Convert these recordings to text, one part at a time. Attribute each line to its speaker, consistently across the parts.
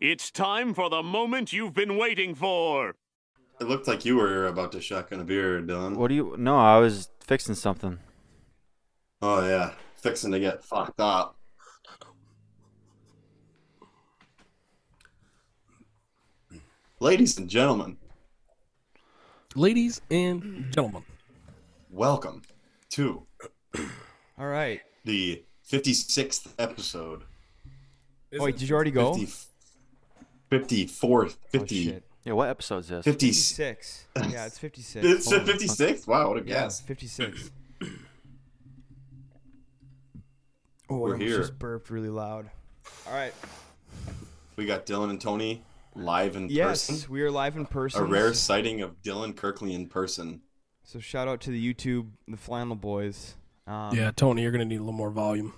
Speaker 1: It's time for the moment you've been waiting for.
Speaker 2: It looked like you were about to shotgun a beer, Dylan.
Speaker 3: What do you? No, I was fixing something.
Speaker 2: Oh yeah, fixing to get fucked up. Ladies and gentlemen,
Speaker 4: Ladies and gentlemen,
Speaker 2: welcome to
Speaker 5: All right.
Speaker 2: the 56th episode.
Speaker 5: Wait, did you already go?
Speaker 2: 50, 54th,
Speaker 5: Oh,
Speaker 2: 50,
Speaker 5: shit.
Speaker 3: Yeah, what episode is this?
Speaker 2: 50
Speaker 5: 56. Yeah, it's 56.
Speaker 2: It's
Speaker 5: Holy
Speaker 2: a
Speaker 5: fuck.
Speaker 2: 56th? Wow, what a
Speaker 5: Yeah,
Speaker 2: guess.
Speaker 5: 56.
Speaker 2: We're
Speaker 5: Oh, I almost
Speaker 2: here.
Speaker 5: just burped really loud. All right.
Speaker 2: We got Dylan and Tony live in
Speaker 5: Yes,
Speaker 2: person.
Speaker 5: we are live in person.
Speaker 2: A rare sighting of Dylan Kirkley in person.
Speaker 5: So shout out to the YouTube, the Flannel Boys. Um,
Speaker 4: yeah, Tony, you're gonna need a little more volume.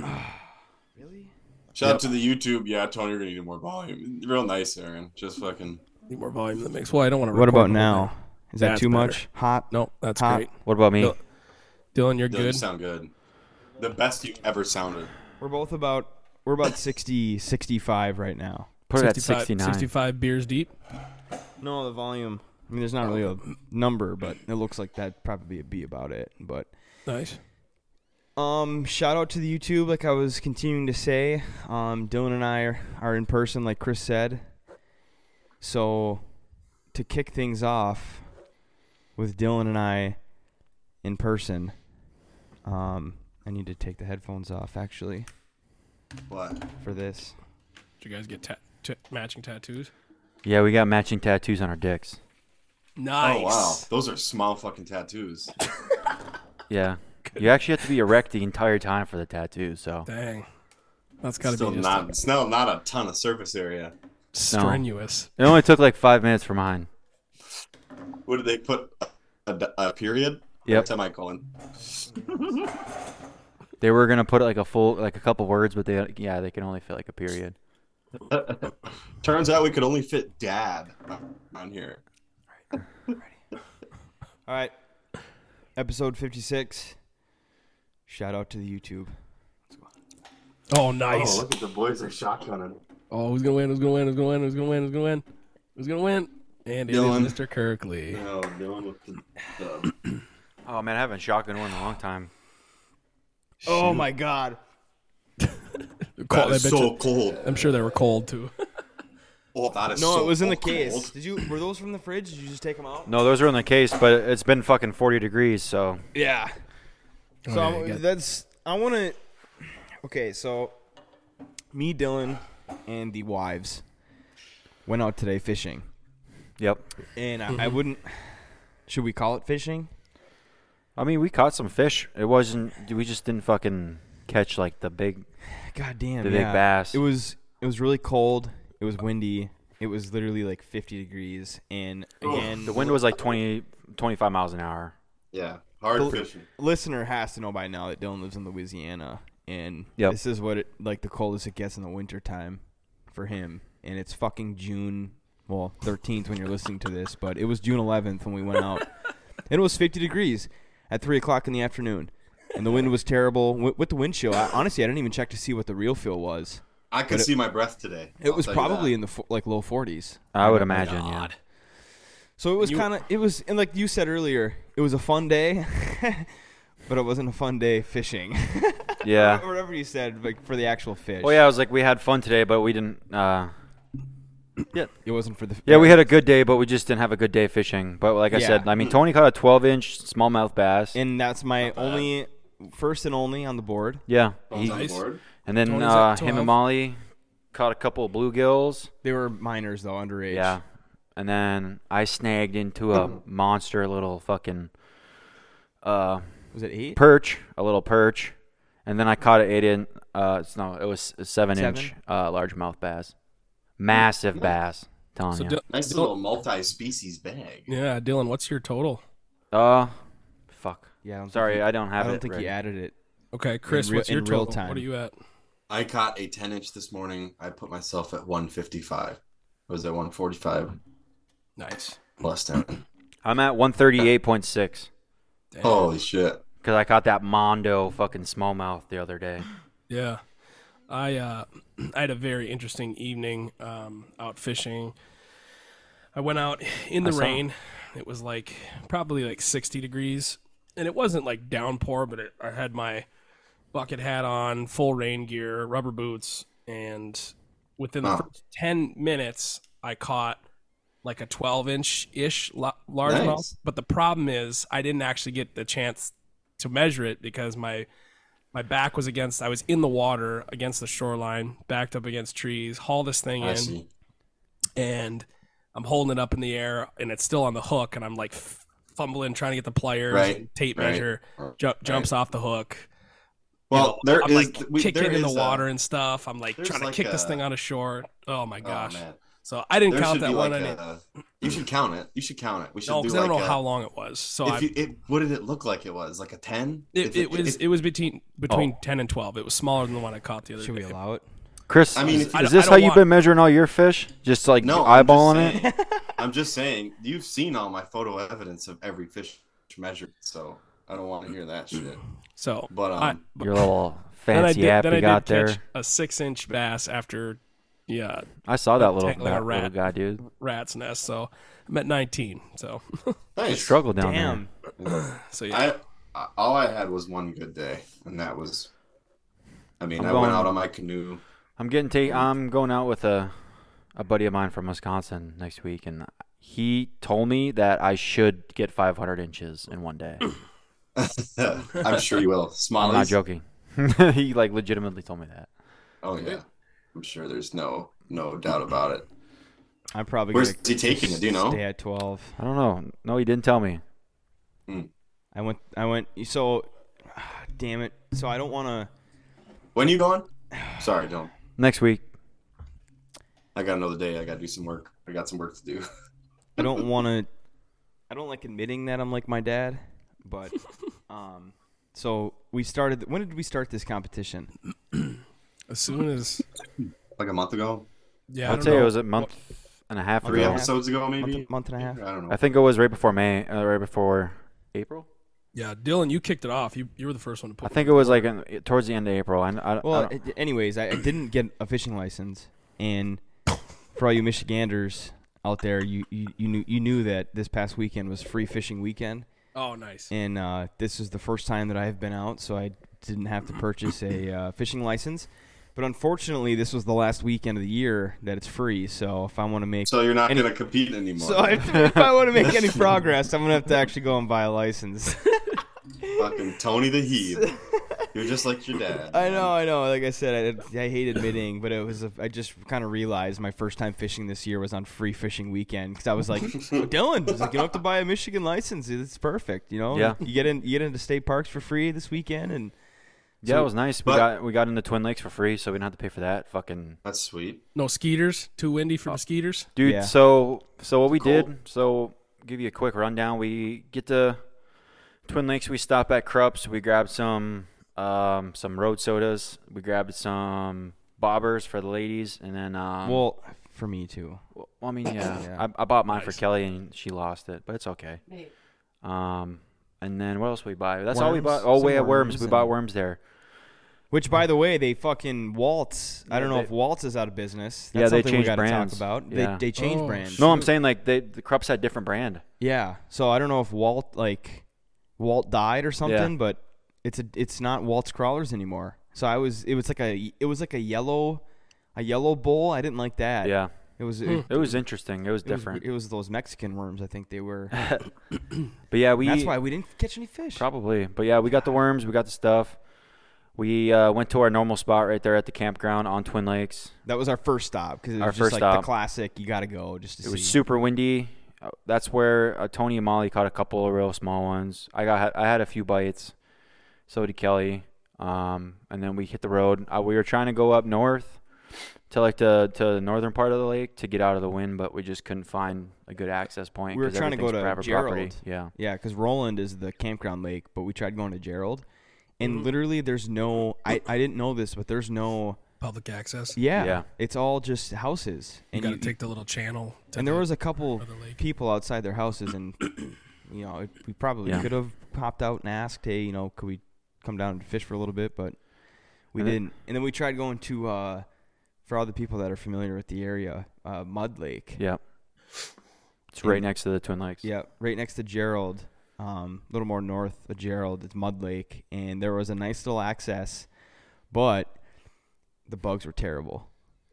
Speaker 5: Really?
Speaker 2: Shout out to the YouTube. Yeah, Tony, you're gonna need more volume. Real nice, Aaron. Just fucking.
Speaker 4: Need more volume in the mix. Well, I don't want to.
Speaker 5: What about now? Is that
Speaker 4: That's
Speaker 5: too
Speaker 4: better.
Speaker 5: much? Hot?
Speaker 4: No, that's
Speaker 5: Hot.
Speaker 4: great.
Speaker 3: What about me?
Speaker 4: No. Dylan, you're
Speaker 2: Dylan, you
Speaker 4: good.
Speaker 2: sound good. The best you ever sounded.
Speaker 5: We're both about we're about 60, 65 right now.
Speaker 3: Put it at 69.
Speaker 4: 65 beers deep.
Speaker 5: No, the volume. I mean, there's not really a number, but it looks like that probably be about it. But
Speaker 4: Nice.
Speaker 5: Um, shout out to the YouTube, like I was continuing to say. Um, Dylan and I are, are in person, like Chris said. So, to kick things off with Dylan and I in person, um, I need to take the headphones off actually
Speaker 2: What?
Speaker 5: for this.
Speaker 4: Did you guys get ta- ta- matching tattoos?
Speaker 3: Yeah, we got matching tattoos on our dicks.
Speaker 4: Nice.
Speaker 2: Oh wow, those are small fucking tattoos.
Speaker 3: Yeah. You actually have to be erect the entire time for the tattoo, so
Speaker 4: Dang. That's gotta
Speaker 2: Still
Speaker 4: be just
Speaker 2: not, still not a ton of surface area.
Speaker 4: strenuous.
Speaker 3: it only took like five minutes for mine.
Speaker 2: What did they put? A, a- a period?
Speaker 3: Yep.
Speaker 2: Semicolon.
Speaker 3: They were gonna put like a full like a couple words, but they yeah, they can only fit like a period.
Speaker 2: Turns out we could only fit dad on here.
Speaker 5: All right, episode 56. Shout out to the YouTube.
Speaker 4: Oh, nice.
Speaker 2: Oh,
Speaker 4: Oh,
Speaker 2: look at the boys are shotgunning.
Speaker 4: who's gonna win? Who's gonna win? Who's gonna win? Who's gonna win? Who's gonna win? Who's gonna win? And it is
Speaker 2: Dylan.
Speaker 4: Mr. Kirkley.
Speaker 2: Oh, No, Dylan with the, the
Speaker 3: Oh man, I haven't shotgun one in a long time.
Speaker 5: Oh my God!
Speaker 4: Cold,
Speaker 2: that
Speaker 4: I
Speaker 2: is
Speaker 4: bet
Speaker 2: so
Speaker 4: you-
Speaker 2: cold.
Speaker 4: I'm sure they were cold too.
Speaker 2: Oh, that is
Speaker 5: No,
Speaker 2: so
Speaker 5: it was in the
Speaker 2: cold.
Speaker 5: case. Did you? Were those from the fridge? Did you just take them out?
Speaker 3: No, those are in the case, but it's been fucking forty degrees, so
Speaker 5: Yeah. So
Speaker 4: Oh, yeah,
Speaker 5: I-
Speaker 4: you got-
Speaker 5: that's I want to. Okay, so me, Dylan, and the wives went out today fishing,
Speaker 3: yep.
Speaker 5: and I,
Speaker 4: Mm-hmm.
Speaker 5: I wouldn't. Should we call it fishing?
Speaker 3: I mean we caught some fish. It wasn't we just didn't fucking catch like the big
Speaker 5: God damn,
Speaker 3: The big
Speaker 5: yeah.
Speaker 3: bass.
Speaker 5: It was it was really cold. It was windy. It was literally like 50 degrees, and again,
Speaker 3: the wind was like 20, 25 miles an hour.
Speaker 2: Yeah, hard
Speaker 5: The-
Speaker 2: fishing.
Speaker 5: listener has to know by now that Dylan lives in Louisiana, and
Speaker 3: Yep.
Speaker 5: this is what it like the coldest it gets in the wintertime for him, and it's fucking June, well, thirteenth when you're listening to this, but it was June eleventh when we went out, and it was fifty degrees at three o'clock in the afternoon, and the wind was terrible W- with the wind chill. I, honestly, I didn't even check to see what the real feel was.
Speaker 2: I could see my breath today.
Speaker 5: It was probably in the fo- like low forties.
Speaker 3: I would imagine, yeah.
Speaker 5: So it was
Speaker 4: You-
Speaker 5: kind of it was and like you said earlier, it was a fun day, but it wasn't a fun day fishing.
Speaker 3: Yeah.
Speaker 5: Or whatever you said, like for the actual fish.
Speaker 3: Well, Oh, yeah, I was like, we had fun today, but we didn't. Uh,
Speaker 5: It wasn't for the.
Speaker 3: yeah, we had a good day, but we just didn't have a good day fishing. But like I said,
Speaker 5: Yeah.
Speaker 3: I mean, Tony caught a 12 inch smallmouth bass.
Speaker 5: And that's my only, first and only on the board.
Speaker 3: yeah.
Speaker 5: Oh,
Speaker 3: he-
Speaker 2: nice. board.
Speaker 3: and then
Speaker 4: Tony's
Speaker 3: uh,
Speaker 4: at
Speaker 3: him
Speaker 4: 12.
Speaker 3: and Molly caught a couple of bluegills.
Speaker 5: They were minors though, underage.
Speaker 3: Yeah. And then I snagged into a monster little fucking uh,
Speaker 5: Was it eight?
Speaker 3: perch, a little perch. And then I caught an eight in. Uh, it's no, it was a seven, inch
Speaker 5: Seven?
Speaker 3: uh, largemouth bass, massive bass. Telling
Speaker 4: So
Speaker 3: you.
Speaker 4: Dylan-
Speaker 2: Nice little multi-species bag.
Speaker 4: yeah, Dylan, what's your total?
Speaker 3: Uh, fuck.
Speaker 5: Yeah. I don't think
Speaker 3: Sorry,
Speaker 5: he-
Speaker 3: I don't have
Speaker 5: I
Speaker 3: it.
Speaker 5: don't think
Speaker 3: ready.
Speaker 5: he added it.
Speaker 4: Okay, Chris,
Speaker 5: real-
Speaker 4: what's your
Speaker 5: in real
Speaker 4: total?
Speaker 5: time.
Speaker 4: What are you at?
Speaker 2: I caught a 10 inch this morning. I put myself at 155. What is that 145
Speaker 4: Nice.
Speaker 2: plus 10?
Speaker 3: I'm at 138.6
Speaker 2: Holy shit!
Speaker 3: because I caught that Mondo fucking smallmouth the other day.
Speaker 4: Yeah. I uh I had a very interesting evening um, out fishing. I went out in the
Speaker 3: I saw.
Speaker 4: rain. It was like probably like 60 degrees, and it wasn't like downpour, but it, I had my bucket hat on, full rain gear, rubber boots, and within the
Speaker 2: Wow.
Speaker 4: first 10 minutes, I caught like a 12 inch ish largemouth.
Speaker 2: Nice.
Speaker 4: But the problem is, I didn't actually get the chance to measure it because my my back was against i was in the water against the shoreline backed up against trees haul this thing
Speaker 2: I
Speaker 4: in
Speaker 2: see.
Speaker 4: and i'm holding it up in the air and it's still on the hook and i'm like f- fumbling trying to get the pliers
Speaker 2: Right,
Speaker 4: and tape
Speaker 2: right,
Speaker 4: measure
Speaker 2: right.
Speaker 4: ju- jumps off the hook
Speaker 2: Well, there
Speaker 4: i'm
Speaker 2: is
Speaker 4: like
Speaker 2: we-
Speaker 4: kicking
Speaker 2: there
Speaker 4: in the
Speaker 2: is a-
Speaker 4: water and stuff i'm like
Speaker 2: there's
Speaker 4: trying to
Speaker 2: like
Speaker 4: kick this
Speaker 2: a-
Speaker 4: thing out of shore oh my gosh
Speaker 2: Oh, man.
Speaker 4: so i didn't
Speaker 2: There
Speaker 4: count
Speaker 2: should
Speaker 4: that
Speaker 2: be
Speaker 4: one
Speaker 2: like
Speaker 4: I didn't-
Speaker 2: a, You should count it. You should count it. We should
Speaker 4: no
Speaker 2: do
Speaker 4: because
Speaker 2: like
Speaker 4: i don't know
Speaker 2: a,
Speaker 4: how long it was so i
Speaker 2: if you, it, what did it look like? It was like a ten.
Speaker 4: it, it was it, was between between
Speaker 3: Oh.
Speaker 4: 10 and 12 it was smaller than the one i caught the other
Speaker 5: Should
Speaker 4: day
Speaker 5: we allow it?
Speaker 3: Chris,
Speaker 2: I mean,
Speaker 3: is,
Speaker 2: if you-
Speaker 4: I
Speaker 3: is
Speaker 4: don't- I
Speaker 3: this
Speaker 4: don't
Speaker 3: how you've
Speaker 4: want-
Speaker 3: been measuring all your fish? Just like
Speaker 2: no
Speaker 3: eyeballing it?
Speaker 2: it. I'm just saying you've seen all my photo evidence of every fish measured, so I don't want to hear that shit.
Speaker 4: so
Speaker 2: But um,
Speaker 4: I-
Speaker 3: Your little
Speaker 4: then I
Speaker 3: fancy
Speaker 4: did,
Speaker 3: app
Speaker 4: then
Speaker 3: you
Speaker 4: I
Speaker 3: got
Speaker 4: did
Speaker 3: there.
Speaker 4: catch a six inch bass after yeah
Speaker 3: I saw that little,
Speaker 4: technically a
Speaker 3: that little
Speaker 4: rat.
Speaker 3: guy, dude.
Speaker 4: rat's nest so i'm at 19 so
Speaker 3: He
Speaker 2: nice.
Speaker 3: struggled down there.
Speaker 5: Damn.
Speaker 4: so yeah
Speaker 2: I, I all I had was one good day, and that was. I mean,
Speaker 3: I'm
Speaker 2: I
Speaker 3: going-
Speaker 2: went out on my canoe.
Speaker 3: I'm getting ta- I'm going out with a a buddy of mine from Wisconsin next week, and he told me that I should get 500 inches in one day.
Speaker 2: I'm sure you will.
Speaker 3: I'm not
Speaker 2: Smiley's.
Speaker 3: joking. he like legitimately told me that.
Speaker 2: Oh yeah, I'm sure. There's no no doubt about it.
Speaker 5: I'm probably
Speaker 2: Where's
Speaker 5: gonna
Speaker 2: he taking it? Do you know?
Speaker 5: stay at twelve.
Speaker 3: I don't know. No, he didn't tell me.
Speaker 5: I went. I went. So, damn it. So I don't want to.
Speaker 2: When you going? Sorry, don't.
Speaker 3: Next week.
Speaker 2: I got another day. I got to do some work. I got some work to do.
Speaker 5: I don't want to. I don't like admitting that I'm like my dad, but um. So we started. When did we start this competition?
Speaker 4: as soon as
Speaker 2: like a month ago,
Speaker 4: yeah I
Speaker 3: I'd
Speaker 4: don't
Speaker 3: say it
Speaker 4: know.
Speaker 3: was a month and a half
Speaker 2: three
Speaker 3: ago.
Speaker 2: episodes ago, maybe.
Speaker 5: Month, month and a half.
Speaker 2: I don't know.
Speaker 3: I think it was right before May, uh, right before April.
Speaker 4: yeah dylan you kicked it off you you were the first one to
Speaker 3: I
Speaker 4: put
Speaker 3: think it was like in, towards the end of April. And I, I,
Speaker 5: Well,
Speaker 3: don't,
Speaker 5: a- anyways, I, I didn't get a fishing license, and for all you Michiganders out there, you, you, you knew you knew that this past weekend was free fishing weekend,
Speaker 4: oh nice
Speaker 5: and uh, this is the first time that I have been out, so I didn't have to purchase a uh, fishing license. But unfortunately, this was the last weekend of the year that it's free. So if I want to make
Speaker 2: So you're not gonna compete anymore.
Speaker 5: so if, if I want to make any progress, I'm gonna have to actually go and buy a license.
Speaker 2: Fucking Tony the Heeb. You're just like your dad.
Speaker 5: I
Speaker 3: Um,
Speaker 5: know, I know. Like I said, I, I hate admitting, but it was. A, I just kind of realized my first time fishing this year was on free fishing weekend because I was like, "Oh, Dylan, I was like, you don't have to buy a Michigan license. It's perfect, you know.
Speaker 3: Yeah.
Speaker 5: You get in, you get into state parks for free this weekend, and
Speaker 3: yeah, it was nice.
Speaker 2: but-
Speaker 3: we got we got into Twin Lakes for free, so we didn't have to pay for that. Fucking
Speaker 2: That's sweet.
Speaker 4: no skeeters too windy
Speaker 5: Oh.
Speaker 4: for the skeeters
Speaker 3: dude
Speaker 5: Yeah.
Speaker 3: so so what we
Speaker 2: Cool.
Speaker 3: did so give you a quick rundown we get to twin lakes we stop at krups we grabbed some um some road sodas we grabbed some bobbers for the ladies and then um well,
Speaker 5: well, for me too.
Speaker 3: i mean yeah,
Speaker 5: Yeah.
Speaker 3: I, I bought mine for kelly and she lost it but it's okay um and then what else we buy that's all we
Speaker 5: Worms,
Speaker 3: bought oh
Speaker 5: some
Speaker 3: we had worms
Speaker 5: worms
Speaker 3: we
Speaker 5: and-
Speaker 3: bought worms there
Speaker 5: Which, by the way, they fucking Waltz. I don't know
Speaker 3: they-
Speaker 5: if Waltz is out of business. That's
Speaker 3: Yeah, they
Speaker 5: something we
Speaker 3: changed
Speaker 5: gotta
Speaker 3: brands.
Speaker 5: talk about.
Speaker 3: Yeah.
Speaker 5: They they changed
Speaker 4: Oh,
Speaker 5: brands.
Speaker 3: no i'm saying like they the krups had different brand
Speaker 5: Yeah. So I don't know if Walt like Walt died or something, but it's a it's not Walt's crawlers anymore. So I was it was like a it was like a yellow a yellow bowl. I didn't like that.
Speaker 3: yeah
Speaker 5: It was it,
Speaker 3: it was interesting it was
Speaker 5: it was-
Speaker 3: different
Speaker 5: it was those Mexican worms. I think they were.
Speaker 3: but yeah we
Speaker 5: That's why we didn't catch any fish.
Speaker 3: Probably. But yeah, we got the worms, we got the stuff. We uh, went to our normal spot right there at the campground on Twin Lakes.
Speaker 5: That was our first stop because it was
Speaker 3: Our
Speaker 5: just
Speaker 3: first
Speaker 5: like the
Speaker 3: stop.
Speaker 5: classic. You gotta go just to
Speaker 3: It
Speaker 5: see.
Speaker 3: was super windy. Uh, That's where uh, Tony and Molly caught a couple of real small ones. I got I had a few bites. So did Kelly. Um, and then we hit the road. Uh, we were trying to go up north to like the to the northern part of the lake to get out of the wind, but we just couldn't find a good access point.
Speaker 5: We were
Speaker 3: 'cause
Speaker 5: trying to go
Speaker 3: everything's
Speaker 5: to
Speaker 3: private
Speaker 5: Gerald.
Speaker 3: Yeah.
Speaker 5: Yeah, because Roland is the campground lake, but we tried going to Gerald, and
Speaker 3: Mm.
Speaker 5: literally there's no. I I didn't know this, but there's no.
Speaker 4: public access you
Speaker 5: Yeah,
Speaker 3: Yeah.
Speaker 5: it's all just houses, and
Speaker 4: gotta
Speaker 5: you-
Speaker 4: take the little channel to
Speaker 5: and there
Speaker 4: the-
Speaker 5: was a couple
Speaker 4: Other lake.
Speaker 5: people outside their houses, and you know, it, we probably
Speaker 3: Yeah.
Speaker 5: could have popped out and asked, "Hey, you know, could we come down and fish for a little bit?" But we
Speaker 3: And then-
Speaker 5: didn't. And then we tried going to uh, for all the people that are familiar with the area, uh, Mud Lake.
Speaker 3: Yep. It's right next to the Twin Lakes.
Speaker 5: Yeah, right next to Gerald, um, a little more north of Gerald, it's Mud Lake, and there was a nice little access, but the bugs were terrible.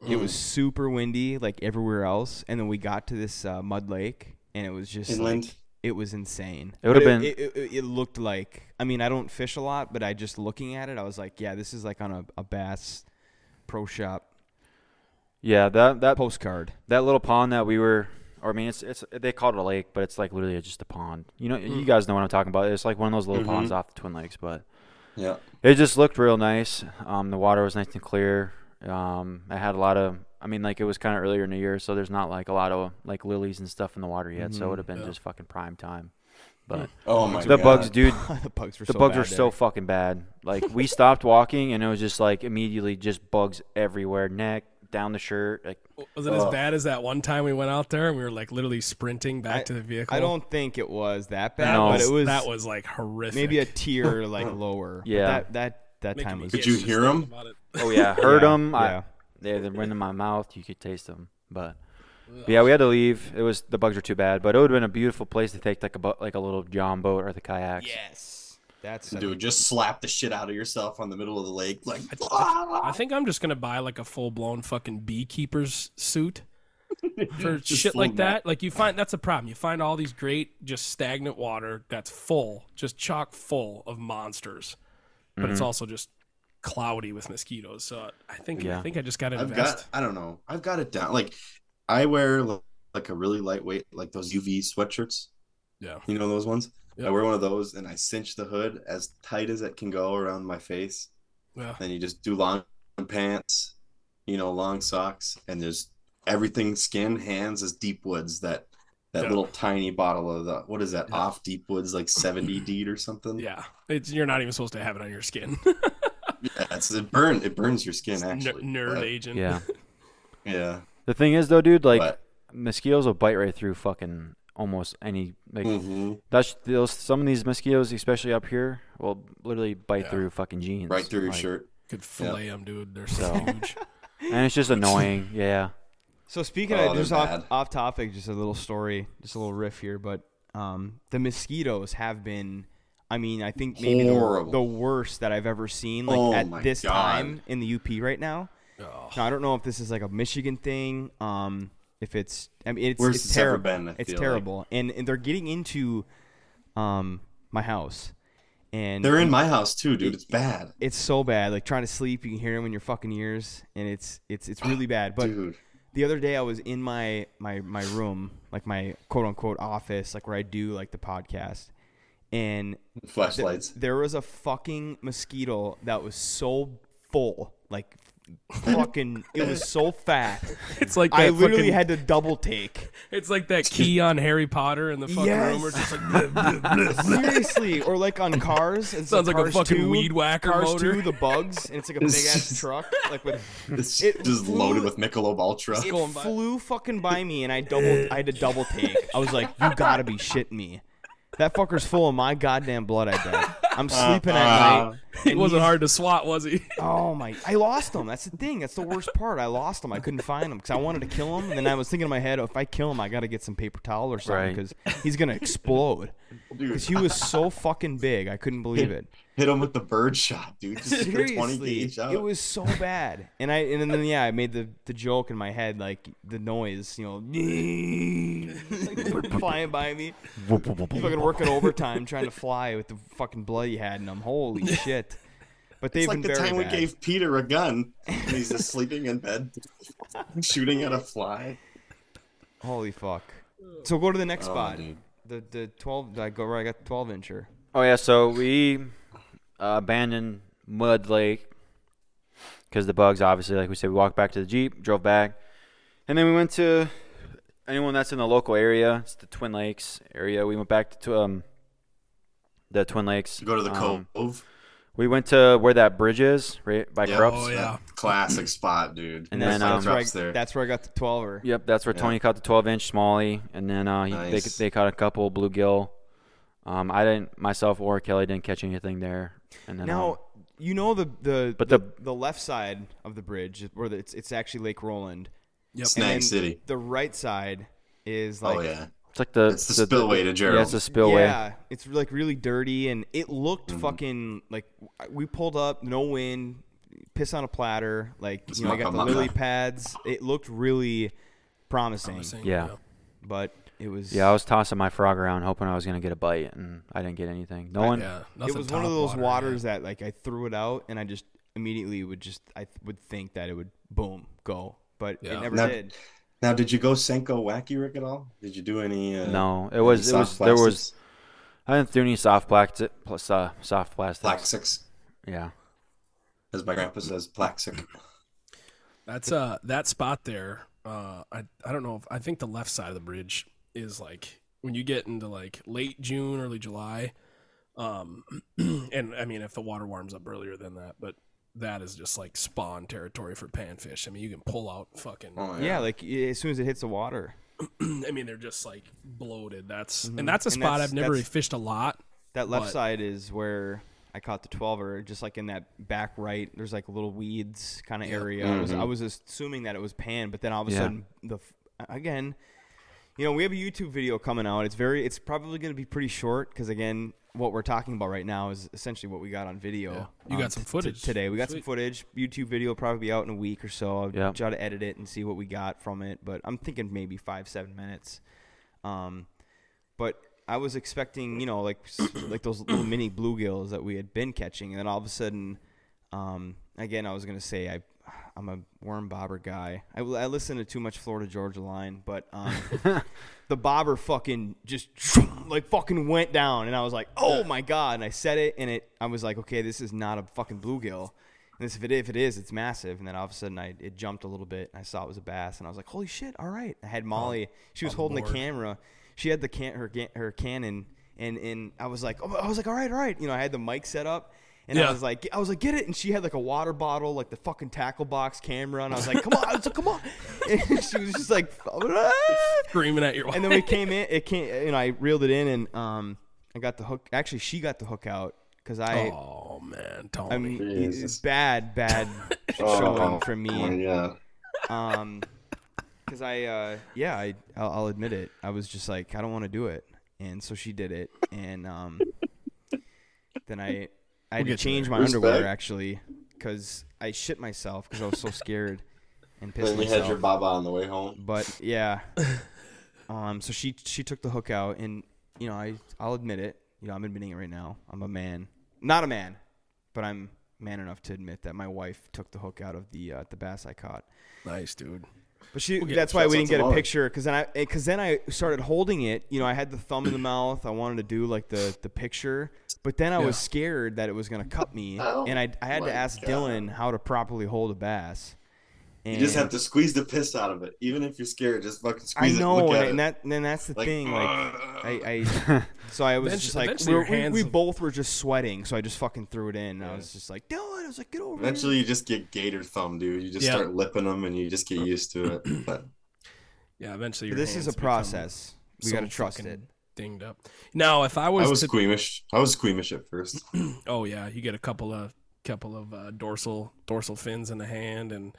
Speaker 5: It was super windy, like everywhere else, and then we got to this uh, Mud Lake, and it was just like,
Speaker 2: Inland.
Speaker 5: it was insane.
Speaker 3: It would've
Speaker 5: But
Speaker 3: been-
Speaker 5: It, it, it looked like. I mean, I don't fish a lot, but I just looking at it, I was like, yeah, this is like on a, a bass pro shop
Speaker 3: Yeah, that that
Speaker 5: postcard.
Speaker 3: that little pond that we were or I mean it's it's they call it a lake, but it's like literally just a pond. You know
Speaker 5: Hmm.
Speaker 3: you guys know what I'm talking about. It's like one of those
Speaker 5: Mm-hmm.
Speaker 3: little ponds off the Twin Lakes, but
Speaker 2: Yeah.
Speaker 3: It just looked real nice. Um, the water was nice and clear. Um, I had a lot of, I mean, like it was kind of earlier in the year, so there's not like a lot of like lilies and stuff in the water yet.
Speaker 5: Mm-hmm.
Speaker 3: So it would have been just fucking prime time. But
Speaker 2: Oh my
Speaker 3: the
Speaker 2: god.
Speaker 3: bugs, dude,
Speaker 5: the bugs were
Speaker 3: the
Speaker 5: Hmm. so
Speaker 3: bugs
Speaker 5: bad eh?
Speaker 3: were so
Speaker 5: there.
Speaker 3: fucking bad. Like we stopped walking, and it was just like immediately just bugs everywhere, neck down the shirt. Like
Speaker 4: Was it
Speaker 5: Oh.
Speaker 4: as bad as that one time we went out there and we were like literally sprinting baback
Speaker 5: I-
Speaker 4: to the vehicle?
Speaker 5: I don't think it was that bad,
Speaker 4: That
Speaker 3: No.
Speaker 5: but it was
Speaker 4: that was like horrific.
Speaker 5: maybe a tier like lower. But
Speaker 3: Yeah.
Speaker 5: that that that
Speaker 4: Making
Speaker 5: time
Speaker 4: me
Speaker 5: was.
Speaker 2: Could
Speaker 4: itch
Speaker 2: you
Speaker 4: just
Speaker 2: hear
Speaker 4: thinking
Speaker 2: 'em?
Speaker 4: about it.
Speaker 3: oh yeah, I heard
Speaker 5: Yeah,
Speaker 3: them.
Speaker 5: yeah.
Speaker 3: they they went in my mouth. You could taste them, but. but yeah, we had to leave. It was the bugs were too bad, but it would have been a beautiful place to take like a bu- like a little john boat or the kayaks.
Speaker 5: Yes, that's
Speaker 2: Dude, just slap the shit out of yourself on the middle of the lake, like. "Ah!"
Speaker 4: I think I'm just gonna buy like a full blown fucking beekeeper's suit for
Speaker 2: Just
Speaker 4: shit like
Speaker 2: full
Speaker 4: that. Like you find that's a problem. You find all these great just stagnant water that's full, just chock full of monsters,
Speaker 5: Mm-hmm.
Speaker 4: but it's
Speaker 3: Mm-hmm.
Speaker 4: also just cloudy with mosquitoes. So I think I
Speaker 3: Yeah.
Speaker 4: think I just gotta
Speaker 2: I've
Speaker 4: invest.
Speaker 2: got I don't know. I've got it down. Like I wear l- like a really lightweight like those UV sweatshirts.
Speaker 4: Yeah.
Speaker 2: You know those ones?
Speaker 4: Yep.
Speaker 2: I wear one of those and I cinch the hood as tight as it can go around my face.
Speaker 4: Yeah.
Speaker 2: Then you just do long pants, you know, long socks and there's everything skin, hands is deep woods that that
Speaker 4: Yeah.
Speaker 2: little tiny bottle of the what is that
Speaker 4: Yeah.
Speaker 2: off deep woods like 70 deed or something
Speaker 4: Yeah, it's you're not even supposed to have it on your skin.
Speaker 2: yeah it's, it burn it burns your skin actually
Speaker 4: Ner- nerd
Speaker 2: but-
Speaker 4: agent.
Speaker 3: Yeah.
Speaker 2: yeah
Speaker 3: The thing is, though, dude, like
Speaker 2: But-
Speaker 3: mosquitoes will bite right through fucking almost any. Like
Speaker 2: hmm
Speaker 3: that's those some of these mosquitoes, especially up here, will literally bite
Speaker 4: Yeah.
Speaker 3: through fucking jeans.
Speaker 2: right through your
Speaker 3: like-
Speaker 2: shirt
Speaker 4: could fillet them, dude. They're so
Speaker 3: So-
Speaker 4: huge.
Speaker 3: and it's just annoying. Yeah,
Speaker 5: So speaking
Speaker 2: Oh,
Speaker 5: of
Speaker 2: they're
Speaker 5: just off,
Speaker 2: bad.
Speaker 5: off topic, just a little story, just a little riff here, but um, the mosquitoes have been. I mean, I think maybe the,
Speaker 2: Horrible.
Speaker 5: the worst that I've ever seen. Like
Speaker 2: Oh my
Speaker 5: at this
Speaker 2: God.
Speaker 5: time in the UP right now. Now, I don't know if this is like a Michigan thing. Um, if it's, I mean, it's,
Speaker 2: Worst
Speaker 5: it's
Speaker 2: it's ever
Speaker 5: terrible.
Speaker 2: been, I
Speaker 5: it's
Speaker 2: feel like.
Speaker 5: terrible, and, and they're getting into, um, my house, and
Speaker 2: They're in my house too, dude. It's bad,
Speaker 5: it's so bad. Like trying to sleep, you can hear them in your fucking ears, and it's it's it's really bad. But
Speaker 2: dude.
Speaker 5: the other day, I was in my my my room, like my quote unquote office, like where I do like the podcast, and th-
Speaker 2: Flashlights.
Speaker 5: there was a fucking mosquito that was so full, like fucking, it was so fat.
Speaker 4: It's like that
Speaker 5: I literally
Speaker 4: fucking,
Speaker 5: had to double take.
Speaker 4: It's like that key on Harry Potter in the fucking room. We're
Speaker 5: Yes.
Speaker 4: just like bleh, bleh, bleh.
Speaker 5: Seriously, or like on cars. It's
Speaker 4: Sounds like a
Speaker 5: Cars
Speaker 4: fucking
Speaker 5: 2,
Speaker 4: weed whacker
Speaker 5: Cars
Speaker 4: motor.
Speaker 5: 2, the bugs, and it's like a big ass truck, like with
Speaker 2: It's
Speaker 5: it
Speaker 2: just
Speaker 5: flew-
Speaker 2: loaded with Michelob Ultra.
Speaker 5: it
Speaker 4: going by.
Speaker 5: flew fucking by me, and I double, I had to double take. I was like, "You gotta be shitting me." That fucker's full of my goddamn blood. I bet.
Speaker 4: Uh,
Speaker 5: I'm sleeping at night.
Speaker 4: It wasn't hard to swat, was he?
Speaker 5: Oh my! I lost him. That's the thing. That's the worst part. I lost him. I couldn't find him because I wanted to kill him, and then I was thinking in my head, oh, if I kill him, I gotta get some paper towel or
Speaker 3: Right.
Speaker 5: something because he's gonna explode.
Speaker 2: Dude,
Speaker 5: Because he was so fucking big, I couldn't believe it.
Speaker 2: hit him with the bird shot, dude. Just hit a twenty
Speaker 5: Seriously,
Speaker 2: gauge out.
Speaker 5: it was so bad. And I and then yeah, I made the, the joke in my head, like the noise, you know, like, flying by me. fucking working overtime trying to fly with the fucking blood you had in them. Holy shit! But they've
Speaker 2: it's like
Speaker 5: been
Speaker 2: the
Speaker 5: very
Speaker 2: time we
Speaker 5: bad.
Speaker 2: gave Peter a gun. And he's just sleeping in bed, shooting at a fly.
Speaker 5: Holy fuck! So go to the next spot.
Speaker 2: Oh, dude.
Speaker 5: The the twelve. I go where I got the twelve incher.
Speaker 3: Oh yeah, so we uh, abandoned Mud Lake because the bugs. Obviously, like we said, we walked back to the jeep, drove back, and then we went to anyone that's in the local area. It's the Twin Lakes area. We went back to, to um the Twin Lakes.
Speaker 2: Go to the
Speaker 3: Um,
Speaker 2: cove.
Speaker 3: We went to where that bridge is, right by
Speaker 2: Yeah.
Speaker 3: Krups.
Speaker 4: Oh, yeah.
Speaker 2: Classic spot, dude.
Speaker 3: And then,
Speaker 2: that's,
Speaker 3: um,
Speaker 5: That's where, I,
Speaker 2: there.
Speaker 5: that's where I got the twelver.
Speaker 3: Yep, that's where Tony caught the 12 inch smallie, and then uh, he,
Speaker 2: Nice.
Speaker 3: they they caught a couple bluegill. Um, I didn't myself or Kelly didn't catch anything there. And then um,
Speaker 5: Now you know the the
Speaker 3: But
Speaker 5: the,
Speaker 3: the-
Speaker 5: the left side of the bridge where the, it's it's actually Lake Roland.
Speaker 4: Yep.
Speaker 2: Snag
Speaker 5: And
Speaker 2: City.
Speaker 5: The right side is like
Speaker 2: oh yeah,
Speaker 3: It's like the
Speaker 2: it's the spillway to Gerald.
Speaker 3: Yeah, it's a spillway.
Speaker 5: Yeah, it's like really dirty, and it looked
Speaker 2: Mm-hmm.
Speaker 5: fucking like we pulled up, no wind, piss on a platter. Like
Speaker 2: It's
Speaker 5: you know, I got the
Speaker 2: maca-maca.
Speaker 5: lily pads. It looked really promising,
Speaker 4: Promising,
Speaker 3: Yeah.
Speaker 5: but it was
Speaker 3: Yeah, I was tossing my frog around hoping I was gonna get a bite, and I didn't get anything. No one.
Speaker 4: Yeah.
Speaker 5: it
Speaker 4: nothing
Speaker 5: was one of
Speaker 4: top
Speaker 5: those
Speaker 4: water,
Speaker 5: waters that like I threw it out, and I just immediately would just I would think that it would boom go, but
Speaker 4: Yeah.
Speaker 5: it never
Speaker 2: Now-
Speaker 5: did.
Speaker 2: Now, did you go Senko Wacky Rick at all? Did you do any? Uh,
Speaker 3: No, it
Speaker 2: any
Speaker 3: was it
Speaker 2: soft
Speaker 3: was there was
Speaker 2: plastics?
Speaker 3: I didn't do any soft plastic plus uh, soft plastics.
Speaker 2: plaxics,
Speaker 3: Yeah,
Speaker 2: as my grandpa says, plaxic.
Speaker 4: That's uh that spot there. Uh, I I don't know if I think the left side of the bridge is like when you get into like late June, early July. Um, and I mean if the water warms up earlier than that, but that is just like spawn territory for panfish. I mean you can pull out fucking.
Speaker 2: Oh,
Speaker 5: Yeah. like y- as soon as it hits the water,
Speaker 4: I mean they're just like bloated. That's and that's a
Speaker 5: Mm-hmm. And
Speaker 4: spot
Speaker 5: that's-
Speaker 4: I've never
Speaker 5: that's-
Speaker 4: fished a lot.
Speaker 5: that left
Speaker 4: But-
Speaker 5: side is where. I caught the 12er just like in that back right. There's like little weeds kind of area. I was I was assuming that it was pan, but then all of a
Speaker 3: Yeah.
Speaker 5: sudden the f- again, you know, we have a YouTube video coming out. It's very it's probably going to be pretty short because again, what we're talking about right now is essentially what we got on video.
Speaker 4: You got
Speaker 5: um,
Speaker 4: some
Speaker 5: t- t-
Speaker 4: footage.
Speaker 5: today. We got some
Speaker 4: Sweet.
Speaker 5: footage. YouTube video will probably be out in a week or so. I'll
Speaker 3: Yep.
Speaker 5: try to edit it and see what we got from it. But I'm thinking maybe five, seven minutes. Um, but I was expecting, you know, like s- like those little mini bluegills that we had been catching, and then all of a sudden, um, again, I was gonna say I, I'm a worm bobber guy. I, l- I listen to too much Florida Georgia Line, but um, the bobber fucking just like fucking went down, and I was like, oh my god! And I said it, and it, I was like, okay, this is not a fucking bluegill. And this, if it if it is, it's massive. And then all of a sudden, I it jumped a little bit. And I saw it was a bass, and I was like, "Holy shit! All right." I had Molly. She was holding the camera. She had the can her ga- her cannon, and and I was like, oh, I was like, "All right, all right." You know, I had the mic set up, and I
Speaker 4: Yeah.
Speaker 5: was like, I was like, "Get it!" And she had like a water bottle, like the fucking tackle box camera, and I was like, "Come on!" I was like, "Come on!" And she was just like,
Speaker 4: Screaming at your
Speaker 5: and then we came in. It came, and I reeled it in, and um, I got the hook. Actually, she got the hook out because I.
Speaker 4: Oh man, Tony.
Speaker 5: I mean,
Speaker 2: Jesus. Oh,
Speaker 5: bad, bad
Speaker 3: Oh,
Speaker 5: showing from me.
Speaker 2: Yeah.
Speaker 5: Um, because I, uh, yeah, I, I'll, I'll admit it. I was just like, I don't want to do it, and so she did it, and um, then I, I had to
Speaker 4: get you
Speaker 5: change my
Speaker 2: Respect.
Speaker 5: underwear actually, because I shit myself because I was so scared and pissed
Speaker 2: Then you
Speaker 5: myself
Speaker 2: had your baba on the way home.
Speaker 5: but yeah. um, so she she took the hook out, and you know I I'll admit it. You know I'm admitting it right now. I'm a man, not a man, but I'm man enough to admit that my wife took the hook out of the uh, the bass I caught.
Speaker 4: nice dude.
Speaker 5: But she
Speaker 4: get
Speaker 5: that's why
Speaker 2: shots
Speaker 5: we
Speaker 2: on
Speaker 5: didn't get a
Speaker 2: Tamara.
Speaker 5: picture because then I because then I started holding it. You know I had the thumb in the mouth. I wanted to do like the the picture, but then I was
Speaker 4: Yeah.
Speaker 5: scared that it was gonna cut me,
Speaker 2: Oh
Speaker 5: and I I had
Speaker 2: my
Speaker 5: to ask
Speaker 2: God.
Speaker 5: Dylan how to properly hold a bass.
Speaker 2: You just
Speaker 5: And-
Speaker 2: have to squeeze the piss out of it, even if you're scared. Just fucking
Speaker 5: I
Speaker 2: squeeze it.
Speaker 5: know,
Speaker 2: look
Speaker 5: and,
Speaker 2: at
Speaker 5: and
Speaker 2: it.
Speaker 5: that then that's the
Speaker 2: Like,
Speaker 5: thing. Like, I, I so I was just like,
Speaker 4: Eventually- eventually
Speaker 5: we,
Speaker 4: your
Speaker 5: we, we
Speaker 4: hands-
Speaker 5: both were just sweating, so I just fucking threw it in. and I was just like, Dylan, I was like, get over here.
Speaker 2: Eventually, you just get gator thumb, dude. You just
Speaker 4: Yeah.
Speaker 2: start lipping them, and you just get used to it. But
Speaker 4: Yeah, eventually.
Speaker 5: But
Speaker 4: Your
Speaker 5: This is
Speaker 4: hands
Speaker 5: a
Speaker 4: become
Speaker 5: process. We
Speaker 4: so
Speaker 5: gotta trust
Speaker 4: fucking
Speaker 5: it.
Speaker 4: Dinged up. Now, if I was,
Speaker 2: I was
Speaker 4: to,
Speaker 2: squeamish. I was squeamish at first.
Speaker 4: oh yeah, you get a couple of couple of uh, dorsal dorsal fins in the hand, and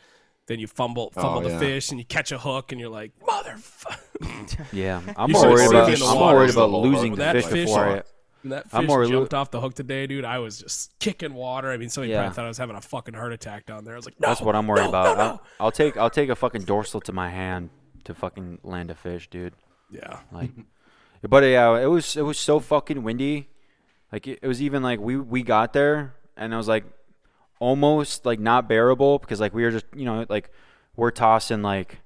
Speaker 4: then you fumble
Speaker 3: Oh,
Speaker 4: fumble the
Speaker 2: yeah.
Speaker 4: fish, and you catch a hook, and you're like, motherfucker!
Speaker 3: yeah. I'm
Speaker 4: You
Speaker 3: more
Speaker 4: should
Speaker 3: worried
Speaker 4: see
Speaker 3: about
Speaker 4: it in
Speaker 3: I'm
Speaker 4: the
Speaker 3: more
Speaker 4: water.
Speaker 3: worried about
Speaker 2: Well,
Speaker 3: losing the
Speaker 4: that
Speaker 3: fish
Speaker 4: fish-
Speaker 3: before it.
Speaker 4: When that
Speaker 3: I'm
Speaker 4: fish
Speaker 3: more
Speaker 4: jumped off the hook today, dude, I was just kicking water. I mean, somebody
Speaker 3: Yeah.
Speaker 4: probably thought I was having a fucking heart attack down there. I was like,
Speaker 3: That's
Speaker 4: "No,
Speaker 3: what I'm worried
Speaker 4: no,
Speaker 3: about.
Speaker 4: no,
Speaker 3: I'll, I'll take I'll take a fucking dorsal to my hand to fucking land a fish, dude.
Speaker 4: no." Yeah,
Speaker 3: Like, but yeah, it was it was so fucking windy. Like it, it was even like we we got there and I was like almost like not bearable because like we were just you know like we're tossing like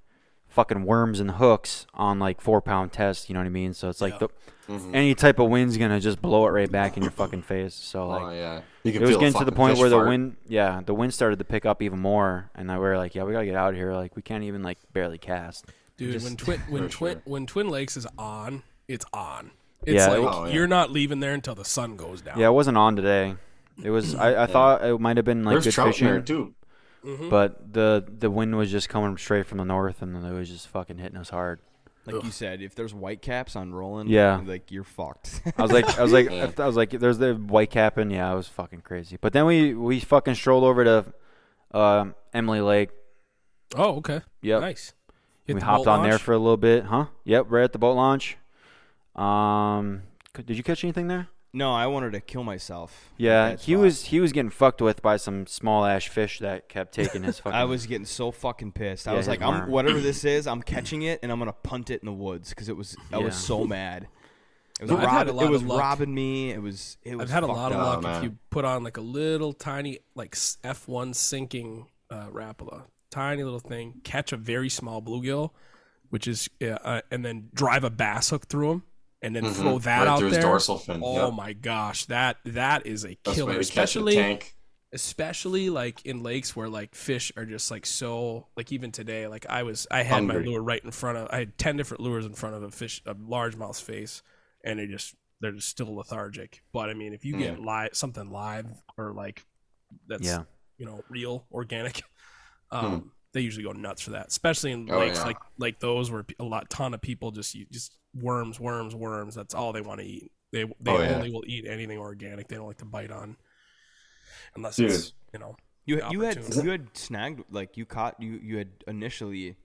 Speaker 3: fucking worms and hooks on like four pound tests. You know what I mean? So it's like the,
Speaker 2: Mm-hmm.
Speaker 3: any type of wind's gonna just blow it right back in your fucking face. So like
Speaker 2: oh yeah, you can
Speaker 3: it was
Speaker 2: feel
Speaker 3: getting to the
Speaker 2: fucking
Speaker 3: point
Speaker 2: fish
Speaker 3: where
Speaker 2: fart.
Speaker 3: the wind yeah the wind started to pick up even more and I we were like yeah we gotta get out of here like we can't even like barely cast
Speaker 4: dude. when twin when twin when Twin Lakes is on, it's on. It's
Speaker 3: Yeah,
Speaker 4: like
Speaker 3: it-
Speaker 2: Oh, yeah.
Speaker 4: you're not leaving there until the sun goes down.
Speaker 3: yeah it wasn't on today it was I, I thought it might have been like
Speaker 2: There's
Speaker 3: good
Speaker 2: trout in
Speaker 3: fishing
Speaker 2: there too.
Speaker 3: but the the wind was just coming straight from the north and then it was just fucking hitting us hard
Speaker 5: Like you said, if there's white caps on rolling,
Speaker 3: Yeah.
Speaker 5: like you're fucked.
Speaker 3: I was like, I was like,
Speaker 2: Yeah.
Speaker 3: I was like, there's the white cap, and yeah, I was fucking crazy. But then we we fucking strolled over to um, Emily Lake.
Speaker 4: Oh, okay.
Speaker 3: Yep.
Speaker 4: Nice. Hit
Speaker 3: we
Speaker 4: the
Speaker 3: hopped
Speaker 4: boat
Speaker 3: on there
Speaker 4: launch?
Speaker 3: for a little bit, huh? Yep, right at the boat launch. Um, c- did you catch anything there?
Speaker 5: no, I wanted to kill myself. at
Speaker 3: Yeah,
Speaker 5: that
Speaker 3: he
Speaker 5: spot.
Speaker 3: was he was getting fucked with by some small ass fish that kept taking his fucking.
Speaker 5: I was getting so fucking pissed. I
Speaker 3: Yeah,
Speaker 5: was
Speaker 3: his
Speaker 5: like, I'm,
Speaker 3: worm.
Speaker 5: whatever this is, I'm catching it and I'm gonna punt it in the woods because it was I was
Speaker 3: Yeah.
Speaker 5: so mad. It was,
Speaker 4: I've had
Speaker 5: rob-
Speaker 4: a lot
Speaker 5: it
Speaker 4: of
Speaker 5: was
Speaker 4: luck.
Speaker 5: robbing me. It was it was.
Speaker 4: I've had a lot
Speaker 5: fucked
Speaker 4: of
Speaker 5: up.
Speaker 4: luck
Speaker 2: up.
Speaker 4: if you put on like a little tiny like s- F1 sinking uh, Rapala, tiny little thing, catch a very small bluegill, which is uh, uh, and then drive a bass hook through him and then throw
Speaker 2: Mhm.
Speaker 4: that
Speaker 2: right
Speaker 4: out
Speaker 2: through
Speaker 4: there.
Speaker 2: his dorsal fin.
Speaker 4: Oh
Speaker 2: Yep.
Speaker 4: my gosh, that that is a
Speaker 2: Best way
Speaker 4: killer,
Speaker 2: to catch a
Speaker 4: especially
Speaker 2: tank.
Speaker 4: especially like in lakes where like fish are just like so like even today like I was I had my
Speaker 2: Hungry.
Speaker 4: lure right in front of I had 10 different lures in front of a fish a largemouth's face and they just they're just still lethargic but I mean if you get live something live or like that's
Speaker 3: yeah,
Speaker 4: you know real organic um they usually go nuts for that especially in
Speaker 2: Hmm. Oh,
Speaker 4: lakes
Speaker 2: yeah.
Speaker 4: like like those where pe- a lot ton of people just you just worms worms worms that's all they want to eat they they
Speaker 2: Oh, yeah.
Speaker 4: only will eat anything organic they don't like to bite on unless
Speaker 2: Dude.
Speaker 4: it's you know
Speaker 5: You you had
Speaker 4: opportunity.
Speaker 5: you had snagged like you caught you you had initially.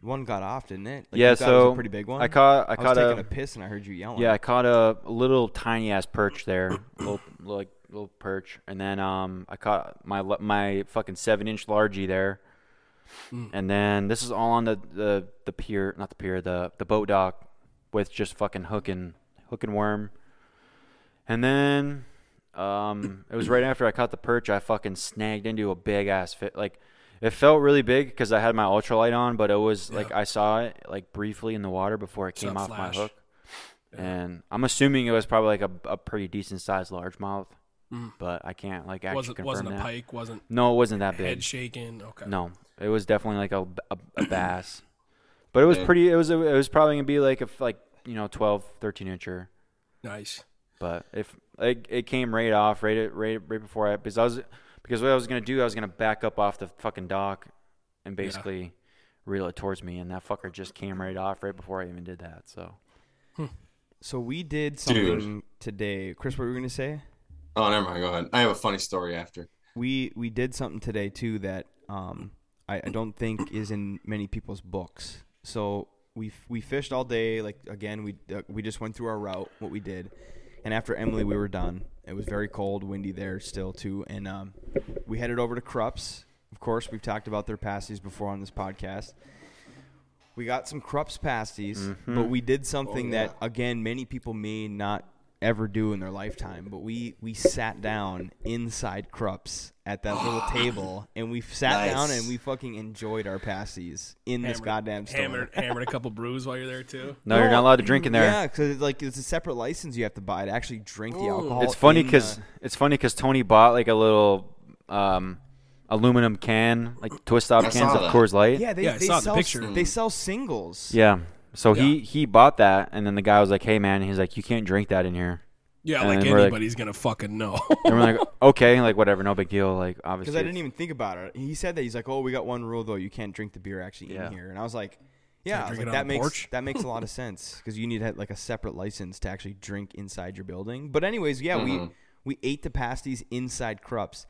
Speaker 5: One got off, didn't it? Like,
Speaker 3: yeah.
Speaker 5: you thought it was
Speaker 3: So
Speaker 5: a pretty big one.
Speaker 3: I caught I,
Speaker 5: I was
Speaker 3: caught
Speaker 5: taking
Speaker 3: a,
Speaker 5: a piss and I heard you yelling.
Speaker 3: yeah I caught a little tiny ass perch there, little like little perch, and then um I caught my le- my fucking seven inch largie there, and then this is all on the the the pier not the pier the the boat dock with just fucking hook and hook and worm, and then Um, it was right after I caught the perch. I fucking snagged into a big ass fit. Like, it felt really big because I had my ultralight on, but it was like I saw it like briefly in the water before it came
Speaker 4: not
Speaker 3: off
Speaker 4: flash.
Speaker 3: my hook. And I'm assuming it was probably like a, a pretty decent sized largemouth, but I can't like actually
Speaker 4: Mm. wasn't
Speaker 3: confirm
Speaker 4: wasn't a
Speaker 3: that.
Speaker 4: pike wasn't
Speaker 3: No, it wasn't that
Speaker 4: head
Speaker 3: big.
Speaker 4: shaking okay
Speaker 3: No, it was definitely like a a, a bass, but it was
Speaker 2: Yeah.
Speaker 3: pretty. It was it was probably gonna be like a f- like you know 12, 13 incher.
Speaker 4: nice
Speaker 3: But if it, it came right off, right at, right right before I because I was because what I was gonna do, I was gonna back up off the fucking dock and basically reel it towards me, and that fucker just came right off right before I even did that. So
Speaker 5: So we did
Speaker 2: Dude.
Speaker 5: something today. Chris, what were you gonna say?
Speaker 2: Oh, never mind. Go ahead. I have a funny story after.
Speaker 5: We we did something today too that um I, I don't think is in many people's books. So we f- we fished all day. Like again, we uh, we just went through our route, what we did, and after Emily, we were done. It was very cold, windy there still too, and um, we headed over to Krups. Of course, we've talked about their pasties before on this podcast. We got some Krups pasties, but we did something that again many people may not ever do in their lifetime. But we we sat down inside Krups at that little table, and we sat down
Speaker 2: Nice.
Speaker 5: and we fucking enjoyed our pasties in this goddamn store.
Speaker 4: hammered hammered a couple brews while you're there too
Speaker 3: no, you're not allowed to
Speaker 4: mm,
Speaker 3: drink in there.
Speaker 5: Yeah, because like it's a separate license you have to buy to actually drink the alcohol.
Speaker 3: It's funny
Speaker 5: in
Speaker 3: because
Speaker 5: the-
Speaker 3: it's funny because Tony bought like a little um, aluminum can, like twist out
Speaker 2: I
Speaker 3: cans
Speaker 2: saw
Speaker 3: of
Speaker 2: that.
Speaker 3: Coors Light.
Speaker 5: yeah, they,
Speaker 4: Yeah, I
Speaker 5: they
Speaker 4: saw the
Speaker 5: sell
Speaker 4: picture.
Speaker 5: they sell singles.
Speaker 3: Yeah. So he he bought that, and then the guy was like, "Hey man," he's like, "You can't drink that in here."
Speaker 4: yeah
Speaker 3: And
Speaker 4: like
Speaker 3: we're like-
Speaker 4: anybody's gonna fucking know
Speaker 3: And we're like, "Okay, like whatever, no big deal." Like obviously,
Speaker 5: Because I
Speaker 3: it's-
Speaker 5: didn't even think about it. He said that he's like, "Oh, we got one rule though. You can't drink the beer actually
Speaker 3: Yeah.
Speaker 5: in here." And I was like, "Yeah, I was
Speaker 4: drink it
Speaker 5: like,
Speaker 4: on
Speaker 5: that
Speaker 4: the
Speaker 5: makes
Speaker 4: porch?
Speaker 5: that makes a lot of sense because you need to have, like a separate license to actually drink inside your building." But anyways, yeah, we we ate the pasties inside Krups.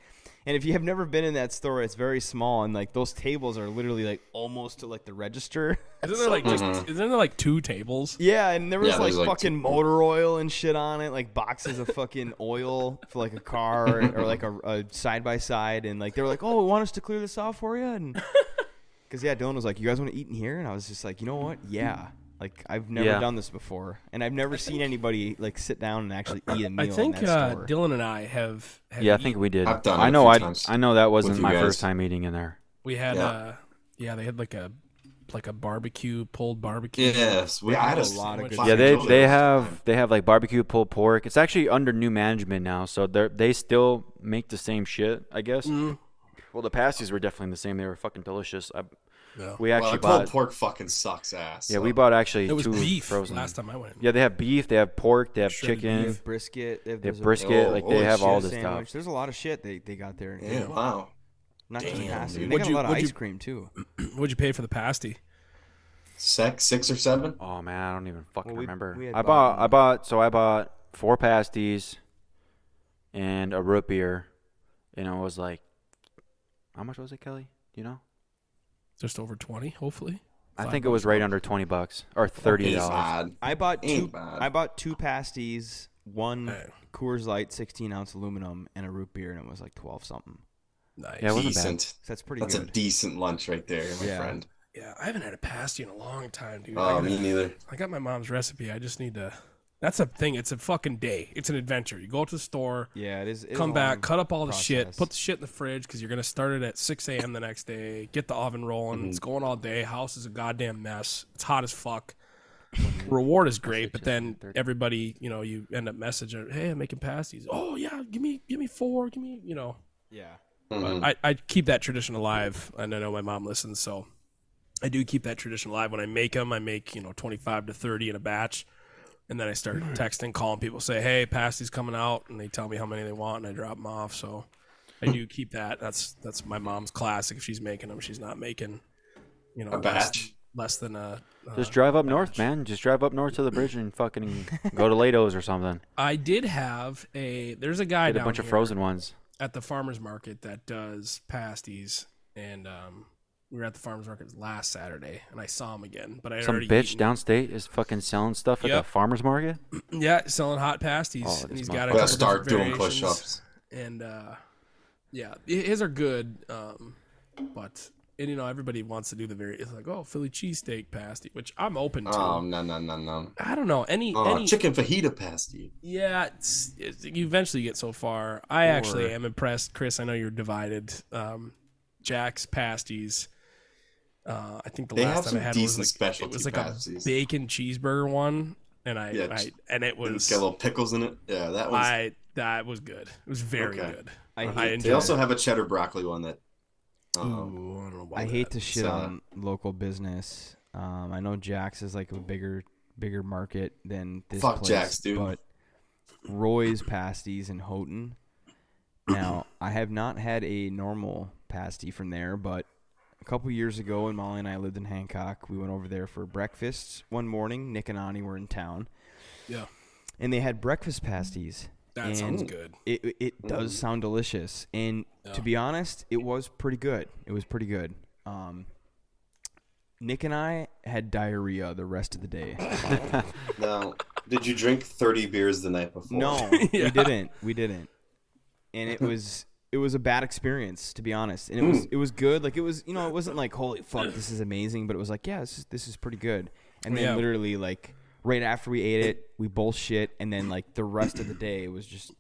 Speaker 5: And if you have never been in that store, it's very small, and like those tables are literally like almost to like the register.
Speaker 4: isn't there like just
Speaker 2: Mm-hmm.
Speaker 4: isn't there like two tables
Speaker 5: yeah, and there was
Speaker 2: Yeah,
Speaker 5: like,
Speaker 2: there's, like,
Speaker 5: fucking
Speaker 2: two-
Speaker 5: motor oil and shit on it, like boxes of fucking oil for like a car or, like a, a side by side, and like they were like, "Oh, want us to clear this off for you?" And because yeah, Dylan was like, "You guys want to eat in here?" And I was just like, "You know what? Yeah." Like I've never
Speaker 3: Yeah.
Speaker 5: done this before, and I've never seen anybody like sit down and actually eat a meal.
Speaker 4: I think
Speaker 5: in that
Speaker 4: uh,
Speaker 5: store.
Speaker 4: Dylan and I have, have
Speaker 3: Yeah, I think we did.
Speaker 2: I've done
Speaker 3: I
Speaker 2: it a
Speaker 3: know.
Speaker 2: few
Speaker 3: I
Speaker 2: times
Speaker 3: I know that wasn't
Speaker 2: you
Speaker 3: my
Speaker 2: guys.
Speaker 3: first time eating in there.
Speaker 4: We had
Speaker 2: Yeah.
Speaker 4: uh yeah, they had like a like a barbecue pulled barbecue.
Speaker 2: Yes, we. I had
Speaker 5: a lot of good
Speaker 3: Yeah, they
Speaker 2: enjoy
Speaker 3: they
Speaker 2: those.
Speaker 3: have they have like barbecue pulled pork. It's actually under new management now, so they they still make the same shit, I guess. Well, the pasties were definitely the same. They were fucking delicious. I, We
Speaker 2: Well, the
Speaker 3: actually
Speaker 2: pulled
Speaker 3: bought.
Speaker 2: pork fucking sucks ass.
Speaker 3: yeah,
Speaker 2: so-
Speaker 3: we bought actually
Speaker 4: It was
Speaker 3: two
Speaker 4: beef
Speaker 3: frozen.
Speaker 4: last time I went.
Speaker 3: Yeah, they have beef. They have pork. They have
Speaker 4: Shredded
Speaker 5: they
Speaker 3: chicken.
Speaker 5: have brisket, they have,
Speaker 3: They
Speaker 5: there's
Speaker 3: have
Speaker 5: a
Speaker 3: brisket.
Speaker 2: Oh,
Speaker 3: like they
Speaker 2: holy
Speaker 3: have all
Speaker 5: shit
Speaker 3: this
Speaker 5: sandwich.
Speaker 3: stuff.
Speaker 5: There's a lot of shit they, they got there.
Speaker 2: Yeah. Wow.
Speaker 5: Not just
Speaker 2: Damn,
Speaker 5: pasties.
Speaker 2: dude.
Speaker 5: They
Speaker 4: Would
Speaker 5: got
Speaker 4: you-
Speaker 5: a lot of
Speaker 4: would
Speaker 5: ice
Speaker 4: you-
Speaker 5: cream too.
Speaker 4: What'd you pay for the pasty?
Speaker 2: six, six or seven.
Speaker 3: Oh man, I don't even fucking
Speaker 5: Well, we-
Speaker 3: remember.
Speaker 5: we had
Speaker 3: I bought,
Speaker 5: bought-
Speaker 3: I bought, so I bought four pasties and a root beer, and it was like, how much was it, Kelly? Do You know,
Speaker 4: Just over 20, hopefully.
Speaker 3: I
Speaker 4: Five
Speaker 3: think it was right under twenty bucks or thirty
Speaker 2: Ain't
Speaker 3: dollars.
Speaker 2: bad.
Speaker 5: I bought two.
Speaker 2: Ain't bad.
Speaker 5: I bought two pasties, one
Speaker 4: Hey.
Speaker 5: Coors Light 16 ounce aluminum, and a root beer, and it was like 12 something.
Speaker 4: Nice.
Speaker 3: Yeah, it wasn't bad.
Speaker 2: Decent.
Speaker 5: So that's pretty
Speaker 2: That's a
Speaker 5: good.
Speaker 2: decent lunch right there, my
Speaker 5: Yeah.
Speaker 2: friend.
Speaker 4: Yeah, I haven't had a pasty in a long time, dude. I,
Speaker 2: Oh,
Speaker 4: gotta-
Speaker 2: me neither.
Speaker 4: I got my mom's recipe. I just need to. That's a thing. It's a fucking day. It's an adventure. You go up to the store,
Speaker 5: yeah, it is. it is
Speaker 4: come
Speaker 5: a long
Speaker 4: back, cut up all the shit,
Speaker 5: process.
Speaker 4: put the shit in the fridge because you're gonna start it at 6 a.m. the next day. Get the oven rolling.
Speaker 5: Mm-hmm.
Speaker 4: It's going all day. House is a goddamn mess. It's hot as fuck. Reward is great, but then everybody, you know, you end up messaging, "Hey, I'm making pasties. Oh yeah, give me, give me four, give me, you know."
Speaker 5: Yeah.
Speaker 2: Mhm.
Speaker 3: Mm-hmm.
Speaker 4: I, I keep that tradition alive, and I know my mom listens, so I do keep that tradition alive. When I make them, I make you know twenty five to thirty in a batch, and then I start texting, calling people, say, "Hey, pasty's coming out," and they tell me how many they want, and I drop them off. So I do keep that. That's that's my mom's classic. If she's making them, she's not making you know
Speaker 2: A
Speaker 4: less-
Speaker 2: batch.
Speaker 4: less, than a. Uh,
Speaker 3: Just drive up north, man. Just drive up north to the bridge and fucking go to Lados or something.
Speaker 4: I did have a. There's a guy
Speaker 3: Get a
Speaker 4: down
Speaker 3: bunch of
Speaker 4: here-
Speaker 3: frozen ones.
Speaker 4: at the farmers market that does pasties, and um, we were at the farmers market last Saturday, and I saw him again. But I had
Speaker 3: Some
Speaker 4: already
Speaker 3: bitch
Speaker 4: eaten-
Speaker 3: downstate is fucking selling stuff at
Speaker 4: Yep.
Speaker 3: the farmers market.
Speaker 4: yeah, selling hot pasties,
Speaker 3: Oh,
Speaker 4: and
Speaker 3: this
Speaker 4: he's got
Speaker 2: Gotta
Speaker 3: motherfucker.
Speaker 4: a couple
Speaker 2: start
Speaker 4: different
Speaker 2: doing
Speaker 4: variations,
Speaker 2: push-ups.
Speaker 4: and uh, yeah, hi- his are good, um, but. And you know everybody wants to do the very it's like oh Philly cheesesteak pasty which I'm open to
Speaker 2: Oh no no no no.
Speaker 4: I don't know any
Speaker 2: Oh,
Speaker 4: any
Speaker 2: chicken fajita pasty.
Speaker 4: Yeah, it's, it's, you eventually get so far. I actually am impressed, Chris. I know you're divided. Um, Jack's pasties. Uh, I think the
Speaker 2: They have
Speaker 4: last time
Speaker 2: some
Speaker 4: I had
Speaker 2: decent
Speaker 4: was like, it
Speaker 2: specialty
Speaker 4: was like
Speaker 2: pasties.
Speaker 4: a bacon cheeseburger one, and I,
Speaker 2: Yeah,
Speaker 4: I
Speaker 2: ch-
Speaker 4: and it
Speaker 2: And
Speaker 4: was
Speaker 2: It's got little pickles in it. Yeah, that one's
Speaker 4: I that was good. It was very
Speaker 2: Okay.
Speaker 4: good.
Speaker 5: I hate.
Speaker 4: I
Speaker 2: They
Speaker 4: enjoyed.
Speaker 2: also have a cheddar broccoli one that. Um,
Speaker 4: Ooh, I don't know about
Speaker 5: I hate to shit
Speaker 2: So-
Speaker 5: on local business. Um, I know Jax is like a bigger, bigger market than this
Speaker 2: Fuck
Speaker 5: place,
Speaker 2: Jax, dude.
Speaker 5: But Roy's pasties in Houghton. Now I have not had a normal pasty from there, but a couple years ago, when Molly and I lived in Hancock, we went over there for breakfast one morning. Nick and Ani were in town,
Speaker 4: Yeah,
Speaker 5: and they had breakfast pasties.
Speaker 4: that sounds
Speaker 5: and
Speaker 4: good.
Speaker 5: It it does sound delicious, and to be honest, it was pretty good. It was pretty good. Um, Nick and I had diarrhea the rest of the day.
Speaker 4: Hmm.
Speaker 2: now, did you drink thirty beers the night before?
Speaker 5: no, we didn't. We didn't. And it was it was a bad experience to be honest. And it was it was good. Like it was you know it wasn't like holy fuck this is amazing, but it was like yeah this is, this is pretty good. And then
Speaker 4: Yeah.
Speaker 5: literally like right after we ate it, we both shit, and then like the rest of the day was just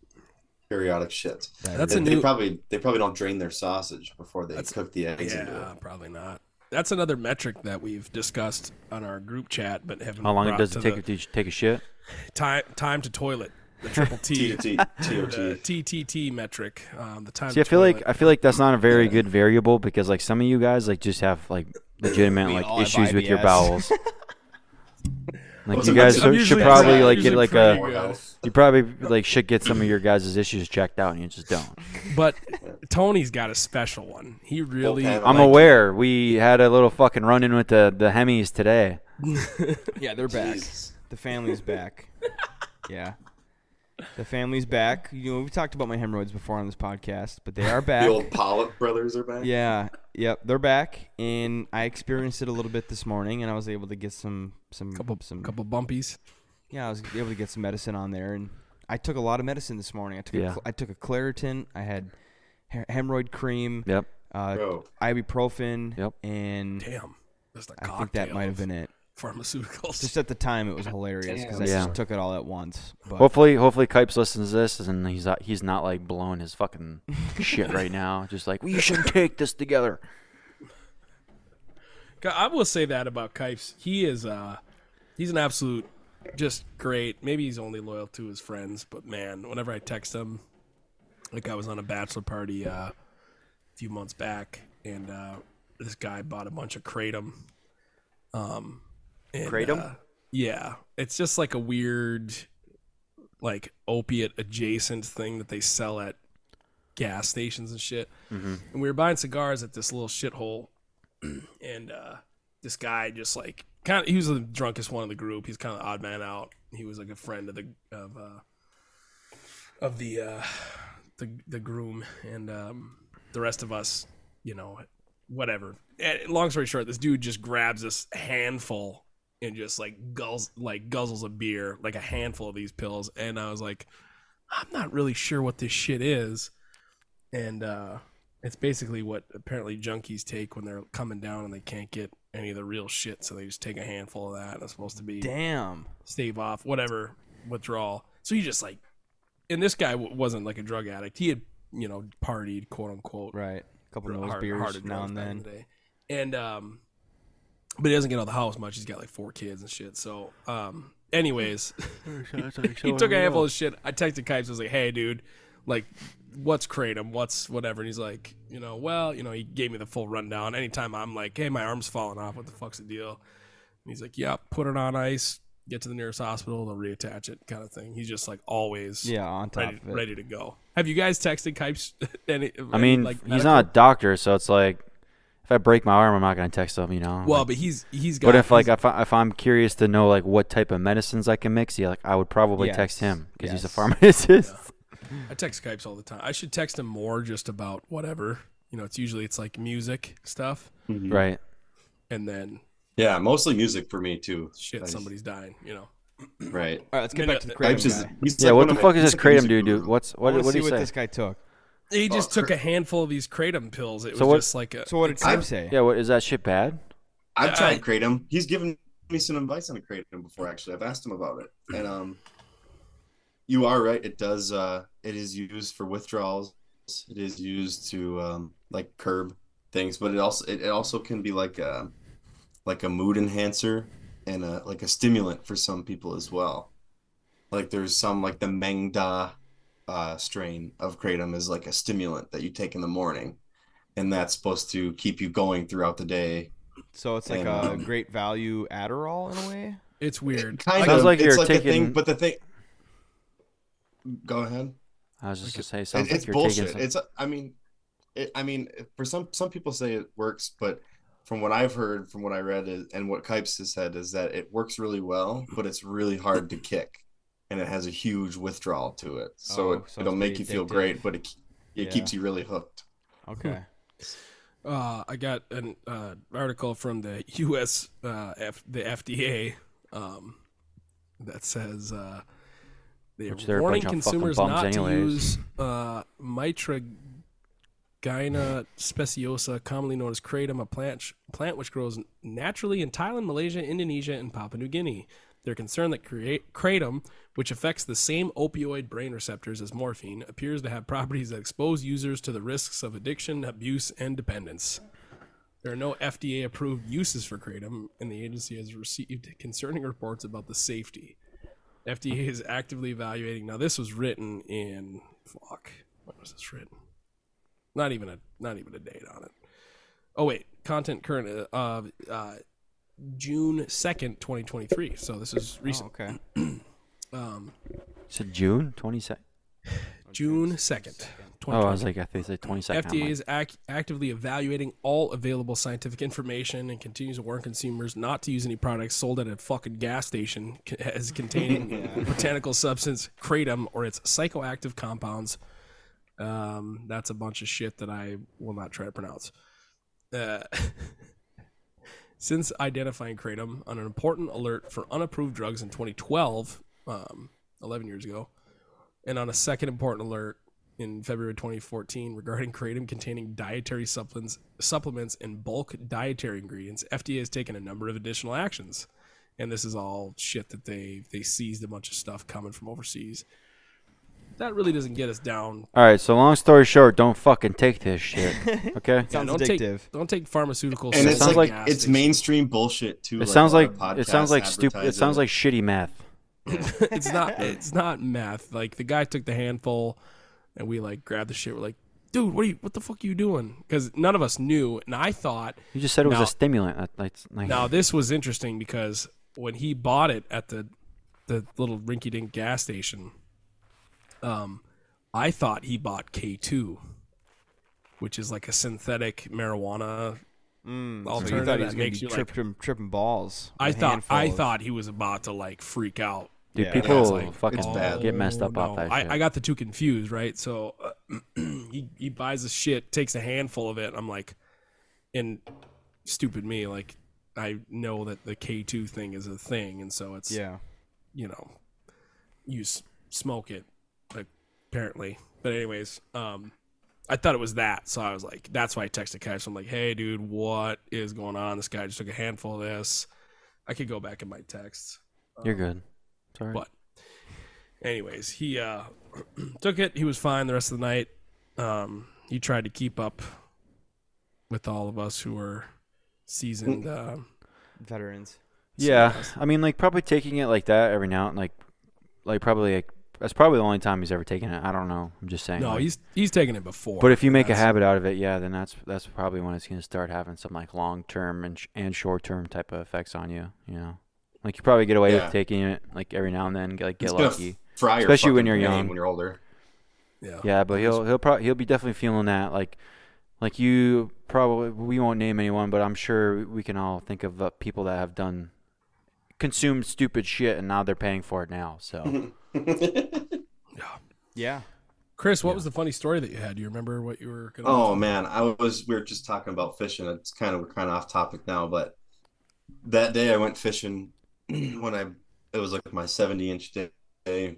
Speaker 2: periodic shit.
Speaker 4: That's
Speaker 2: they,
Speaker 4: a
Speaker 2: they
Speaker 4: new.
Speaker 2: probably they probably don't drain their sausage before they cook the eggs into it.
Speaker 4: yeah, probably not. That's another metric that we've discussed on our group chat, but haven't.
Speaker 3: How long
Speaker 4: brought
Speaker 3: it does
Speaker 4: to
Speaker 3: it take
Speaker 4: the-
Speaker 3: you to take a shit?
Speaker 4: time time to toilet the triple
Speaker 2: T
Speaker 4: t
Speaker 2: to T T or
Speaker 4: the
Speaker 2: T.
Speaker 4: ttt metric um the time
Speaker 3: See, I
Speaker 4: to
Speaker 3: feel like
Speaker 4: toilet.
Speaker 3: I feel like that's not a very good variable because like some of you guys like just have like legitimate
Speaker 5: We all
Speaker 3: like
Speaker 5: have
Speaker 3: issues with your
Speaker 5: IBS.
Speaker 3: bowels. like
Speaker 2: Well, I'm
Speaker 3: you guys
Speaker 2: usually-
Speaker 3: should-
Speaker 2: I'm
Speaker 3: should
Speaker 4: usually
Speaker 3: probably
Speaker 4: pretty-
Speaker 3: like get
Speaker 4: usually
Speaker 3: like
Speaker 4: pretty
Speaker 3: a
Speaker 4: good.
Speaker 3: you probably like should get some of your guys' issues checked out and you just don't.
Speaker 4: but tony's got a special one he really
Speaker 2: Bullpen.
Speaker 3: I'm
Speaker 2: Like-
Speaker 3: aware we had a little fucking run in with the the Hemis today.
Speaker 5: yeah they're back.
Speaker 2: Jesus.
Speaker 5: The family's back. yeah. The family's back. You know, we talked about my hemorrhoids before on this podcast, but they are
Speaker 2: The old
Speaker 5: back.
Speaker 2: polyp brothers are back.
Speaker 5: yeah. Yep, they're back and I experienced it a little bit this morning and I was able to get some some
Speaker 4: couple
Speaker 5: some
Speaker 4: couple bumpies
Speaker 5: Yeah, I was able to get some medicine on there and I took a lot of medicine this morning. I took a
Speaker 3: Yeah.
Speaker 5: Cl- I took a Claritin, I had he- hemorrhoid cream,
Speaker 3: Yep.
Speaker 5: uh,
Speaker 2: Bro,
Speaker 5: ibuprofen
Speaker 3: Yep.
Speaker 5: and
Speaker 4: damn that's the
Speaker 5: I think that might have been it.
Speaker 4: pharmaceuticals
Speaker 5: Just at the time it was hilarious cuz
Speaker 3: Damn.
Speaker 5: I just
Speaker 3: Yeah.
Speaker 5: took it all at once. But
Speaker 3: Hopefully, hopefully, Kipes listens to this and he's not, he's not like blowing his fucking shit right now. Just like we should take this together.
Speaker 4: God, I will say that about Kipes. He is uh he's an absolute just great. Maybe he's only loyal to his friends, but man, whenever I text him, like I was on a bachelor party uh, a few months back and uh this guy bought a bunch of kratom. Um and,
Speaker 3: Kratom?
Speaker 4: uh, yeah. It's just like a weird like opiate adjacent thing that they sell at gas stations and shit. And we were buying cigars at this little shithole and uh, this guy just like kind of he was the drunkest one in the group. He's kind of the odd man out. He was like a friend of the of uh of the uh the the groom and um the rest of us, you know, whatever. Eh, long story short, this dude just grabs this handful and just like gulls like guzzles a beer, like a handful of these pills and I was like I'm not really sure what this shit is. And uh it's basically what apparently junkies take when they're coming down and they can't get any of the real shit, so they just take a handful of that. And it's supposed to be
Speaker 5: Damn.
Speaker 4: stave off whatever withdrawal. So you just like, and this guy w- wasn't like a drug addict. He had you know partied quote unquote
Speaker 5: Right. A couple
Speaker 4: r-
Speaker 5: of those
Speaker 4: hard- harder
Speaker 5: beers now
Speaker 4: drugs
Speaker 5: and
Speaker 4: back in
Speaker 5: then.
Speaker 4: the day. And um, but he doesn't get out of the house much. He's got like four kids and shit. So um, anyways, he took a handful of shit. I texted Kipes. I was like, "Hey, dude, like, what's kratom? What's whatever?" And he's like, "You know, well, you know." He gave me the full rundown. Anytime I'm like, "Hey, my arm's falling off. What the fuck's the deal?" And he's like, "Yeah, put it on ice. Get to the nearest hospital. They'll reattach it." Kind of thing. He's just like always
Speaker 5: Yeah, on top
Speaker 4: ready,
Speaker 5: of it.
Speaker 4: ready to go. Have you guys texted Kipes? any,
Speaker 3: I mean,
Speaker 4: like,
Speaker 3: he's not a doctor, so it's like if I break my arm, I'm not gonna text him, you know.
Speaker 4: Well,
Speaker 3: Like,
Speaker 4: but he's he's got.
Speaker 3: but if like
Speaker 4: he's-
Speaker 3: if, I, if I'm curious to know like what type of medicines I can mix, yeah, like I would probably text
Speaker 5: Yes,
Speaker 3: him because he's a
Speaker 5: yes.
Speaker 3: pharmacist.
Speaker 4: I text Kipes all the time. I should text him more just about whatever. You know, it's usually it's like music stuff,
Speaker 3: Right.
Speaker 4: and then
Speaker 2: Yeah, mostly music for me too.
Speaker 4: shit,
Speaker 2: Nice.
Speaker 4: somebody's dying. You know.
Speaker 2: Right.
Speaker 5: All right, let's
Speaker 4: No,
Speaker 5: get
Speaker 4: no,
Speaker 5: back to the
Speaker 4: uh,
Speaker 5: kratom
Speaker 2: Pipes is-
Speaker 5: guy.
Speaker 2: he's
Speaker 3: Yeah.
Speaker 2: like
Speaker 3: what
Speaker 2: one
Speaker 3: the
Speaker 2: of my-
Speaker 3: fuck is
Speaker 2: he's
Speaker 3: this
Speaker 2: like a
Speaker 3: kratom
Speaker 2: music
Speaker 3: dude? Dude,
Speaker 2: guru.
Speaker 3: what's
Speaker 5: I
Speaker 3: what?
Speaker 5: wanna
Speaker 3: What
Speaker 5: see
Speaker 3: did he
Speaker 5: what
Speaker 3: say?
Speaker 5: this guy took.
Speaker 4: He just
Speaker 2: Oh,
Speaker 4: took a handful of these kratom pills. It was
Speaker 3: So what-
Speaker 4: just like a.
Speaker 5: So what did
Speaker 2: I-
Speaker 5: Tim say?
Speaker 3: Yeah. What is that shit bad?
Speaker 2: I've
Speaker 4: Yeah, I-
Speaker 2: tried kratom. He's given me some advice on kratom before. Actually, I've asked him about
Speaker 4: Hmm.
Speaker 2: it, and um, you are right. It does. Uh, it is used for withdrawals. It is used to um, like curb things, but it also it, it also can be like a like a mood enhancer and a like a stimulant for some people as well. Like there's some like the Mengda uh, strain of kratom is like a stimulant that you take in the morning, and that's supposed to keep you going throughout the day
Speaker 5: So it's like a
Speaker 2: And-
Speaker 5: great value Adderall in a way.
Speaker 4: It's weird.
Speaker 2: Kind
Speaker 3: Sounds
Speaker 2: of.
Speaker 3: like
Speaker 2: it's
Speaker 3: you're
Speaker 2: like the
Speaker 3: taking-
Speaker 2: thing, but the thing. Go ahead.
Speaker 3: I was just
Speaker 4: Like,
Speaker 3: gonna say
Speaker 2: It-
Speaker 3: sounds like
Speaker 2: it's
Speaker 3: you're
Speaker 2: bullshit.
Speaker 3: taking. Some,
Speaker 2: It's. I mean, it, I mean, for some some people say it works, but from what I've heard, from what I read, is, and what Kipes has said is that it works really well, but it's really hard to kick, and it has a huge withdrawal to it. So
Speaker 5: Oh,
Speaker 2: it,
Speaker 5: so
Speaker 2: it'll
Speaker 5: it's
Speaker 2: make
Speaker 5: pretty
Speaker 2: you feel
Speaker 5: addictive.
Speaker 2: great, but it it
Speaker 5: Yeah.
Speaker 2: keeps you really hooked.
Speaker 5: Okay.
Speaker 4: Uh, I got an uh, article from the U.S. Uh, F- the FDA um, that says uh, they're
Speaker 3: Which they're a
Speaker 4: warning
Speaker 3: bunch of fucking
Speaker 4: consumers
Speaker 3: bums
Speaker 4: not to
Speaker 3: anyways.
Speaker 4: use uh, mitragyna speciosa, commonly known as kratom, a plant sh- plant which grows naturally in Thailand, Malaysia, Indonesia, and Papua New Guinea. They're concerned that cra- kratom, which affects the same opioid brain receptors as morphine, appears to have properties that expose users to the risks of addiction, abuse, and dependence. There are no FDA approved uses for kratom, and the agency has received concerning reports about the safety. FDA is actively evaluating. Now, this was written in fuck. When was this written? Not even a not even a date on it. Oh wait, content current uh, of uh, June second, twenty twenty three. So this is
Speaker 5: Oh,
Speaker 4: recent.
Speaker 5: okay.
Speaker 4: Um,
Speaker 3: Is it June twenty second?
Speaker 4: June second,
Speaker 3: Oh, I was like, I think they said twenty second.
Speaker 4: FDA is ac- actively evaluating all available scientific information and continues to warn consumers not to use any products sold at a fucking gas station c- as containing botanical substance kratom or its psychoactive compounds. Um, that's a bunch of shit that I will not try to pronounce. Uh, since identifying kratom on an important alert for unapproved drugs in 2012, um, 11 years ago, and on a second important alert in February 2014 regarding kratom containing dietary supplements, supplements and bulk dietary ingredients, FDA has taken a number of additional actions. And this is all shit that they they seized a bunch of stuff coming from overseas. That really doesn't get us down.
Speaker 3: All right. So long story short, don't fucking take this shit. Okay.
Speaker 4: don't
Speaker 5: Sounds addictive.
Speaker 4: take don't take pharmaceuticals.
Speaker 2: And
Speaker 4: from
Speaker 2: it's
Speaker 4: some
Speaker 3: sounds
Speaker 2: like,
Speaker 4: gas
Speaker 2: it's
Speaker 4: station.
Speaker 2: mainstream bullshit too.
Speaker 3: It sounds
Speaker 2: a lot
Speaker 3: like
Speaker 2: of
Speaker 3: it
Speaker 2: podcasts
Speaker 3: sounds like stupid. It
Speaker 2: advertise
Speaker 3: sounds like shitty math.
Speaker 4: it's not it's not math. Like the guy took the handful, and we like grabbed the shit. We're like, dude, what are you? What the fuck are you doing? Because none of us knew, and I thought
Speaker 3: You just said it was
Speaker 4: No.
Speaker 3: a stimulant. That- That's like,
Speaker 4: now this was interesting because when he bought it at the the little rinky dink gas station, um, I thought he bought K two, which is like a synthetic marijuana
Speaker 5: Mm.
Speaker 4: I'll
Speaker 5: so
Speaker 4: turn
Speaker 5: you thought
Speaker 4: it
Speaker 5: he was
Speaker 4: that
Speaker 5: going
Speaker 4: makes
Speaker 5: to
Speaker 4: you,
Speaker 5: be
Speaker 4: like-
Speaker 5: tripping, tripping balls.
Speaker 4: I
Speaker 5: with a
Speaker 4: thought
Speaker 5: handful
Speaker 4: I
Speaker 5: of-
Speaker 4: thought he was about to like freak out.
Speaker 3: Dude,
Speaker 5: Yeah,
Speaker 3: people
Speaker 2: it's
Speaker 4: like-
Speaker 3: fucking
Speaker 2: it's bad.
Speaker 3: get messed
Speaker 4: Oh,
Speaker 3: up off
Speaker 4: no.
Speaker 3: that
Speaker 4: I,
Speaker 3: shit.
Speaker 4: I got the two confused, right? So uh, he he buys the shit, takes a handful of it. and I'm like, and stupid me, like I know that the K two thing is a thing, and so it's
Speaker 5: Yeah.
Speaker 4: you know, you s- smoke it, like, apparently. But anyways, um, I thought it was that, so I was like, that's why I texted Cash. I'm like, hey, dude, what is going on? This guy just took a handful of this. I could go back in my texts.
Speaker 3: You're good. It's all right.
Speaker 4: But anyways, he uh took it. He was fine the rest of the night. Um he tried to keep up with all of us who were seasoned
Speaker 3: Mm.
Speaker 4: uh,
Speaker 5: Veterans.
Speaker 3: Yeah, I mean, like probably taking it like that every now and like, like probably like that's probably the only time he's ever taken it. I don't know. I'm just saying.
Speaker 4: No,
Speaker 3: like-
Speaker 4: he's he's taken it before.
Speaker 3: But if you make a
Speaker 4: That's-
Speaker 3: habit out of it, yeah, then that's that's probably when it's gonna start having some like long term and sh- and short term type of effects on you. You know, like you probably get away
Speaker 2: Yeah.
Speaker 3: with taking it like every now and then, get- like get
Speaker 2: It's gonna
Speaker 3: lucky.
Speaker 2: fry your
Speaker 3: Especially when
Speaker 2: fucking
Speaker 3: you're
Speaker 2: brain
Speaker 3: young.
Speaker 2: when you're older.
Speaker 4: yeah.
Speaker 3: Yeah, but he'll he'll probably he'll be definitely feeling that like like you probably we won't name anyone, but I'm sure we can all think of uh, people that have done consumed stupid shit and now they're paying for it now. So
Speaker 5: Yeah.
Speaker 4: Chris, what was the funny story that you had? Do you remember what you were gonna
Speaker 2: Oh man, I was we were just talking about fishing. It's kind of we're kind of off topic now, but that day I went fishing when I it was like my 70 inch day.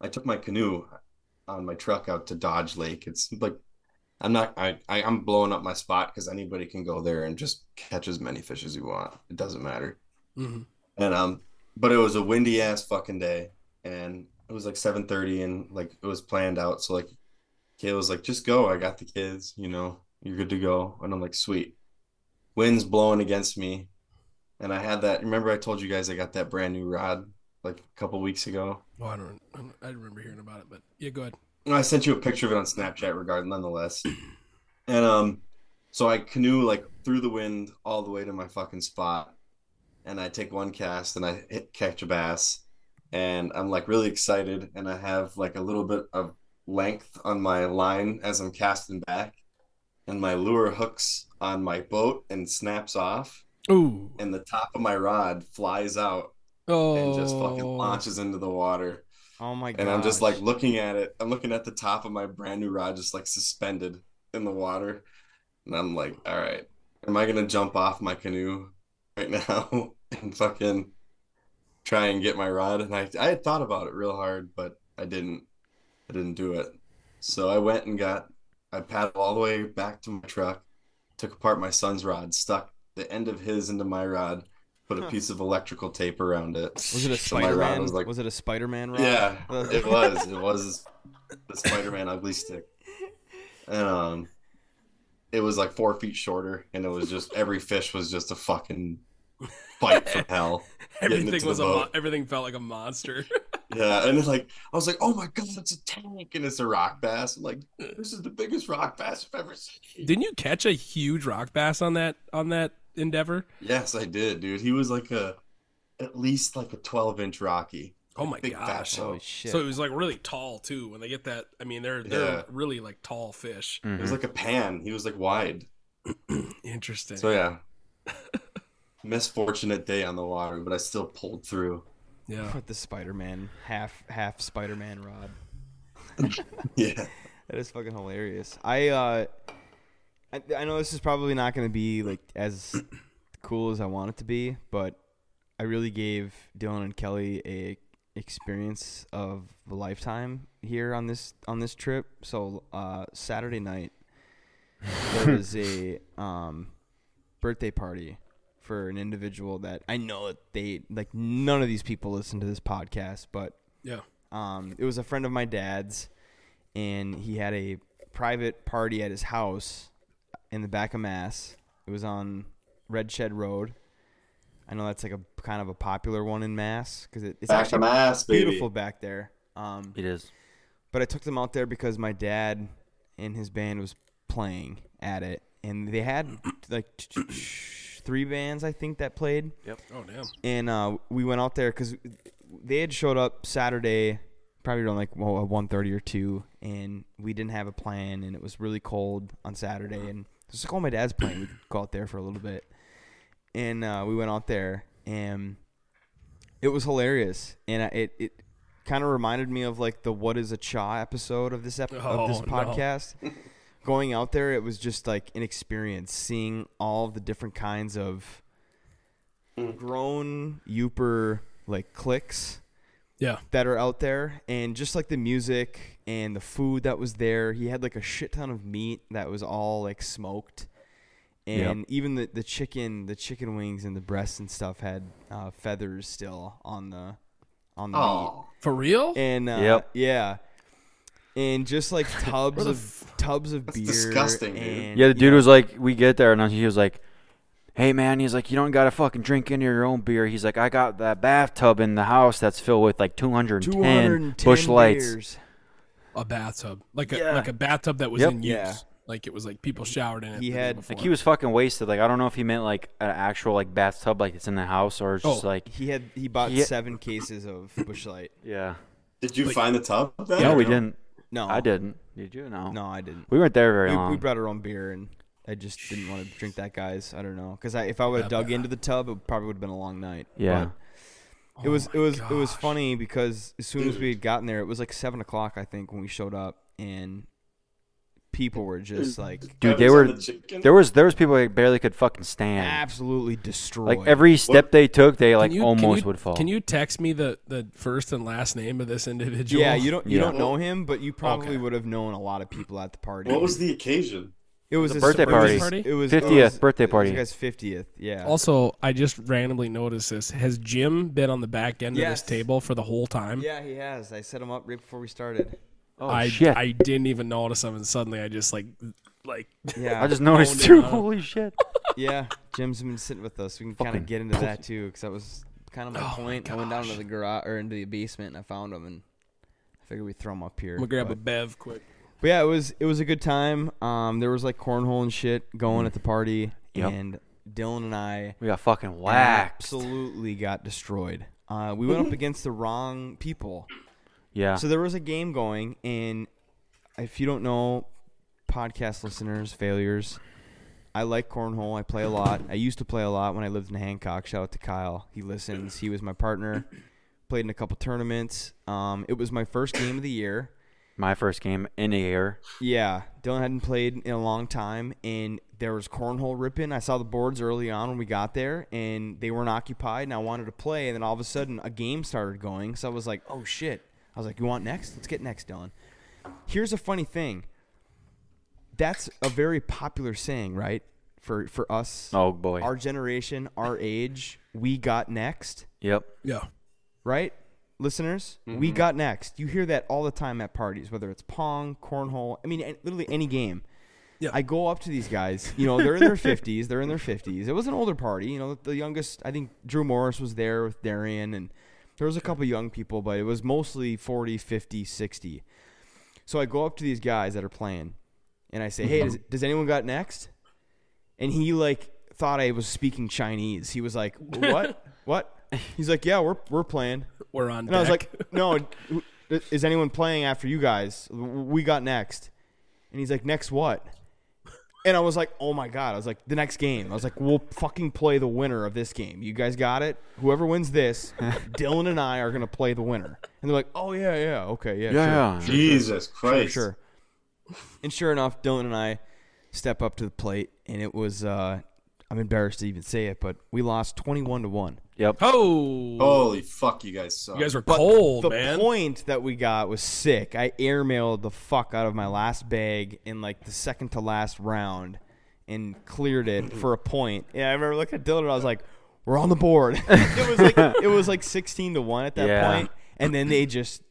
Speaker 2: I took my canoe on my truck out to Dodge Lake. It's like I'm not I, I I'm blowing up my spot because anybody can go there and just catch as many fish as you want. It doesn't matter.
Speaker 4: Mhm.
Speaker 2: And um, but it was a windy ass fucking day, and it was like seven thirty, and like it was planned out. So like, Kayla was like, "Just go. I got the kids. You know, you're good to go." And I'm like, "Sweet." Wind's blowing against me, and I had that. Remember, I told you guys I got that brand new rod like a couple weeks ago.
Speaker 4: Oh, I don't I don't- I remember hearing about it, but yeah, go ahead.
Speaker 2: And I sent you a picture of it on Snapchat, regard nonetheless. And um, so I canoe like through the wind all the way to my fucking spot, and I take one cast and I hit catch a bass, and I'm like really excited, and I have like a little bit of length on my line as I'm casting back, and my lure hooks on my boat and snaps off,
Speaker 4: Ooh.
Speaker 2: and the top of my rod flies out
Speaker 4: Oh
Speaker 2: and just fucking launches into the water.
Speaker 5: Oh my god.
Speaker 2: And I'm just like looking at it. I'm looking at the top of my brand new rod, just like suspended in the water. And I'm like, all right, am I gonna jump off my canoe right now and fucking try and get my rod? And I, I had thought about it real hard, but I didn't. I didn't do it. So I went and got, I paddled all the way back to my truck, took apart my son's rod, stuck the end of his into my rod, put a piece of electrical tape around it.
Speaker 5: was it a
Speaker 2: So my rod
Speaker 5: Spider-Man?
Speaker 2: was
Speaker 5: Was,
Speaker 2: like-
Speaker 5: it a Spider-Man rod?
Speaker 2: Yeah,
Speaker 5: That's-
Speaker 2: it was. It was the Spider-Man ugly stick, and um, it was like four feet shorter, and it was just every fish was just a fucking fight from hell. getting into
Speaker 4: everything
Speaker 2: the
Speaker 4: was a
Speaker 2: boat.
Speaker 4: mo- everything felt like a monster.
Speaker 2: Yeah, and it's like I was like, oh my god, it's a tank, and it's a rock bass. I'm like, this is the biggest rock bass I've ever seen.
Speaker 4: Didn't you catch a huge rock bass on that on that endeavor?
Speaker 2: Yes, I did, dude. He was like a at least like a 12-inch Rocky,
Speaker 4: Oh my
Speaker 2: big fat
Speaker 4: gosh.
Speaker 2: show.
Speaker 5: Holy shit.
Speaker 4: So it was like really tall too. When they get that, I mean, they're they're
Speaker 2: Yeah.
Speaker 4: really like tall
Speaker 5: Mm.
Speaker 4: fish.
Speaker 2: It was like a pan. He was like wide.
Speaker 4: Interesting.
Speaker 2: So yeah. Misfortunate day on the water, but I still pulled through.
Speaker 4: yeah.
Speaker 5: with the Spider-Man half half Spider-Man rod.
Speaker 2: Yeah.
Speaker 5: That is fucking hilarious. I uh, I, I know this is probably not gonna be like as cool as I want it to be, but I really gave Dylan and Kelly a experience of a lifetime here on this on this trip. So uh, Saturday night there was a um, birthday party for an individual that I know that they like none of these people listen to this podcast, but
Speaker 4: Yeah.
Speaker 5: um, it was a friend of my dad's, and he had a private party at his house in the back of Mass. It was on Red Shed Road. I know that's like a kind of a popular one in Mass because it, it's
Speaker 2: Back
Speaker 5: actually
Speaker 2: of Mass, baby.
Speaker 5: beautiful back there. Um,
Speaker 3: it is.
Speaker 5: but I took them out there because my dad and his band was playing at it, and they had like t- t- three bands I think that played
Speaker 4: Oh damn.
Speaker 5: and uh, we went out there because they had showed up Saturday, probably around like well, one thirty or two, and we didn't have a plan, and it was really cold on Saturday, and It's like, oh, my dad's playing. We could go out there for a little bit. And uh, we went out there, and it was hilarious. And I, it, it kind of reminded me of like the What is a Cha episode of this, ep- of
Speaker 4: Oh,
Speaker 5: this
Speaker 4: no.
Speaker 5: podcast. Going out there, it was just like an experience seeing all the different kinds of grown youper like clicks
Speaker 4: Yeah.
Speaker 5: that are out there and just like the music and the food that was there he had like a shit ton of meat that was all like smoked
Speaker 3: Yep.
Speaker 5: and even the, the chicken the chicken wings and the breasts and stuff had uh, feathers still on the on the
Speaker 2: Oh,
Speaker 4: For real?
Speaker 5: meat and uh,
Speaker 3: Yep.
Speaker 5: yeah and just like tubs of tubs of beer
Speaker 2: disgusting, dude.
Speaker 5: and-
Speaker 3: Yeah, the dude was like, we get there, and he was like, hey, man, he's like, you don't got to fucking drink any of your own beer. He's like, I got that bathtub in the house that's filled with like 210,
Speaker 5: 210
Speaker 3: bush lights.
Speaker 5: beers.
Speaker 4: a bathtub, like a
Speaker 3: Yeah.
Speaker 4: like a bathtub that was
Speaker 3: Yep.
Speaker 4: in use.
Speaker 5: Yeah.
Speaker 4: Like it was like people showered in it.
Speaker 5: He
Speaker 4: the day
Speaker 5: had-
Speaker 4: before.
Speaker 3: Like, he was fucking wasted. Like, I don't know if he meant like an actual like bathtub like it's in the house or it's just
Speaker 4: Oh.
Speaker 3: like,
Speaker 5: he had he bought
Speaker 3: Yeah.
Speaker 5: seven cases of bush light
Speaker 3: yeah.
Speaker 2: did you find the tub? Then?
Speaker 3: No, we didn't.
Speaker 5: no
Speaker 3: I didn't. Did you? No.
Speaker 5: no i didn't
Speaker 3: We weren't there Oh. very
Speaker 5: we,
Speaker 3: long.
Speaker 5: we brought our own beer, and I just didn't want to drink that, guys. I don't know, because I, if I would have
Speaker 4: That
Speaker 5: dug
Speaker 4: bad.
Speaker 5: into the tub, it probably would have been a long night.
Speaker 3: yeah.
Speaker 5: But it was
Speaker 4: Oh
Speaker 5: it
Speaker 4: my
Speaker 5: was it was
Speaker 4: gosh.
Speaker 5: funny because as soon as we had gotten there, it was like seven o'clock, I think, when we showed up, and people were just like
Speaker 3: Dude, they
Speaker 2: Feathers
Speaker 3: were
Speaker 2: on the chicken?
Speaker 3: there was there was people that barely could fucking stand.
Speaker 5: absolutely destroyed.
Speaker 3: Like every step they took, they like
Speaker 4: Can you- can
Speaker 3: almost
Speaker 4: you-
Speaker 3: would fall.
Speaker 4: Can you text me the the first and last name of this individual?
Speaker 5: yeah, you don't you
Speaker 3: Yeah.
Speaker 5: don't know him, but you probably
Speaker 4: Okay.
Speaker 5: would have known a lot of people at the party.
Speaker 2: What was the occasion?
Speaker 5: it was
Speaker 3: The
Speaker 5: his
Speaker 3: birthday
Speaker 5: it was
Speaker 3: party.
Speaker 5: his- It was it
Speaker 3: 50th
Speaker 5: was-
Speaker 3: birthday
Speaker 5: it was
Speaker 3: party.
Speaker 5: You guys fiftieth, yeah.
Speaker 4: Also, I just randomly noticed this. Has Jim been on the back end
Speaker 5: Yes.
Speaker 4: of this table for the whole time?
Speaker 5: yeah, he has. I set him up right before we started.
Speaker 3: oh
Speaker 4: I
Speaker 3: shit!
Speaker 4: I
Speaker 3: I,
Speaker 4: didn't even notice him, and suddenly I just like like
Speaker 5: Yeah,
Speaker 3: just noticed
Speaker 4: Oh,
Speaker 3: too.
Speaker 4: no.
Speaker 3: Holy shit!
Speaker 5: Yeah, Jim's been sitting with us. We can kind
Speaker 3: Fucking
Speaker 5: of get into that too, because that was kind of my
Speaker 4: Oh my
Speaker 5: point. I went down to
Speaker 4: gosh.
Speaker 5: the garage or into the basement and I found him, and I figured we'd throw him up here.
Speaker 4: I'm gonna grab a
Speaker 5: but,
Speaker 4: bev quick.
Speaker 5: but yeah, it was it was a good time. Um, there was like cornhole and shit going at the party,
Speaker 3: Yep.
Speaker 5: and Dylan and I
Speaker 3: We got fucking waxed.
Speaker 5: absolutely got destroyed. Uh, we went up against the wrong people.
Speaker 3: Yeah.
Speaker 5: So there was a game going, and if you don't know, podcast listeners, failures, I like cornhole. I play a lot. I used to play a lot when I lived in Hancock. Shout out to Kyle. He listens. He was my partner. Played in a couple tournaments. Um, it was my first game of the year.
Speaker 3: My first game in the air.
Speaker 5: Yeah, Dylan hadn't played in a long time, and there was cornhole ripping. I saw the boards early on when we got there, and they weren't occupied, and I wanted to play. And then all of a sudden, a game started going, so I was like, "Oh shit!" I was like, "You want next? Let's get next, Dylan." Here's a funny thing. That's a very popular saying, right? For for us,
Speaker 3: Oh boy.
Speaker 5: our generation, our age, we got next
Speaker 3: yep.
Speaker 4: Yeah.
Speaker 5: right? Listeners, we got next. You hear that all the time at parties, whether it's pong, cornhole, I mean, an- literally any game.
Speaker 4: Yeah.
Speaker 5: I go up to these guys. You know, they're in their 50s. They're in their 50s. It was an older party. You know, the youngest, I think Drew Morris was there with Darian, and there was a couple young people, but it was mostly 40, 50, 60. So I go up to these guys that are playing, and I say, hey, does, does anyone got next? and he like thought I was speaking Chinese. He was like, "What? what?" He's like, "Yeah, we're we're playing."
Speaker 4: We're on
Speaker 5: And I was
Speaker 4: deck.
Speaker 5: like, "No, is anyone playing after you guys? We got next." And he's like, "Next what?" And I was like, "Oh my god!" I was like, "The next game." I was like, "We'll fucking play the winner of this game. You guys got it. Whoever wins this, Dylan and I are gonna play the winner." And they're like, "Oh yeah, yeah, okay, yeah, sure."
Speaker 3: Yeah.
Speaker 2: Jesus Christ!
Speaker 5: sure. And sure enough, Dylan and I step up to the plate, and it was. Uh, I'm embarrassed to even say it, but we lost 21 to one.
Speaker 3: Yep.
Speaker 4: oh,
Speaker 2: Holy fuck, you guys suck.
Speaker 4: you guys were
Speaker 5: But
Speaker 4: cold,
Speaker 5: the
Speaker 4: man.
Speaker 5: point that we got was sick. I airmailed the fuck out of my last bag in like the second to last round, and cleared
Speaker 3: Mm-hmm.
Speaker 5: it for a point. Yeah, I remember looking at Dylan, and I was like, "We're on the board." it was like it was like 16 to one at that
Speaker 3: Yeah.
Speaker 5: point, and then they just.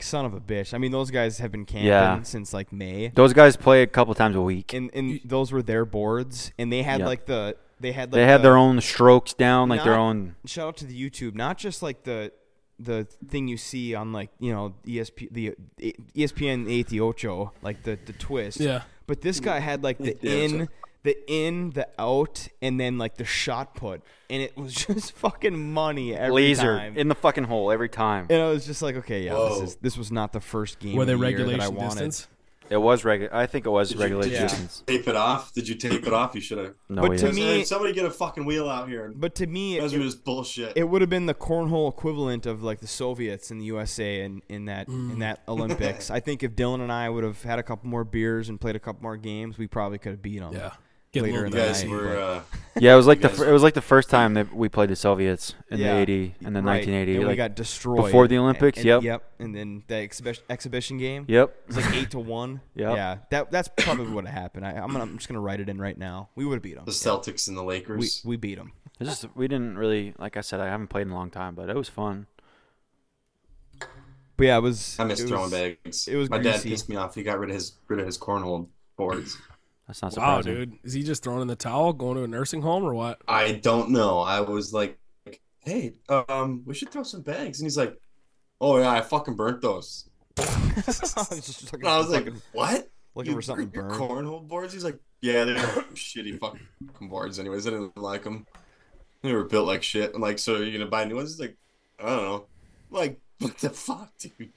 Speaker 5: Son of a bitch! I mean, those guys have been camping
Speaker 3: Yeah.
Speaker 5: since like May.
Speaker 3: Those guys play a couple times a week.
Speaker 5: and and those were their boards, and they had
Speaker 3: Yep.
Speaker 5: like the they had like
Speaker 3: they had
Speaker 5: the-
Speaker 3: their own strokes down, like their
Speaker 5: not-
Speaker 3: own.
Speaker 5: Shout out to the YouTube, not just like the the thing you see on like you know ESP the E, ESPN eight the ocho like the the twist.
Speaker 4: Yeah.
Speaker 5: but this guy had like the in. The in, the out, and then like the shot put, and it was just fucking money every
Speaker 3: Laser
Speaker 5: time.
Speaker 3: in the fucking hole every time.
Speaker 5: and I was just like, okay, yeah,
Speaker 2: Whoa.
Speaker 5: this is this was not the first game.
Speaker 4: were
Speaker 5: of
Speaker 4: they
Speaker 5: the year that I
Speaker 4: regulation
Speaker 5: wanted.
Speaker 4: distance?
Speaker 3: It was regular. I think it was
Speaker 2: Did you-
Speaker 3: regular
Speaker 5: did you-
Speaker 3: distance.
Speaker 2: Tape it off? Did you tape it off? You should have.
Speaker 3: No,
Speaker 5: But
Speaker 3: we
Speaker 5: to
Speaker 3: didn't.
Speaker 5: me-
Speaker 2: somebody get a fucking wheel out here. And
Speaker 5: But to me,
Speaker 2: measure
Speaker 5: it,
Speaker 2: this bullshit.
Speaker 5: it would have been the cornhole equivalent of like the Soviets in the USA in, in that in that Olympics. I think if Dylan and I would have had a couple more beers and played a couple more games, we probably could have beat them.
Speaker 4: Yeah. Get a little
Speaker 5: Later in
Speaker 2: you
Speaker 5: the
Speaker 4: bit-
Speaker 2: guys
Speaker 5: night,
Speaker 2: were. Uh,
Speaker 3: yeah, it was like the
Speaker 2: guys-
Speaker 3: fir- it was like the first time that we played the Soviets in
Speaker 5: Yeah.
Speaker 3: the eighty and then
Speaker 5: Right.
Speaker 3: nineteen eighty.
Speaker 5: And we
Speaker 3: Like,
Speaker 5: got destroyed
Speaker 3: before the Olympics,
Speaker 5: And-
Speaker 3: yep.
Speaker 5: Yep. And then the exhibi- exhibition game.
Speaker 3: yep.
Speaker 5: It was like eight to one.
Speaker 3: Yep.
Speaker 5: Yeah. That that's probably what happened. I, I'm gonna, I'm just gonna write it in right now. We would have beat them.
Speaker 2: the Celtics and the Lakers.
Speaker 5: We we beat them.
Speaker 3: It's just we didn't really like I said I haven't played in a long time, but it was fun.
Speaker 5: But yeah, it was.
Speaker 2: I miss
Speaker 5: it
Speaker 2: throwing
Speaker 5: was-
Speaker 2: bags.
Speaker 5: it was
Speaker 2: my
Speaker 5: greasy.
Speaker 2: dad pissed me off. He got rid of his rid of his cornhole boards.
Speaker 3: That's not
Speaker 4: Wow,
Speaker 3: surprising.
Speaker 4: dude. Is he just throwing in the towel, going to a nursing home or what?
Speaker 2: I don't know. I was like, "Hey, um, we should throw some bags," and he's like, "Oh yeah, I fucking burnt those."
Speaker 5: It's just looking
Speaker 2: And I
Speaker 5: for
Speaker 2: was like,
Speaker 5: fucking-
Speaker 2: "What?
Speaker 5: looking
Speaker 2: You
Speaker 5: for something
Speaker 2: burnt your
Speaker 5: burned.
Speaker 2: cornhole boards?" He's like, "Yeah, they're shitty fucking boards. Anyways, I didn't like them. They were built like shit. I'm like, so you're gonna buy new ones?" He's like, "I don't know." I'm like, what the fuck, dude?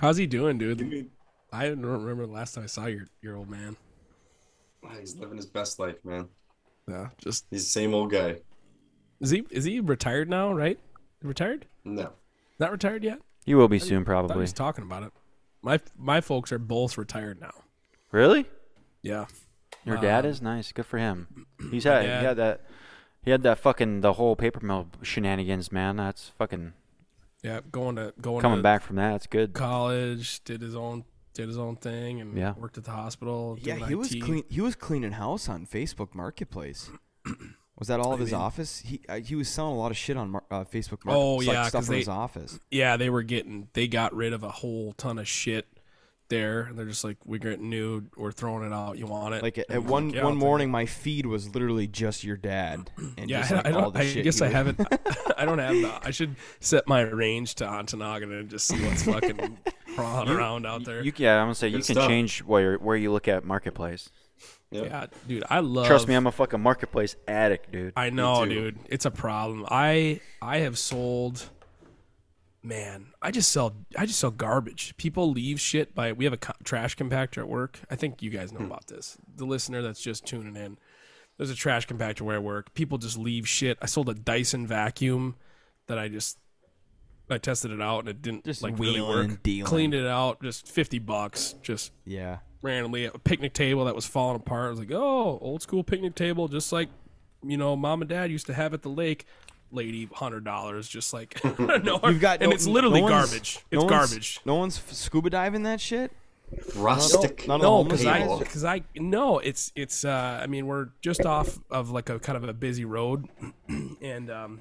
Speaker 4: How's he doing,
Speaker 2: You
Speaker 4: dude?
Speaker 2: mean
Speaker 4: I don't remember the last time I saw your your old man.
Speaker 2: he's living his best life, man?
Speaker 4: Yeah. Just
Speaker 2: He's the same old guy.
Speaker 4: is he is he retired now? Right? Retired?
Speaker 2: No,
Speaker 4: Not retired yet?
Speaker 3: You will be soon
Speaker 4: I
Speaker 3: probably.
Speaker 4: was talking about it. My my folks are both retired now.
Speaker 3: Really?
Speaker 4: Yeah.
Speaker 3: Your dad is nice. Good for him. He's had
Speaker 4: dad-
Speaker 3: he had that he had that fucking the whole paper mill shenanigans, man. That's fucking
Speaker 4: Yeah. Going to going
Speaker 3: coming
Speaker 4: to
Speaker 3: back from that. That's good.
Speaker 4: college, did his own did his own thing and
Speaker 3: Yeah.
Speaker 4: worked at the hospital.
Speaker 5: Yeah,
Speaker 4: doing
Speaker 5: he was
Speaker 4: IT.
Speaker 5: clean. He was cleaning house on Facebook Marketplace. Was that all of his office? He uh, he was selling a lot of shit on mar- uh, Facebook Marketplace.
Speaker 4: Oh,
Speaker 5: like
Speaker 4: yeah,
Speaker 5: stuff
Speaker 4: 'cause
Speaker 5: from
Speaker 4: they-
Speaker 5: his office.
Speaker 4: yeah, they were getting they got rid of a whole ton of shit there, and they're just like, we're getting new, we're throwing it out. You want it?
Speaker 5: Like at,
Speaker 4: And
Speaker 5: at
Speaker 4: I'm
Speaker 5: one
Speaker 4: like, "Yeah, I'll
Speaker 5: one
Speaker 4: take
Speaker 5: morning, my feed was literally just your dad
Speaker 4: it."
Speaker 5: and
Speaker 4: Yeah,
Speaker 5: just
Speaker 4: I,
Speaker 5: like
Speaker 4: I
Speaker 5: all
Speaker 4: don't.
Speaker 5: the
Speaker 4: I
Speaker 5: shit.
Speaker 4: guess
Speaker 5: he
Speaker 4: I
Speaker 5: was-
Speaker 4: haven't. I don't have. The, I should set my range to Ontonagon and just see what's fucking crawling around out there.
Speaker 3: You can- yeah, I'm gonna say you
Speaker 2: Good
Speaker 3: can
Speaker 2: stuff.
Speaker 3: change where where you look at marketplace.
Speaker 4: yeah, dude, I love.
Speaker 3: Trust me, I'm a fucking marketplace addict, dude.
Speaker 4: I know,
Speaker 2: too.
Speaker 4: dude. It's a problem. I I have sold man, I just sell I just sell garbage. People leave shit by we have a co- trash compactor at work. I think you guys know
Speaker 5: Hmm.
Speaker 4: about this. The listener that's just tuning in. There's a trash compactor where I work. People just leave shit. I sold a Dyson vacuum that I just I tested it out and it didn't
Speaker 5: Just
Speaker 4: like really
Speaker 5: wheeling
Speaker 4: work.
Speaker 5: and dealing.
Speaker 4: Cleaned it out, just 50 bucks, just
Speaker 5: Yeah,
Speaker 4: randomly at a picnic table that was falling apart. I was like, oh, old school picnic table, just like, you know, mom and dad used to have at the lake. Lady, hundred dollars, just like no,
Speaker 5: you've got
Speaker 4: and
Speaker 5: no-
Speaker 4: it's literally
Speaker 5: no one's-
Speaker 4: garbage. It's
Speaker 5: no one's-
Speaker 4: garbage.
Speaker 5: No one's f- scuba diving that shit.
Speaker 2: rustic.
Speaker 5: None of the
Speaker 4: No,
Speaker 5: homeless
Speaker 4: because I,
Speaker 5: guys-
Speaker 4: because I, no, it's it's. Uh, I mean, we're just off of like a kind of a busy road, and um,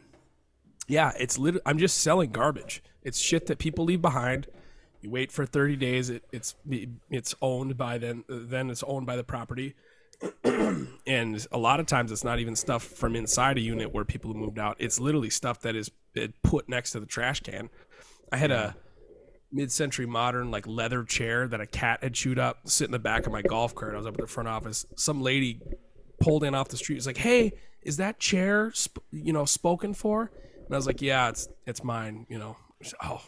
Speaker 4: yeah, it's lit. I'm just selling garbage. It's shit that people leave behind. You wait for 30 days. It, it's it's owned by then then it's owned by the property, and a lot of times it's not even stuff from inside a unit where people have moved out. It's literally stuff that is it put next to the trash can. I had a mid-century modern like leather chair that a cat had chewed up sit in the back of my golf cart i was up at the front office some lady pulled in off the street was like hey is that chair sp- you know spoken for and i was like yeah it's it's mine you know She- oh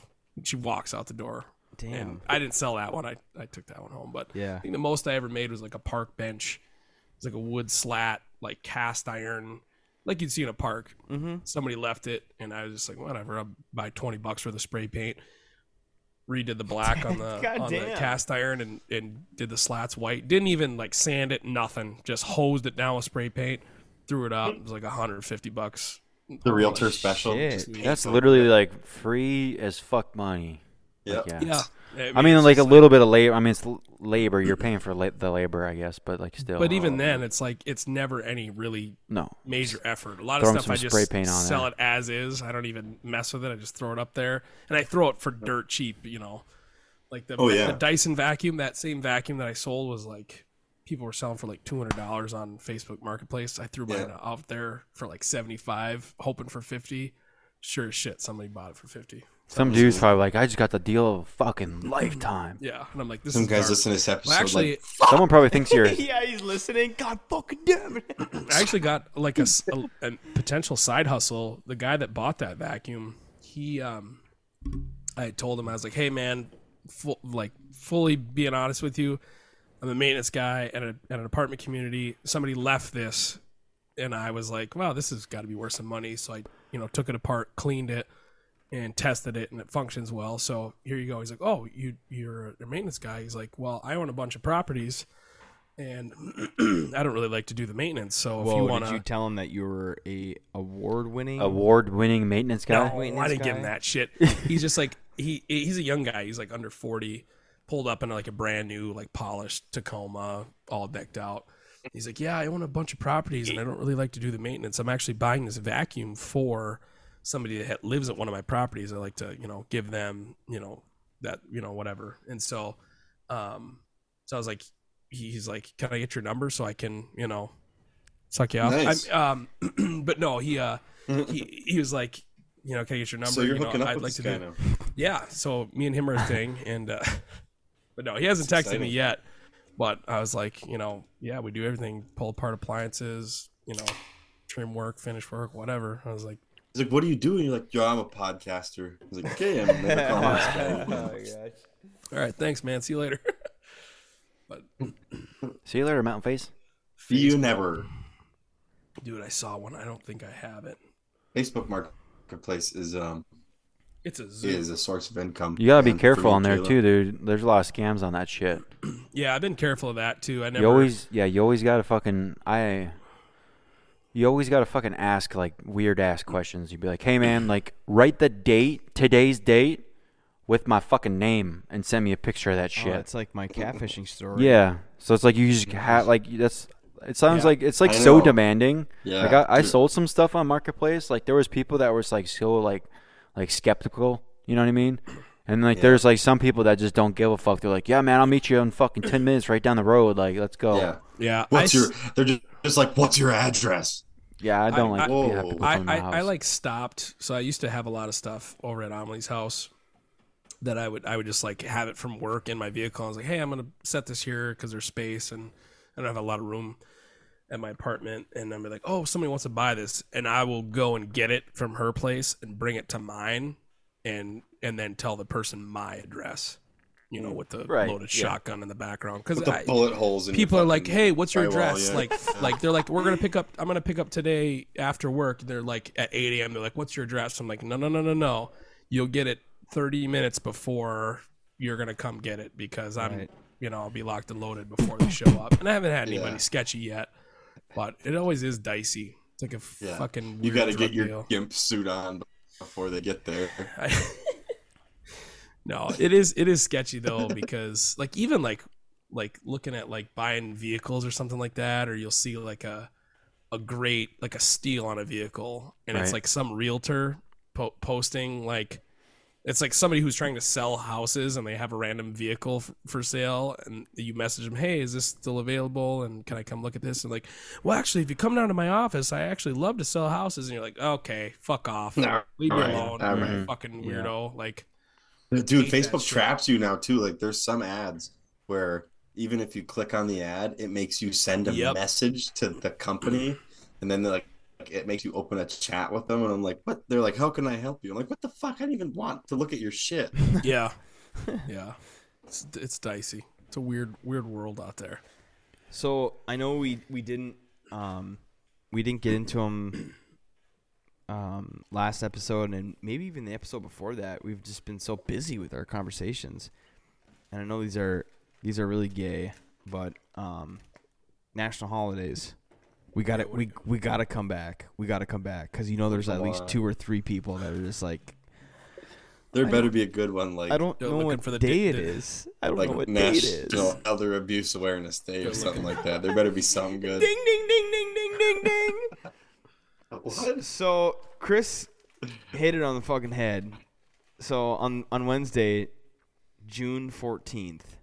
Speaker 4: she walks out the door
Speaker 5: Damn.
Speaker 4: and i didn't sell that one i, I took that one home but
Speaker 5: Yeah.
Speaker 4: i think the most i ever made was like a park bench it's like a wood slat like cast iron like you'd see in a park
Speaker 5: Mhm.
Speaker 4: somebody left it and i was just like whatever i'll buy 20 bucks for the spray paint redid the black on the
Speaker 5: God
Speaker 4: on the
Speaker 5: damn.
Speaker 4: cast iron and and did the slats white. Didn't even like sand it, nothing. Just hosed it down with spray paint, threw it up. It was like 150 bucks.
Speaker 2: The realtor special.
Speaker 5: shit.
Speaker 2: Just-
Speaker 3: That's literally like free as fuck money.
Speaker 2: Yep.
Speaker 3: Yeah.
Speaker 4: Yeah.
Speaker 3: I mean,
Speaker 4: it's
Speaker 3: like a
Speaker 4: just-
Speaker 3: little bit of labor. I mean, it's l- labor. You're paying for la- the labor, I guess, but like still.
Speaker 4: But even then, it's like it's never any really
Speaker 3: no.
Speaker 4: major effort. A lot
Speaker 3: Throw 'em
Speaker 4: of stuff
Speaker 3: some
Speaker 4: I just
Speaker 3: spray paint on
Speaker 4: sell
Speaker 3: there.
Speaker 4: it as is. I don't even mess with it. I just throw it up there, and I throw it for dirt cheap. You know, like the,
Speaker 2: Oh, yeah.
Speaker 4: the Dyson vacuum. That same vacuum that I sold was like people were selling for like two hundred dollars on Facebook Marketplace. I threw mine
Speaker 2: Yeah.
Speaker 4: out there for like seventy five, hoping for fifty. Sure as shit, somebody bought it for fifty.
Speaker 3: Some dude's probably like, I just got the deal of a fucking lifetime.
Speaker 4: Yeah, and I'm like, this
Speaker 2: Some
Speaker 4: is
Speaker 2: guys
Speaker 4: garbage.
Speaker 2: listen to this episode.
Speaker 4: Well, actually,
Speaker 2: like,
Speaker 3: Someone probably thinks you're.
Speaker 5: yeah, he's listening. God fucking damn it.
Speaker 4: I actually got like a, s- a- a potential side hustle. The guy that bought that vacuum, he, um, I told him I was like, "Hey, man, full, like fully being honest with you, I'm a maintenance guy at, a, at an apartment community. Somebody left this, and I was like, "Wow, this has got to be worth some money." So I, you know, took it apart, cleaned it, and tested it, and it functions well. So here you go. He's like, "Oh, you you're a maintenance guy." He's like, "Well, I own a bunch of properties, and I don't really like to do the maintenance. So if you
Speaker 5: Whoa,
Speaker 4: want
Speaker 5: did
Speaker 4: to,
Speaker 5: you tell him that you were a award-winning?
Speaker 3: Award-winning maintenance guy.
Speaker 4: No,
Speaker 5: Wait,
Speaker 4: I
Speaker 5: this
Speaker 4: didn't give
Speaker 5: guy?
Speaker 4: him that shit. He's just like he he's a young guy. He's like under forty, pulled up in like a brand new like polished Tacoma, all decked out. He's like, yeah, I own a bunch of properties and I don't really like to do the maintenance. I'm actually buying this vacuum for somebody that ha- lives at one of my properties. I like to you know give them you know that you know whatever. And so, um, so I was like, he- he's like, can I get your number so I can you know suck you off?
Speaker 2: Nice.
Speaker 4: I'm, um, but no, he uh he, he was like, you know, can I get your number?
Speaker 2: so you're
Speaker 4: You know,
Speaker 2: hooking up
Speaker 4: I'd
Speaker 2: with
Speaker 4: like
Speaker 2: this
Speaker 4: to
Speaker 2: guy
Speaker 4: do.
Speaker 2: now.
Speaker 4: Yeah. So me and him are a thing, and uh, but no, he hasn't texted me
Speaker 2: exciting.
Speaker 4: yet. But I was like, you know, yeah, we do everything: pull apart appliances, you know, trim work, finish work, whatever. I was like,
Speaker 2: He's like, "What do you do?" And you're like, "Yo, I'm a podcaster." He's like, "Okay, I'm gonna call this guy."
Speaker 4: all right, thanks, man. See you later.
Speaker 3: See you later, Mountain Face.
Speaker 2: Do you never?
Speaker 4: Dude, I saw one. I don't think I have it.
Speaker 2: Facebook Marketplace is um
Speaker 4: It's a zoo.
Speaker 2: is a source of income.
Speaker 3: You gotta be
Speaker 2: and for
Speaker 3: careful
Speaker 2: me,
Speaker 3: on there
Speaker 2: Caleb-
Speaker 3: too, dude. There's a lot of scams on that shit.
Speaker 4: Yeah, I've been careful of that too. I never.
Speaker 3: You always, yeah, you always gotta fucking I. You always gotta fucking ask like weird ass questions. You'd be like, "Hey man, like write the date, today's date, with my fucking name, and send me a picture of that
Speaker 5: Oh,
Speaker 3: shit."
Speaker 5: it's like my catfishing story.
Speaker 3: yeah, so it's like you just have like that's. It sounds
Speaker 4: Yeah.
Speaker 3: like it's like
Speaker 2: I
Speaker 3: so
Speaker 2: know.
Speaker 3: demanding.
Speaker 2: Yeah,
Speaker 3: like I, I
Speaker 2: dude.
Speaker 3: sold some stuff on marketplace. Like there was people that was like so like like skeptical. You know what I mean? And like there's like some people that just don't give a fuck. They're like, "Yeah, man, I'll meet you in fucking ten minutes right down the road. Like, let's go."
Speaker 2: Yeah.
Speaker 4: Yeah. I
Speaker 2: What's
Speaker 4: s-
Speaker 2: your? They're just, just like, "What's your address?"
Speaker 3: Yeah, I don't like
Speaker 2: I-
Speaker 3: people that people
Speaker 4: I,
Speaker 3: come to my
Speaker 4: I,
Speaker 3: house.
Speaker 4: I like stopped. So I used to have a lot of stuff over at Amelie's house that I would I would just like have it from work in my vehicle. I was like, hey, I'm gonna set this here because there's space and I don't have a lot of room at my apartment. And I'm like, oh, somebody wants to buy this, and I will go and get it from her place and bring it to mine, and and then tell the person my address. You know, with the
Speaker 3: Mm. Right,
Speaker 4: loaded
Speaker 3: yeah.
Speaker 4: shotgun in the background because
Speaker 2: With the bullet holes. In your
Speaker 4: people are like,
Speaker 2: fucking
Speaker 4: "Hey, what's your
Speaker 2: firewall,
Speaker 4: address?"
Speaker 2: yeah.
Speaker 4: Like, like they're like, "We're gonna pick up. I'm gonna pick up today after work." They're like at 8 a.m. They're like, "What's your address?" I'm like, "No, no, no, no, no. You'll get it 30 minutes before you're gonna come get it because I'm,
Speaker 5: Right.
Speaker 4: you know, I'll be locked and loaded before they show up." And I haven't had anybody
Speaker 2: Yeah.
Speaker 4: sketchy yet, but it always is dicey. It's like a
Speaker 2: Yeah.
Speaker 4: fucking.
Speaker 2: you
Speaker 4: weird
Speaker 2: got to
Speaker 4: drug
Speaker 2: get your
Speaker 4: deal.
Speaker 2: gimp suit on before they get there.
Speaker 4: I- no, it is it is sketchy though because like even like like looking at like buying vehicles or something like that, or you'll see like a a great like a steal on a vehicle, and it's
Speaker 3: Right.
Speaker 4: like some realtor po- posting like it's like somebody who's trying to sell houses and they have a random vehicle f- for sale and you message them hey is this still available and can i come look at this and like well actually if you come down to my office i actually love to sell houses and you're like okay fuck off
Speaker 2: No.
Speaker 4: leave
Speaker 2: All
Speaker 4: me
Speaker 2: right,
Speaker 4: alone
Speaker 2: all
Speaker 4: you
Speaker 2: right.
Speaker 4: fucking
Speaker 3: Yeah.
Speaker 4: weirdo like
Speaker 2: Dude,
Speaker 4: hate that
Speaker 2: Facebook
Speaker 4: shit.
Speaker 2: traps you now too. Like, there's some ads where even if you click on the ad, it makes you send a
Speaker 4: Yep.
Speaker 2: message to the company, and then they're like. It makes you open a chat with them, and I'm like, "What?" They're like, "How can I help you?" I'm like, "What the fuck? I don't even want to look at your shit."
Speaker 4: yeah yeah it's, it's dicey it's a weird weird world out there
Speaker 5: So I know we we didn't um we didn't get into them um last episode and maybe even the episode before that. We've just been so busy with our conversations, and I know these are these are really gay, but um national holidays. We got to We we got to come back. We got to come back because you know there's at least two or three people that are just like
Speaker 2: There better be a good one, like
Speaker 5: I don't
Speaker 4: They're
Speaker 5: know
Speaker 4: looking
Speaker 5: what
Speaker 4: for the
Speaker 5: day
Speaker 4: di-
Speaker 5: it
Speaker 4: the-
Speaker 5: is. I don't
Speaker 2: like
Speaker 5: know what day it is.
Speaker 2: National Elder Abuse Awareness Day or something like that. There better be something good.
Speaker 5: Ding ding ding ding ding ding ding.
Speaker 2: What?
Speaker 5: So Chris hit it on the fucking head. So on on Wednesday, June fourteenth.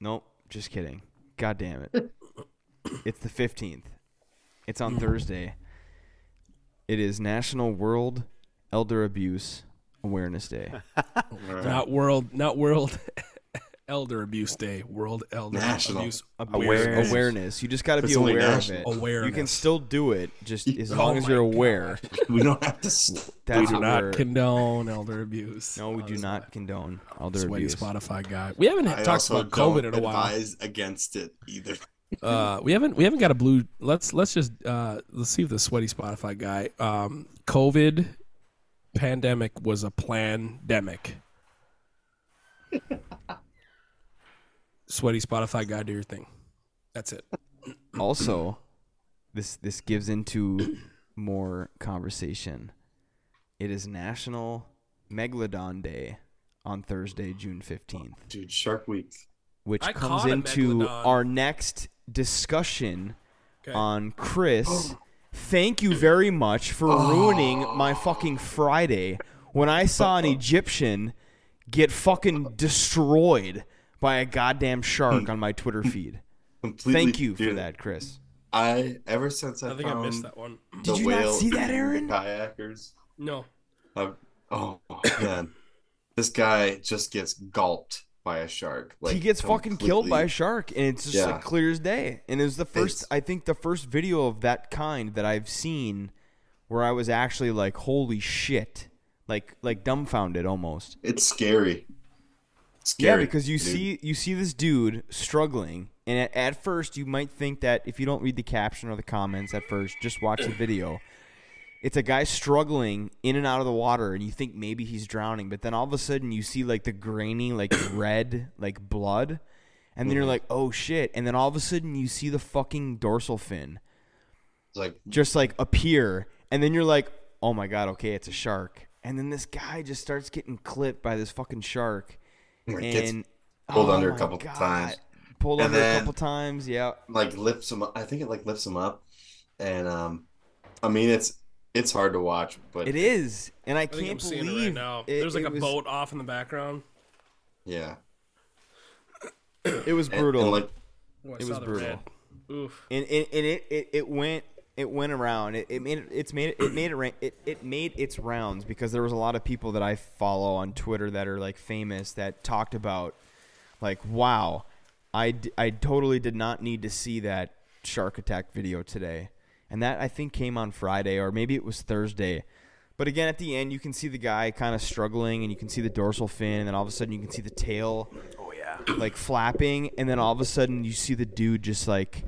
Speaker 5: Nope, just kidding. God damn it. It's the fifteenth. It's on Thursday. It is National World Elder Abuse Awareness Day.
Speaker 4: not world not world Elder Abuse Day, World Elder
Speaker 2: National.
Speaker 4: Abuse
Speaker 5: Awareness.
Speaker 3: Awareness.
Speaker 5: awareness. You just got to be
Speaker 2: It's only
Speaker 5: aware of
Speaker 2: national.
Speaker 5: it.
Speaker 4: Awareness.
Speaker 5: You can still do it, just as
Speaker 2: Oh
Speaker 5: long as
Speaker 4: my
Speaker 5: you're aware.
Speaker 2: we don't have to. s-
Speaker 4: We
Speaker 5: That's
Speaker 4: do
Speaker 5: what
Speaker 4: not
Speaker 5: we're-
Speaker 4: condone elder abuse.
Speaker 5: No, we do
Speaker 4: Honestly.
Speaker 5: not condone elder
Speaker 4: Sweaty
Speaker 5: abuse.
Speaker 4: Spotify guy. We haven't
Speaker 2: I
Speaker 4: talked
Speaker 2: also
Speaker 4: about COVID in a while.
Speaker 2: advise against it either.
Speaker 4: Uh, we haven't we haven't got a blue. Let's let's just uh, let's see if the sweaty Spotify guy. Um, COVID pandemic was a pandemic. sweaty Spotify guy, do your thing. That's it.
Speaker 5: Also, this this gives into more conversation. It is National Megalodon Day on Thursday, June fifteenth.
Speaker 2: Dude, Shark Week.
Speaker 5: which
Speaker 4: I
Speaker 5: comes
Speaker 4: caught a
Speaker 5: into
Speaker 4: megalodon.
Speaker 5: our next discussion
Speaker 4: Okay.
Speaker 5: on Chris. Thank you very much for
Speaker 2: Oh.
Speaker 5: ruining my fucking Friday when I saw an Egyptian get fucking destroyed by a goddamn shark
Speaker 2: Hmm.
Speaker 5: on my Twitter feed.
Speaker 2: Completely.
Speaker 5: Thank you for
Speaker 2: dude,
Speaker 5: that, Chris.
Speaker 2: I ever since I,
Speaker 4: I think I
Speaker 2: found
Speaker 4: missed that one.
Speaker 2: the
Speaker 5: Did you not
Speaker 2: whale
Speaker 5: see that,
Speaker 2: eating
Speaker 5: Aaron?
Speaker 2: The kayakers.
Speaker 4: No.
Speaker 2: I've, oh man, this guy just gets gulped by a shark. Like
Speaker 5: he gets fucking killed by a shark, and it's just
Speaker 2: Yeah.
Speaker 5: like clear as day. And it was the first,
Speaker 2: It's-
Speaker 5: I think, the first video of that kind that I've seen where I was actually like, "Holy shit!" Like, like dumbfounded almost.
Speaker 2: It's scary.
Speaker 5: Yeah,
Speaker 2: Scary.
Speaker 5: because you
Speaker 2: dude.
Speaker 5: see you see this dude struggling, and at, at first you might think that if you don't read the caption or the comments at first, just watch the video. It's a guy struggling in and out of the water, and you think maybe he's drowning, but then all of a sudden you see like the grainy, like red, like blood, and then you're like, oh shit! And then all of a sudden you see the fucking dorsal fin
Speaker 2: It's like
Speaker 5: just like appear, and then you're like, oh my god, okay, it's a shark. And then this guy just starts getting clipped by this fucking shark
Speaker 2: like, gets,
Speaker 5: and
Speaker 2: pulled
Speaker 5: oh
Speaker 2: under a
Speaker 5: my
Speaker 2: couple
Speaker 5: God.
Speaker 2: times.
Speaker 5: Pulled
Speaker 2: And
Speaker 5: under a
Speaker 2: then-
Speaker 5: couple times, yeah.
Speaker 2: like lifts him. Up. I think it like lifts him up, and um, I mean it's it's hard to watch, but
Speaker 5: It is, and I
Speaker 4: I think
Speaker 5: can't
Speaker 4: I'm seeing
Speaker 5: believe
Speaker 4: it right now.
Speaker 5: it-
Speaker 4: There's like
Speaker 5: it
Speaker 4: a
Speaker 5: was,
Speaker 4: boat off in the background.
Speaker 2: yeah,
Speaker 5: It was
Speaker 2: And-
Speaker 5: brutal,
Speaker 2: And,
Speaker 5: and,
Speaker 2: like
Speaker 4: Oh, I
Speaker 5: It
Speaker 4: saw
Speaker 5: was
Speaker 4: the
Speaker 5: brutal.
Speaker 4: red. Oof.
Speaker 5: and, and it, it it went it went around. It, it made it, it's made it, it made it, ra- it it made its rounds because there was a lot of people that I follow on Twitter that are like famous that talked about like wow, I d- I totally did not need to see that shark attack video today. And that I think came on Friday or maybe it was Thursday. But again, at the end, you can see the guy kind of struggling, and you can see the dorsal fin, and then all of a sudden, you can see the tail, oh yeah, like flapping, and then all of a sudden, you see the dude just like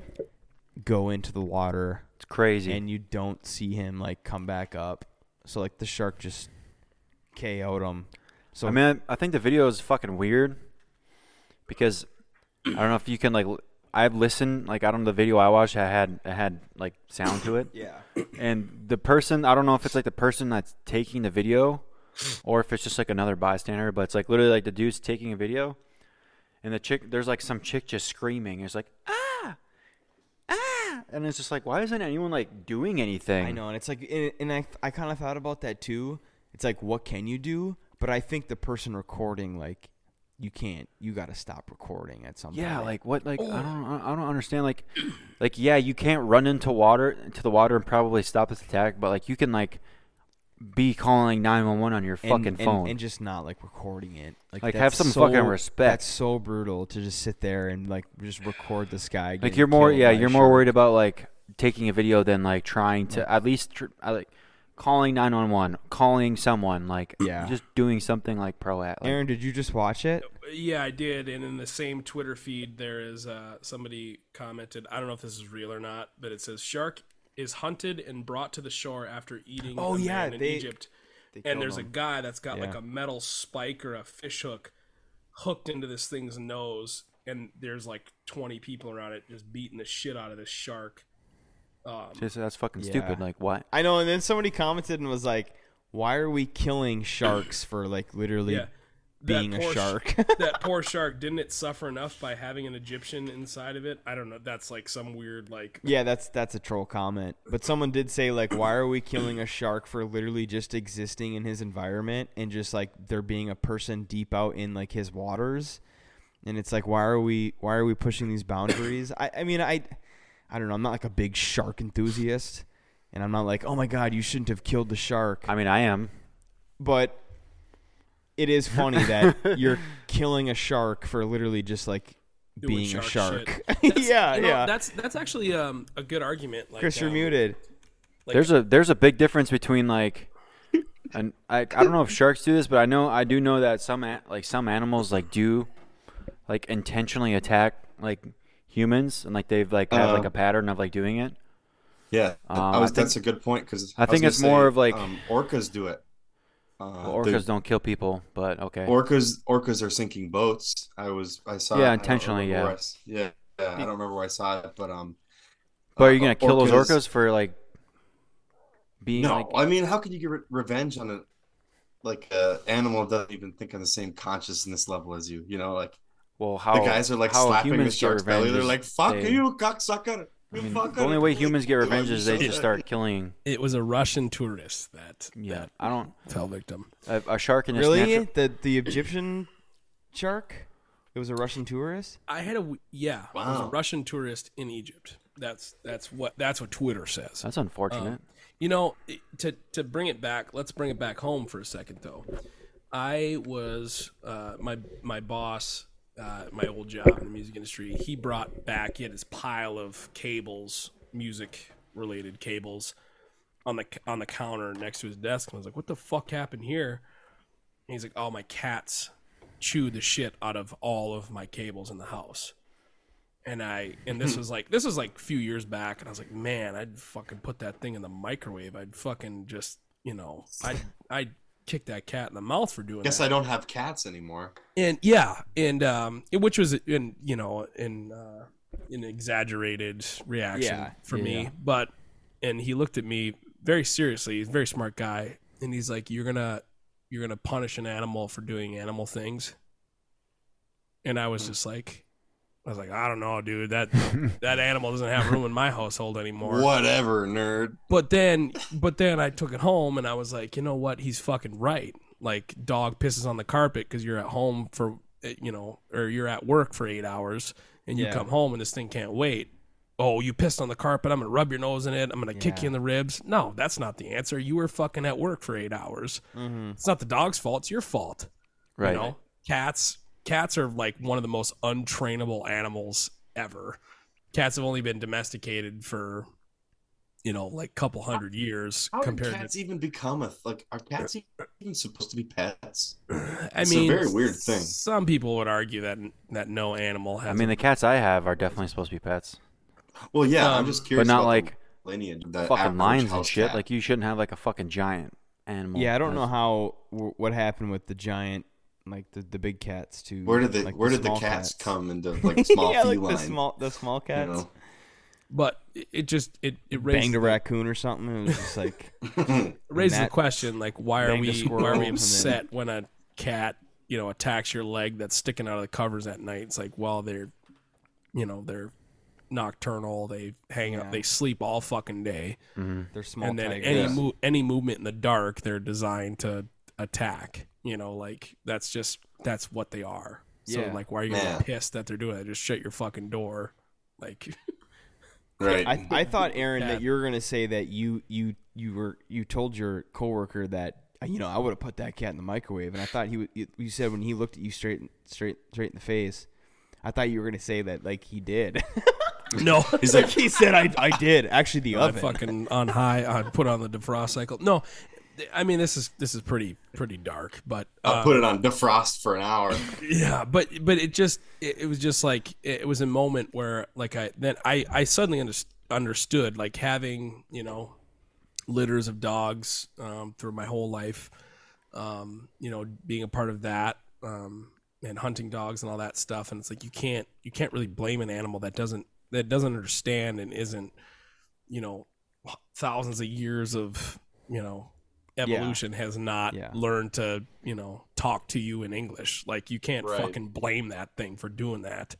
Speaker 5: go into the water,
Speaker 3: It's crazy.
Speaker 5: and you don't see him like come back up. So like the shark just KO'd him. So
Speaker 3: I mean, I think the video is fucking weird because I don't know if you can like. l- I've listened like I don't know the video I watched. I had I had like sound to it.
Speaker 5: yeah,
Speaker 3: and the person I don't know if it's like the person that's taking the video or if it's just like another bystander, but it's like literally like the dude's taking a video and the chick there's like some chick just screaming. It's like ah ah and it's just like why isn't anyone like doing anything?
Speaker 5: I know, and it's like, and, and I I kind of thought about that too. It's like, what can you do? But I think the person recording like. You can't. You got to stop recording at some point.
Speaker 3: Yeah, like what? Like I don't, I I don't understand. Like, like yeah, you can't run into water, into the water, and probably stop this attack. But like, you can like be calling nine one one on your
Speaker 5: and-
Speaker 3: fucking
Speaker 5: and,
Speaker 3: phone.
Speaker 5: and just not like recording it.
Speaker 3: Like,
Speaker 5: that's
Speaker 3: have some fucking respect.
Speaker 5: That's so brutal to just sit there and like just record this guy.
Speaker 3: like
Speaker 5: getting
Speaker 3: you're more,
Speaker 5: killed
Speaker 3: yeah,
Speaker 5: by a
Speaker 3: you're more
Speaker 5: shark.
Speaker 3: worried about like taking a video than like trying to at least tr- I, like calling nine one one, calling someone, like
Speaker 5: Yeah.
Speaker 3: just doing something like pro at. Like,
Speaker 5: Aaron, did you just watch it?
Speaker 4: Yeah, I did. And in the same Twitter feed, there is uh, somebody commented. I don't know if this is real or not, but it says shark is hunted and brought to the shore after eating.
Speaker 5: Oh,
Speaker 4: a
Speaker 5: yeah,
Speaker 4: man in
Speaker 5: they-
Speaker 4: Egypt. And there's a guy that's got like
Speaker 5: Yeah.
Speaker 4: a metal spike or a fish hook hooked into this thing's nose, and there's like 20 people around it just beating the shit out of this shark.
Speaker 3: just, that's fucking stupid.
Speaker 5: Yeah.
Speaker 3: Like what?
Speaker 5: I know, and then somebody commented and was like, "Why are we killing sharks for like literally
Speaker 4: Yeah. That
Speaker 5: being a
Speaker 4: poor sh-
Speaker 5: shark?"
Speaker 4: that poor shark didn't it suffer enough by having an Egyptian inside of it? I don't know. That's like some weird like
Speaker 5: yeah, that's that's a troll comment. But someone did say like, "Why are we killing a shark for literally just existing in his environment and just like there being a person deep out in like his waters?" and it's like why are we why are we pushing these boundaries I, I mean i i don't know i'm not like a big shark enthusiast and i'm not like oh my god you shouldn't have killed the shark
Speaker 3: I mean, I am.
Speaker 5: but it is funny that you're killing a shark for literally just like
Speaker 4: doing
Speaker 5: being a
Speaker 4: shark
Speaker 5: shark.
Speaker 4: shit.
Speaker 5: yeah,
Speaker 4: You know,
Speaker 5: yeah.
Speaker 4: That's that's actually um, a good argument. Like,
Speaker 5: Chris, you're
Speaker 4: um,
Speaker 5: muted.
Speaker 4: like-
Speaker 3: there's a there's a big difference between like and I, I don't know if sharks do this but i know i do know that some a- like some animals like do like intentionally attack like humans and like they've like have like
Speaker 2: Uh-huh.
Speaker 3: a pattern of like doing it
Speaker 2: Yeah, I-
Speaker 3: Um,
Speaker 2: I
Speaker 3: I
Speaker 2: was,
Speaker 3: think-
Speaker 2: that's a good point because
Speaker 3: I think it's more of like-
Speaker 2: um, orcas do it. Uh,
Speaker 3: well, orcas
Speaker 2: orcas,
Speaker 3: don't kill people but okay
Speaker 2: orcas, orcas are sinking boats. I was, I saw.
Speaker 3: Yeah,
Speaker 2: I don't
Speaker 3: intentionally,
Speaker 2: remember
Speaker 3: yeah.
Speaker 2: where I s- yeah, yeah. I don't remember where I saw it, but um.
Speaker 3: but are you
Speaker 2: uh,
Speaker 3: gonna kill those orcas for like being
Speaker 2: No,
Speaker 3: like
Speaker 2: I mean, how can you get re- revenge on a like a animal that doesn't even think on the same consciousness level as you? You know, like
Speaker 3: well how
Speaker 2: the guys are like
Speaker 3: how
Speaker 2: slapping the
Speaker 3: humans get
Speaker 2: shark's belly.
Speaker 3: revenge
Speaker 2: They're
Speaker 3: is
Speaker 2: like, "Fuck
Speaker 3: they-
Speaker 2: you, cocksucker!"
Speaker 3: I
Speaker 2: You
Speaker 3: mean,
Speaker 2: fucker.
Speaker 3: the only way humans get
Speaker 2: Like,
Speaker 3: revenge is they just start killing
Speaker 4: It was a Russian tourist that
Speaker 3: yeah
Speaker 4: that
Speaker 3: i don't
Speaker 4: fell victim.
Speaker 3: a, a shark in its
Speaker 5: Really?
Speaker 3: natural-
Speaker 5: The the Egyptian shark? It was a Russian tourist?
Speaker 4: I had a w- yeah, it was a
Speaker 2: Wow.
Speaker 4: Russian tourist in Egypt. That's that's what that's what Twitter says.
Speaker 3: that's unfortunate
Speaker 4: You know, it- to to bring it back, let's bring it back home for a second though. I was uh, my my boss, uh, my old job in the music industry. He brought back he had his pile of cables, music related cables, on the on the counter next to his desk, and I was like, "What the fuck happened here?" And he's like, "Oh, my cats chewed the shit out of all of my cables in the house." and I and this was like this was like a few years back, and I was like, man, I'd fucking put that thing in the microwave. I'd fucking just you know, I I'd kick that cat in the mouth for doing
Speaker 2: Guess
Speaker 4: that.
Speaker 2: I don't have cats anymore.
Speaker 4: and yeah, and um, it- which was in you know in uh, an exaggerated reaction
Speaker 5: Yeah,
Speaker 4: for
Speaker 5: yeah,
Speaker 4: me,
Speaker 5: yeah.
Speaker 4: but and he looked at me very seriously. He's a very smart guy, and he's like, you're gonna you're gonna punish an animal for doing animal things, and I
Speaker 5: Hmm.
Speaker 4: was just like. I was like, I don't know, dude. That that animal doesn't have room in my household anymore.
Speaker 2: Whatever, nerd.
Speaker 4: But then, but then I took it home and I was like, you know what? He's fucking right. Like dog pisses on the carpet because you're at home for eh, you know, or you're at work for eight hours and you
Speaker 5: Yeah.
Speaker 4: come home and this thing can't wait. Oh, you pissed on the carpet. I'm gonna rub your nose in it. I'm gonna kick you
Speaker 5: Yeah.
Speaker 4: in the ribs. No, that's not the answer. You were fucking at work for eight hours.
Speaker 5: Mm-hmm.
Speaker 4: It's not the dog's fault. It's your fault.
Speaker 3: right
Speaker 4: You know, cats cats are like one of the most untrainable animals ever. Cats have only been domesticated for you know like a couple hundred years
Speaker 2: How did
Speaker 4: compared
Speaker 2: cats even become a like? Are cats even supposed to be pets?
Speaker 4: to I
Speaker 2: It's a
Speaker 4: mean
Speaker 2: very weird thing.
Speaker 4: Some people would argue that that no animal has
Speaker 3: I mean, the cats I have are definitely supposed to be pets,
Speaker 2: Well, yeah,
Speaker 4: Um,
Speaker 2: I'm just curious.
Speaker 3: but not
Speaker 2: about
Speaker 3: like
Speaker 2: the lineage. of that
Speaker 3: fucking
Speaker 2: average
Speaker 3: lions and
Speaker 2: house
Speaker 3: shit.
Speaker 2: cat.
Speaker 3: Like you shouldn't have like a fucking giant animal.
Speaker 5: Yeah, I don't know
Speaker 3: That's-
Speaker 5: how wh- what happened with the giant like the, the big cats too.
Speaker 2: where did the where did the
Speaker 5: small
Speaker 2: cats, come into like small
Speaker 5: yeah, like
Speaker 2: feline?
Speaker 5: the small the small
Speaker 2: you
Speaker 5: cats.
Speaker 2: know?
Speaker 4: but it- it just it, it raises
Speaker 5: Banged a
Speaker 4: the,
Speaker 5: raccoon or something. It was just like
Speaker 4: raises the
Speaker 5: Matt
Speaker 4: question like why are
Speaker 5: banged a
Speaker 4: we
Speaker 5: squirrel
Speaker 4: why are
Speaker 5: and
Speaker 4: we
Speaker 5: then-
Speaker 4: upset when a cat you know attacks your leg that's sticking out of the covers at night? It's like well they're you know they're nocturnal. They hang out.
Speaker 5: Yeah.
Speaker 4: They sleep all fucking day.
Speaker 5: they're small
Speaker 4: and then any
Speaker 5: tigers.
Speaker 4: mo- any movement in the dark, they're designed to attack. You know, like that's just that's what they are. So
Speaker 5: Yeah.
Speaker 4: like, why are you gonna
Speaker 2: Yeah.
Speaker 4: be pissed that they're doing it? Just shut your fucking door. Like,
Speaker 2: right.
Speaker 5: I, I thought Aaron
Speaker 4: Yeah.
Speaker 5: that you were gonna say that you you you were you told your coworker that uh, you know I would have put that cat in the microwave, and I thought he would- you, you said when he looked at you straight straight straight in the face, I thought you were gonna say that like he did.
Speaker 4: no,
Speaker 2: He's like,
Speaker 5: he said I I did actually the
Speaker 4: I
Speaker 5: oven.
Speaker 4: fucking on high. I put on the defrost cycle. No, th- I mean this is this is pretty pretty dark, but
Speaker 2: I'll put it on defrost for an hour.
Speaker 4: yeah but but it just it, it was just like it, it was a moment where like i then i i suddenly underst- understood like having you know litters of dogs um through my whole life um you know being a part of that um and hunting dogs and all that stuff and it's like you can't you can't really blame an animal that doesn't that doesn't understand and isn't you know thousands of years of you know evolution has not
Speaker 5: Yeah.
Speaker 4: learned to you know talk to you in english like you can't
Speaker 2: Right.
Speaker 4: fucking blame that thing for doing that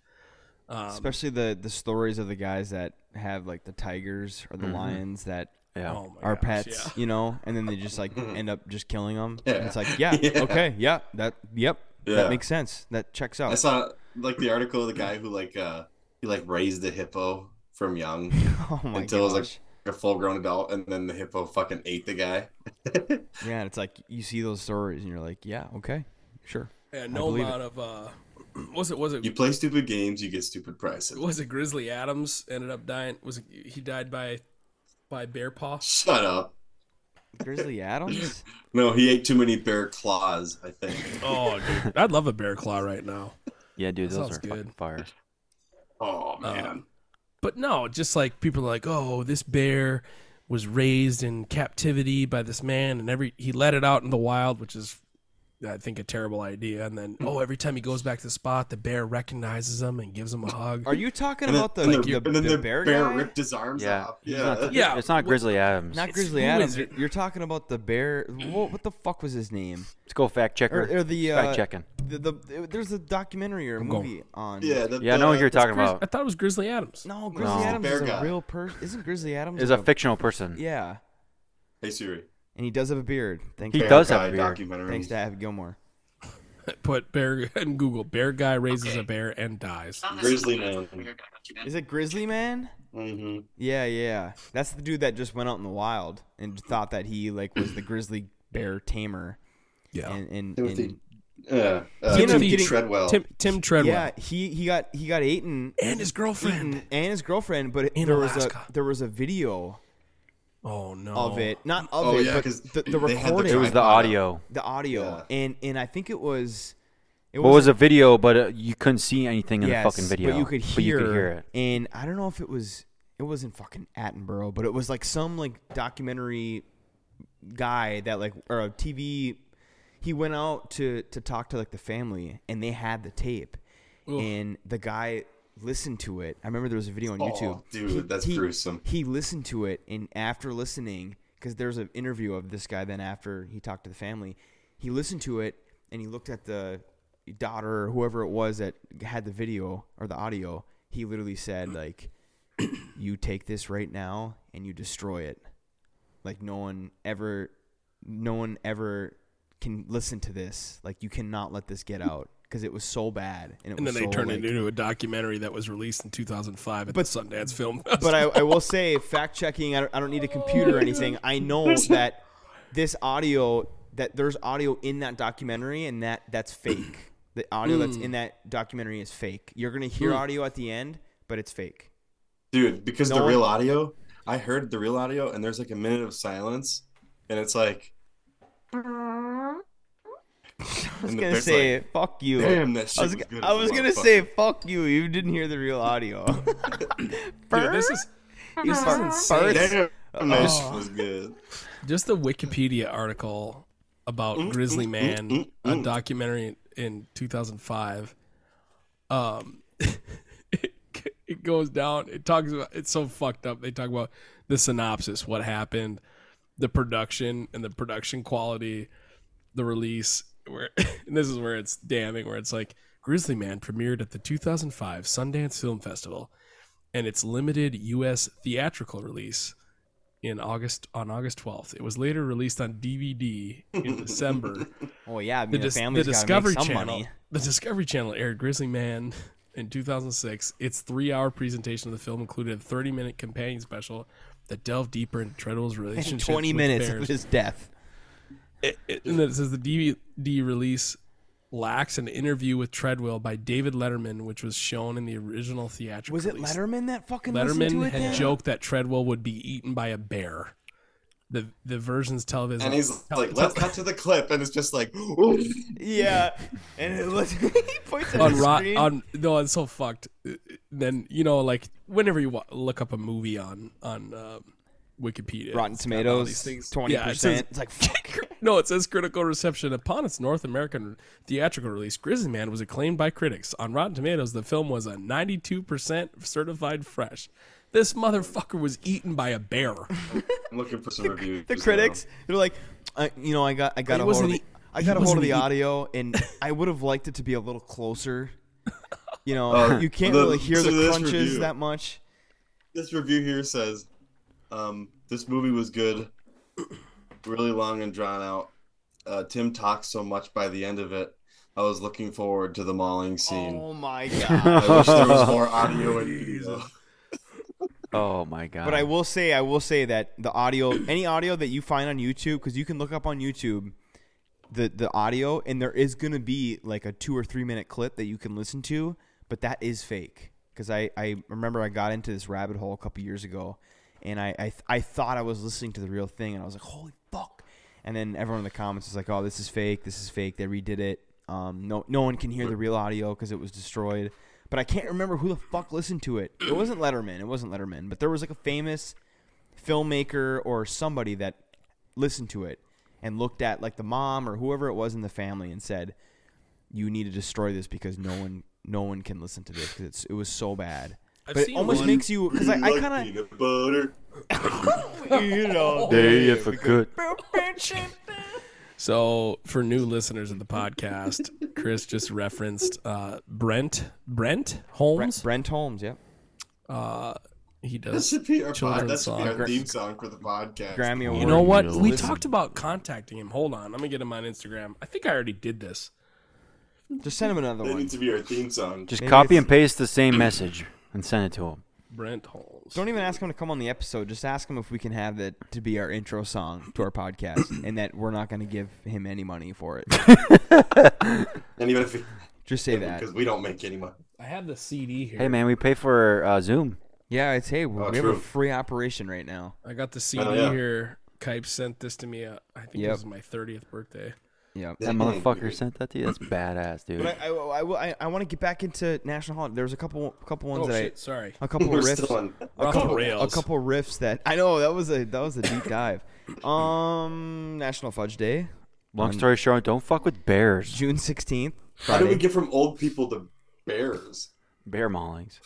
Speaker 4: um,
Speaker 5: Especially the the stories of the guys that have like the tigers or the lions that
Speaker 3: Yeah.
Speaker 4: oh my
Speaker 5: are
Speaker 4: gosh,
Speaker 5: pets,
Speaker 4: yeah.
Speaker 5: you know, and then they just like end up just killing them. And it's
Speaker 2: Yeah.
Speaker 5: like, yeah,
Speaker 2: Yeah.
Speaker 5: okay, yeah, that, yep,
Speaker 2: Yeah.
Speaker 5: that makes sense. That checks
Speaker 2: I
Speaker 5: out.
Speaker 2: saw like the article of the guy who like uh he like raised a hippo from young
Speaker 5: oh my
Speaker 2: until it was
Speaker 5: gosh.
Speaker 2: like a full grown adult, and then the hippo fucking ate the guy.
Speaker 5: yeah, and it's like you see those stories and you're like, yeah, okay,
Speaker 3: Sure.
Speaker 4: And no
Speaker 3: believe it.
Speaker 4: amount of uh, was it was it
Speaker 2: You play stupid games, you get stupid prices.
Speaker 4: was it Grizzly Adams ended up dying? Was it, he died by by bear paw?
Speaker 2: Shut up.
Speaker 5: Grizzly Adams.
Speaker 2: No, he ate too many bear claws, I think.
Speaker 4: Oh, dude, I'd love a bear claw right now.
Speaker 3: Yeah, dude,
Speaker 4: That
Speaker 3: those
Speaker 4: sounds
Speaker 3: are fucking
Speaker 4: good.
Speaker 3: fire.
Speaker 2: Oh, man.
Speaker 4: But no, just like people are like, oh, this bear was raised in captivity by this man, and every he let it out in the wild, which is, I think, a terrible idea. And then, oh, every time he goes back to the spot, the bear recognizes him and gives him a hug.
Speaker 5: Are you talking
Speaker 2: And then,
Speaker 5: about the
Speaker 2: and
Speaker 5: like,
Speaker 2: the-
Speaker 5: the,
Speaker 2: and then
Speaker 5: the
Speaker 2: the
Speaker 5: bear,
Speaker 2: bear,
Speaker 5: guy?
Speaker 2: ripped his arms
Speaker 3: Yeah.
Speaker 2: off.
Speaker 3: He's
Speaker 2: Yeah.
Speaker 3: not the-
Speaker 4: Yeah.
Speaker 3: It's not Grizzly Adams.
Speaker 5: Not Grizzly
Speaker 4: who
Speaker 5: Adams.
Speaker 4: is
Speaker 5: You're,
Speaker 4: it?
Speaker 5: you're talking about the bear. What, what the fuck was his name?
Speaker 3: Let's go fact checker.
Speaker 5: Or, or the, uh,
Speaker 3: fact checking.
Speaker 5: the the there's a documentary or a
Speaker 4: going-
Speaker 5: movie on.
Speaker 2: yeah, the-
Speaker 3: Yeah, I know what
Speaker 2: the-
Speaker 3: you're talking
Speaker 4: Grizz-
Speaker 3: about.
Speaker 4: I thought it was Grizzly Adams.
Speaker 5: No, Grizzly
Speaker 3: No.
Speaker 5: Adams
Speaker 2: Bear
Speaker 5: is a
Speaker 2: guy.
Speaker 5: real person. Isn't Grizzly Adams
Speaker 3: Is a
Speaker 5: like
Speaker 3: fictional person.
Speaker 5: Yeah,
Speaker 2: Hey, Siri.
Speaker 5: and he does have a beard. Thanks.
Speaker 3: He
Speaker 5: to-
Speaker 2: Bear
Speaker 3: does have
Speaker 2: Guy
Speaker 3: a beard.
Speaker 2: documentary.
Speaker 5: Thanks to Ab Gilmore.
Speaker 4: Put bear and Google bear guy raises a bear and dies.
Speaker 2: Grizzly Man.
Speaker 5: Is it Grizzly Man?
Speaker 2: hmm
Speaker 5: Yeah, yeah. That's the dude that just went out in the wild and thought that he like was the grizzly bear tamer.
Speaker 4: Yeah.
Speaker 2: Oh.
Speaker 5: And, and,
Speaker 2: Timothy-
Speaker 5: and-
Speaker 2: Yeah. Uh,
Speaker 4: Tim
Speaker 2: Tim
Speaker 4: Feeding-
Speaker 2: Treadwell.
Speaker 4: Tim Tim Treadwell
Speaker 5: yeah, he he got he got eaten
Speaker 4: and his girlfriend.
Speaker 5: eaten and his girlfriend, but
Speaker 4: In
Speaker 5: there
Speaker 4: Alaska.
Speaker 5: was a there was a video
Speaker 4: Oh no!
Speaker 5: of it, not of
Speaker 2: Oh,
Speaker 5: it,
Speaker 2: yeah,
Speaker 5: but
Speaker 2: 'cause
Speaker 5: the, the
Speaker 2: they had the
Speaker 5: recording,
Speaker 3: It was the
Speaker 2: Tripod up.
Speaker 3: audio.
Speaker 5: the audio,
Speaker 2: Yeah.
Speaker 5: and and I think it was it
Speaker 3: Well, it was a video, but uh, you couldn't see anything in the fucking video.
Speaker 5: But you could hear,
Speaker 3: But you could hear it.
Speaker 5: And I don't know if it was it wasn't fucking Attenborough, but it was like some like documentary guy that like or a TV he went out to to talk to like the family and they had the tape. And the guy listened to it. I remember there was a video on YouTube.
Speaker 2: dude, that's gruesome.
Speaker 5: He listened to it and after listening cuz there's an interview of this guy then after he talked to the family, he listened to it and he looked at the daughter or whoever it was that had the video or the audio, he literally said like, "You take this right now and you destroy it." Like no one ever, no one ever can listen to this. Like you cannot let this get out because it was so bad and it
Speaker 4: And
Speaker 5: was
Speaker 4: then they
Speaker 5: so,
Speaker 4: turned
Speaker 5: like-
Speaker 4: it into a documentary that was released in 2005 at
Speaker 5: But-
Speaker 4: the Sundance Film
Speaker 5: But
Speaker 4: Festival.
Speaker 5: I, I will say, fact checking. I don't, I don't need a computer or anything. I know that this audio that there's audio in that documentary, and that that's fake. The audio
Speaker 4: Hmm.
Speaker 5: that's in that documentary is fake. You're gonna hear audio at the end, but it's fake.
Speaker 2: Dude, because
Speaker 5: No
Speaker 2: the
Speaker 5: one-
Speaker 2: real audio, I heard the real audio, and there's like a minute of silence, and it's like,
Speaker 5: I was
Speaker 2: And the
Speaker 5: gonna
Speaker 2: bear's
Speaker 5: say, fuck you.
Speaker 2: damn, that shit
Speaker 5: I was,
Speaker 2: was good
Speaker 5: I
Speaker 2: as a
Speaker 5: was gonna say,
Speaker 2: motherfucker.
Speaker 5: fuck you. You didn't hear the real audio. Uh-huh.
Speaker 4: Dude, this is this is
Speaker 2: damn,
Speaker 4: insane.
Speaker 2: that shit
Speaker 5: uh,
Speaker 2: was good.
Speaker 4: Just the Wikipedia article about Grizzly Man, a documentary in 2005. Um, it goes down. It talks about. It's so fucked up. They talk about the synopsis, what happened, the production, and the production quality, the release. Where and this is where it's damning. Where it's like Grizzly Man premiered at the 2005 Sundance Film Festival, and its limited U.S. theatrical release in August on August 12th. It was later released on DVD in December.
Speaker 5: Oh yeah, I mean,
Speaker 4: the,
Speaker 5: the,
Speaker 4: Dis- the
Speaker 5: family's gotta
Speaker 4: Discovery
Speaker 5: make some
Speaker 4: Channel.
Speaker 5: money.
Speaker 4: The Discovery Channel aired Grizzly Man in 2006. Its three-hour presentation of the film included a 30-minute companion special that delved deeper into Treadwell's
Speaker 5: In
Speaker 4: relationship.
Speaker 5: 20
Speaker 4: with
Speaker 5: minutes of
Speaker 4: bears.
Speaker 5: his death.
Speaker 4: It- it- and then it says the DVD release lacks an interview with Treadwell by David Letterman, which was shown in the original theatrical.
Speaker 5: Was it
Speaker 4: release.
Speaker 5: Letterman that fucking listened to
Speaker 4: Letterman
Speaker 5: it?
Speaker 4: had
Speaker 5: then?
Speaker 4: joked that Treadwell would be eaten by a bear. The the version's television
Speaker 2: And he's
Speaker 4: tele-
Speaker 2: like, let's cut to the clip, and it's just like, "Ooh."
Speaker 5: Yeah, and it was, he points at
Speaker 4: on
Speaker 5: the
Speaker 4: Ro-
Speaker 5: screen.
Speaker 4: on no, it's so fucked. Then you know, like whenever you wa- look up a movie on on um, Wikipedia,
Speaker 5: Rotten
Speaker 4: it's got all these
Speaker 5: Tomatoes,
Speaker 4: things.
Speaker 5: twenty
Speaker 4: Yeah, it says-
Speaker 5: percent. It's like fuck.
Speaker 4: No, it says critical reception. Upon its North American theatrical release, Grizzly Man was acclaimed by critics. On Rotten Tomatoes, the film was a 92% certified fresh. This motherfucker was eaten by a bear.
Speaker 2: I'm looking for some reviews.
Speaker 5: the
Speaker 2: now.
Speaker 5: critics, they're like, I, you know, I got, I got
Speaker 4: He
Speaker 5: a hold
Speaker 4: wasn't
Speaker 5: of the,
Speaker 4: e-
Speaker 5: I
Speaker 4: he
Speaker 5: got a hold
Speaker 4: wasn't
Speaker 5: of the
Speaker 4: e-
Speaker 5: audio, and I would have liked it to be a little closer. You know, you can't
Speaker 2: Oh, the-
Speaker 5: really hear
Speaker 2: so
Speaker 5: the
Speaker 2: this
Speaker 5: crunches
Speaker 2: review-
Speaker 5: that much.
Speaker 2: This review here says, um, "This movie was good, really long and drawn out. Uh, Tim talks so much by the end of it. I was looking forward to the mauling scene.
Speaker 5: Oh my god!
Speaker 2: I wish there was more audio and video.
Speaker 3: Oh my god.
Speaker 5: But I will say, I will say that the audio, any audio that you find on YouTube, because you can look up on YouTube, the the audio, and there is gonna be like a two or three minute clip that you can listen to, but that is fake. Because I, I remember I got into this rabbit hole a couple years ago, and I, I I thought I was listening to the real thing, and I was like, holy fuck! And then everyone in the comments is like, oh, this is fake, this is fake. They redid it. Um, no no one can hear the real audio because it was destroyed. But I can't remember who the fuck listened to it. It wasn't Letterman. It wasn't Letterman. But there was like a famous filmmaker or somebody that listened to it and looked at like the mom or whoever it was in the family and said, "You need to destroy this because no one, no one can listen to this because it was so bad."
Speaker 4: I've
Speaker 5: but it
Speaker 4: seen
Speaker 5: almost
Speaker 4: one-
Speaker 5: makes you because I, I kind
Speaker 2: peanut butter.
Speaker 5: of you know
Speaker 3: Day if it could.
Speaker 4: So, for new listeners of the podcast, Chris just referenced uh, Brent Brent Holmes.
Speaker 5: Brent Holmes, yep,
Speaker 4: He
Speaker 2: That
Speaker 4: does.
Speaker 2: should be our, pod, that
Speaker 4: Children's
Speaker 2: should be
Speaker 4: song.
Speaker 2: our theme song for the podcast.
Speaker 5: Grammy Award.
Speaker 4: You know what?
Speaker 3: No.
Speaker 4: We
Speaker 3: Listen.
Speaker 4: talked about contacting him. Hold on, let me get him on Instagram. I think I already did this.
Speaker 5: just send him another
Speaker 2: that
Speaker 5: one.
Speaker 2: needs to be our theme song.
Speaker 3: Just
Speaker 5: Maybe
Speaker 3: copy
Speaker 5: it's-
Speaker 3: and paste the same message and send it to him.
Speaker 4: Brent Holmes.
Speaker 5: Don't even ask him to come on the episode. Just ask him if we can have that to be our intro song to our podcast, and that we're not going to give him any money for it.
Speaker 2: And even if we,
Speaker 5: Just say that.
Speaker 2: because we don't make any money.
Speaker 5: e-
Speaker 4: I have the CD here.
Speaker 3: Hey man, we pay for uh, Zoom.
Speaker 5: Yeah, it's hey, we
Speaker 2: Oh,
Speaker 5: have a
Speaker 2: true.
Speaker 5: free operation right now.
Speaker 4: I got the CD
Speaker 2: yeah.
Speaker 4: here. Kipe sent this to me. Uh, I think
Speaker 5: Yep.
Speaker 4: this is my 30th birthday.
Speaker 5: Yep.
Speaker 3: That
Speaker 2: Mm,
Speaker 3: motherfucker
Speaker 2: dude.
Speaker 3: sent that to you. That's badass, dude.
Speaker 5: But I, I, I, want to get back into national holiday. There's a couple, couple ones
Speaker 4: Oh
Speaker 5: that
Speaker 4: shit! Sorry.
Speaker 5: I, a couple
Speaker 2: We're
Speaker 5: riffs,
Speaker 2: still on.
Speaker 5: a
Speaker 4: Off the
Speaker 5: couple,
Speaker 4: rails.
Speaker 5: a couple riffs that I know that was a that was a deep dive. Um, National Fudge Day,
Speaker 3: Long story short, don't fuck with bears.
Speaker 5: June 16th,
Speaker 2: How do we
Speaker 5: Friday.
Speaker 2: get from old people to bears?
Speaker 3: Bear maulings.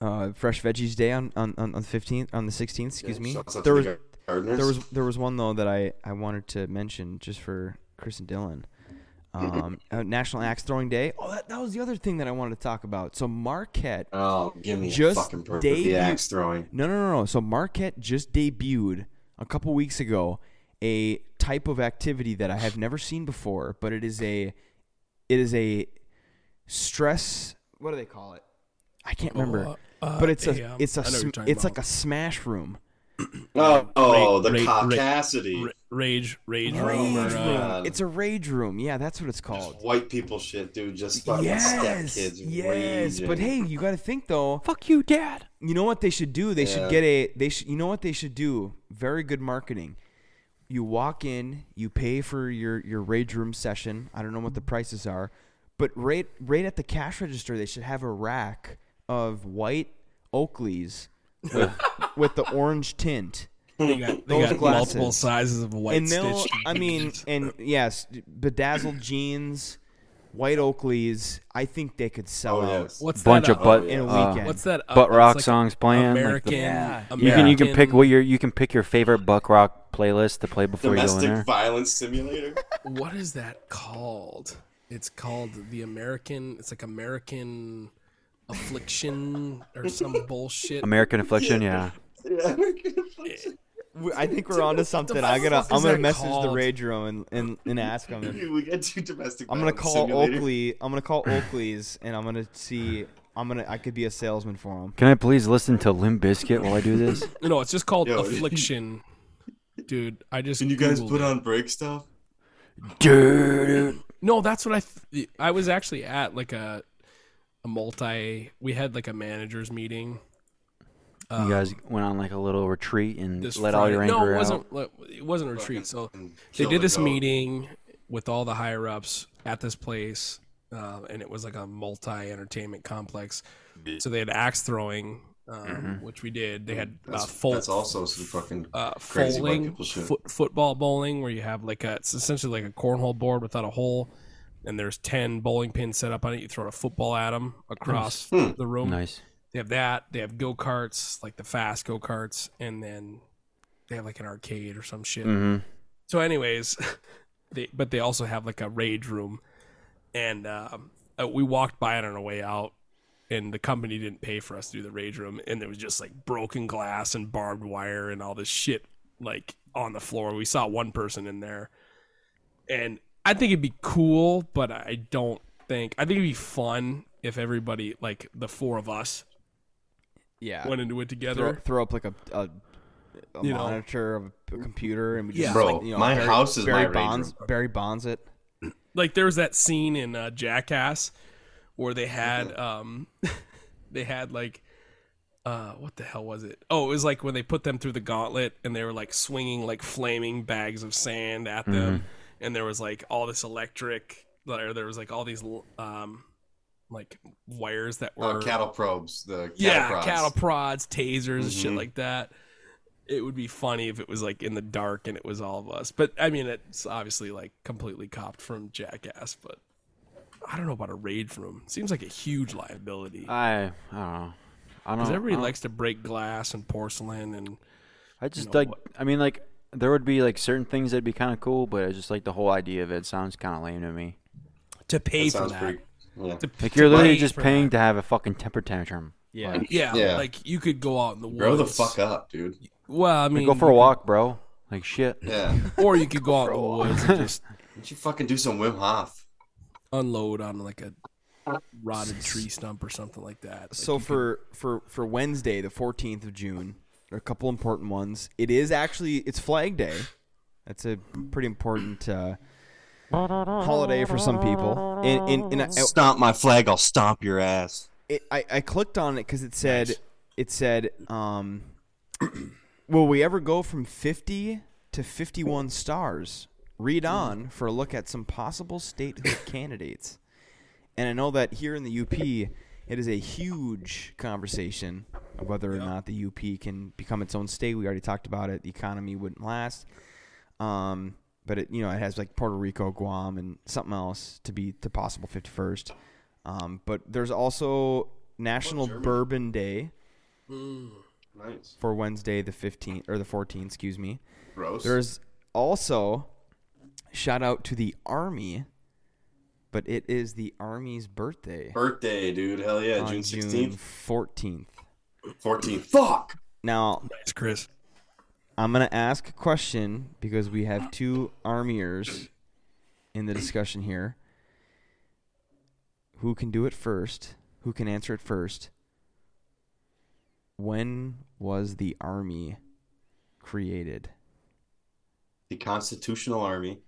Speaker 5: uh, Fresh Veggies Day on on on on the 15th on the 16th. Excuse me.
Speaker 2: Shouts out to
Speaker 5: There
Speaker 2: the
Speaker 5: was
Speaker 2: gar- gardeners.
Speaker 5: there was there was one though that I I wanted to mention just for Chris and Dylan. Um, uh, National Axe Throwing Day. Oh, that, that was the other thing that I wanted to talk about. So Marquette
Speaker 2: Oh, give me
Speaker 5: Just
Speaker 2: a fucking perfect
Speaker 5: debut-
Speaker 2: the axe throwing.
Speaker 5: No, no, no, no. So Marquette just debuted a couple weeks ago a type of activity that I have never seen before, but it is a it is a stress what do they call it? I can't remember.
Speaker 4: uh,
Speaker 5: but it's a
Speaker 4: yeah,
Speaker 5: it's a
Speaker 4: I know what
Speaker 5: sm-
Speaker 4: you're talking
Speaker 5: it's
Speaker 4: about.
Speaker 5: like a smash room.
Speaker 2: Oh, oh,
Speaker 4: Ra-
Speaker 2: the
Speaker 4: ra- ra-
Speaker 2: caucasity.
Speaker 4: Ra- rage, rage,
Speaker 2: Oh,
Speaker 4: room, or,
Speaker 2: rage
Speaker 4: uh,
Speaker 2: room. God.
Speaker 5: It's a rage room. Yeah, that's what it's called.
Speaker 2: White people shit, dude. Just fucking step
Speaker 5: Yes.
Speaker 2: kids.
Speaker 5: Yes, but hey, you got to think though.
Speaker 3: Fuck you, dad.
Speaker 5: You know what they should do? They should
Speaker 2: Yeah.
Speaker 5: get a they should you know what they should do? Very good marketing. You walk in, you pay for your your rage room session. I don't know what the prices are, but right right at the cash register they should have a rack of white Oakleys with, with the orange tint.
Speaker 4: they got, they
Speaker 5: Those
Speaker 4: got
Speaker 5: glasses.
Speaker 4: multiple sizes of white
Speaker 5: and they'll
Speaker 4: stitch.
Speaker 5: I mean and yes, bedazzled jeans, white Oakleys, I think they could sell
Speaker 2: Oh,
Speaker 5: out
Speaker 2: yes. Oh,
Speaker 4: What's
Speaker 3: Bunch
Speaker 4: that
Speaker 3: of
Speaker 4: up?
Speaker 3: butt.
Speaker 5: in a
Speaker 3: uh,
Speaker 5: weekend.
Speaker 4: What's that? up?
Speaker 3: butt
Speaker 4: That's
Speaker 3: rock
Speaker 4: like
Speaker 3: songs playing, like
Speaker 4: American.
Speaker 3: the-
Speaker 5: Yeah.
Speaker 3: You can you can pick
Speaker 4: American
Speaker 3: what your you can pick your favorite buck rock playlist to play before you go in
Speaker 2: domestic
Speaker 3: there.
Speaker 2: violence simulator.
Speaker 4: what is that called? It's called the American. It's like American affliction or some bullshit.
Speaker 3: American Affliction, yeah.
Speaker 2: Yeah.
Speaker 5: We- I think we're onto something. I gotta.
Speaker 4: fuck
Speaker 5: I'm
Speaker 4: is
Speaker 5: gonna
Speaker 4: that
Speaker 5: message the
Speaker 4: called?
Speaker 5: rage room and, and, and ask him. if-
Speaker 2: we got two domestic.
Speaker 5: I'm gonna
Speaker 2: violence
Speaker 5: call
Speaker 2: simulator.
Speaker 5: Oakley. I'm gonna call Oakley's, and I'm gonna see. I'm gonna. I could be a salesman for him.
Speaker 3: Can I please listen to Limp Biscuit while I do this?
Speaker 4: no, it's just called
Speaker 2: Yo.
Speaker 4: affliction, dude. I just
Speaker 2: Can you guys
Speaker 4: Googled
Speaker 2: put
Speaker 4: it.
Speaker 2: on break stuff?
Speaker 3: Dude.
Speaker 4: No, that's what I. Th- I was actually at like a a multi. We had like a managers meeting.
Speaker 3: You guys went on like a little retreat and
Speaker 4: This
Speaker 3: let all your
Speaker 4: Friday-
Speaker 3: anger
Speaker 4: no, it
Speaker 3: out.
Speaker 4: wasn't. It wasn't a retreat. So
Speaker 2: Fucking
Speaker 4: they
Speaker 2: kill
Speaker 4: did
Speaker 2: the
Speaker 4: this
Speaker 2: goat.
Speaker 4: meeting with all the higher ups at this place, um, and it was like a multi entertainment complex. So they had axe throwing, um, which we did. They had uh,
Speaker 2: That's,
Speaker 4: full,
Speaker 2: that's also some fucking
Speaker 4: uh,
Speaker 2: crazy white
Speaker 4: bowling,
Speaker 2: people shit.
Speaker 4: foot, football bowling, where you have like a it's essentially like a cornhole board without a hole, and there's ten bowling pins set up on it. You throw a football at them across the room.
Speaker 3: Nice.
Speaker 4: They have that. They have go karts, like the fast go karts, and then they have like an arcade or some shit.
Speaker 3: Mhm.
Speaker 4: So, anyways, they but they also have like a rage room, and um, uh, we walked by it on our way out, and the company didn't pay for us to do the rage room, and there was just like broken glass and barbed wire and all this shit like on the floor. We saw one person in there, and I think it'd be cool, but I don't think I think it'd be fun if everybody like the four of us
Speaker 5: Yeah.
Speaker 4: went into it together.
Speaker 5: Throw, throw up like a, a a
Speaker 4: You know.
Speaker 5: monitor of a p- computer and we just
Speaker 4: Yeah.
Speaker 2: Bro,
Speaker 5: like, you know,
Speaker 2: my
Speaker 5: Barry,
Speaker 2: house is
Speaker 5: Barry
Speaker 2: my rage
Speaker 5: Bonds Barry Bonds it.
Speaker 4: like there was that scene in uh, Jackass where they had um they had like uh what the hell was it? Oh, it was like when they put them through the gauntlet and they were like swinging like flaming bags of sand at them and there was like all this electric or there was like all these um like wires that were
Speaker 2: Uh, cattle probes. The cattle
Speaker 4: yeah,
Speaker 2: prods.
Speaker 4: cattle prods, tasers, and shit
Speaker 2: Mhm.
Speaker 4: like that. It would be funny if it was like in the dark and it was all of us. But I mean, it's obviously like completely copped from Jackass. But I don't know about a raid room. Seems like a huge liability
Speaker 3: I I don't know. I don't.
Speaker 4: because
Speaker 3: I
Speaker 4: everybody
Speaker 3: don't-
Speaker 4: likes to break glass and porcelain and
Speaker 3: I just
Speaker 4: know,
Speaker 3: like. I mean, like there would be like certain things that'd be kind of cool, but I just like the whole idea of it sounds kind of lame to me.
Speaker 4: to pay
Speaker 2: That
Speaker 4: for
Speaker 2: sounds
Speaker 4: that.
Speaker 2: pretty. Yeah.
Speaker 4: To-
Speaker 3: Like
Speaker 4: to
Speaker 3: you're literally
Speaker 4: pay
Speaker 3: just
Speaker 4: for
Speaker 3: paying
Speaker 4: that.
Speaker 3: to have a fucking temper tantrum.
Speaker 5: Yeah.
Speaker 3: Like,
Speaker 4: Yeah,
Speaker 2: Yeah.
Speaker 4: like you could go out in the woods.
Speaker 2: Grow the fuck up, dude.
Speaker 4: Well, I mean,
Speaker 3: go for
Speaker 4: you
Speaker 3: a walk, bro. Like shit.
Speaker 2: Yeah.
Speaker 4: could- or you could go out in the
Speaker 2: Grow
Speaker 4: woods and just
Speaker 2: Why don't you fucking do some Wim Hof?
Speaker 4: unload on like a rotted tree stump or something like that. Like,
Speaker 5: so
Speaker 4: you could-
Speaker 5: for for for Wednesday, the 14th of June, there are a couple important ones. It is actually it's Flag Day. That's a pretty important uh, holiday for some people. And and, and I,
Speaker 2: Stomp my flag. I'll stomp your ass.
Speaker 5: it, I, I clicked on it because it said it said um, will we ever go from 50 to 51 stars read on for a look at some possible statehood candidates and i know that here in the up it is a huge conversation of whether or not the up can become its own state we already talked about it the economy wouldn't last um, but it you know it has like Puerto Rico, Guam, and something else to be to possible fifty first. Um, but there's also National Bourbon Day
Speaker 2: Hmm, Nice.
Speaker 5: for Wednesday the fifteenth or the fourteenth, excuse me.
Speaker 2: Gross.
Speaker 5: There's also shout out to the Army, but it is the Army's birthday
Speaker 2: birthday, dude. Hell yeah.
Speaker 5: on
Speaker 2: June
Speaker 5: June
Speaker 2: 16th,
Speaker 5: fourteenth.
Speaker 2: 14th. Fuck.
Speaker 5: Now
Speaker 4: Nice, Chris.
Speaker 5: I'm gonna ask a question because we have two armiers in the discussion here. Who can do it first? Who can answer it first? When was the army created?
Speaker 2: The Constitutional Army.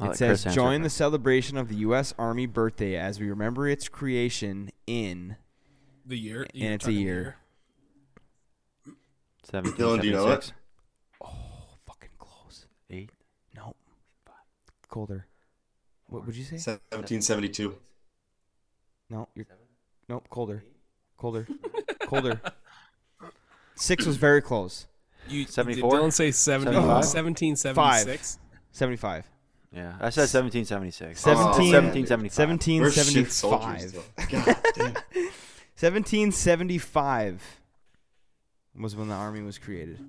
Speaker 3: I'll
Speaker 5: it
Speaker 3: let
Speaker 5: says
Speaker 3: Chris answer
Speaker 5: join the
Speaker 3: first.
Speaker 5: celebration of the U.S. Army birthday as we remember its creation in.
Speaker 4: The year, you
Speaker 5: And
Speaker 4: were
Speaker 5: it's a
Speaker 4: talking the
Speaker 5: year.
Speaker 3: 1776.
Speaker 2: Dylan, do you know it?
Speaker 5: Oh, fucking close.
Speaker 3: Eight.
Speaker 5: Nope. Colder. What would you say?
Speaker 2: 1772.
Speaker 5: No, you're nope, colder. Colder. colder. Six was very close.
Speaker 4: You,
Speaker 3: 74?
Speaker 4: Did Dylan say 70,
Speaker 3: 75?
Speaker 4: 1776?
Speaker 5: Seventy five.
Speaker 3: Yeah, I said Oh. 1776.
Speaker 2: Seven-
Speaker 5: Seventeen
Speaker 3: 1775.
Speaker 5: seventeen
Speaker 2: We're
Speaker 5: seventy
Speaker 2: shit soldiers,
Speaker 5: five.
Speaker 2: though. God damn.
Speaker 5: Seventeen seventy five was when the army was created.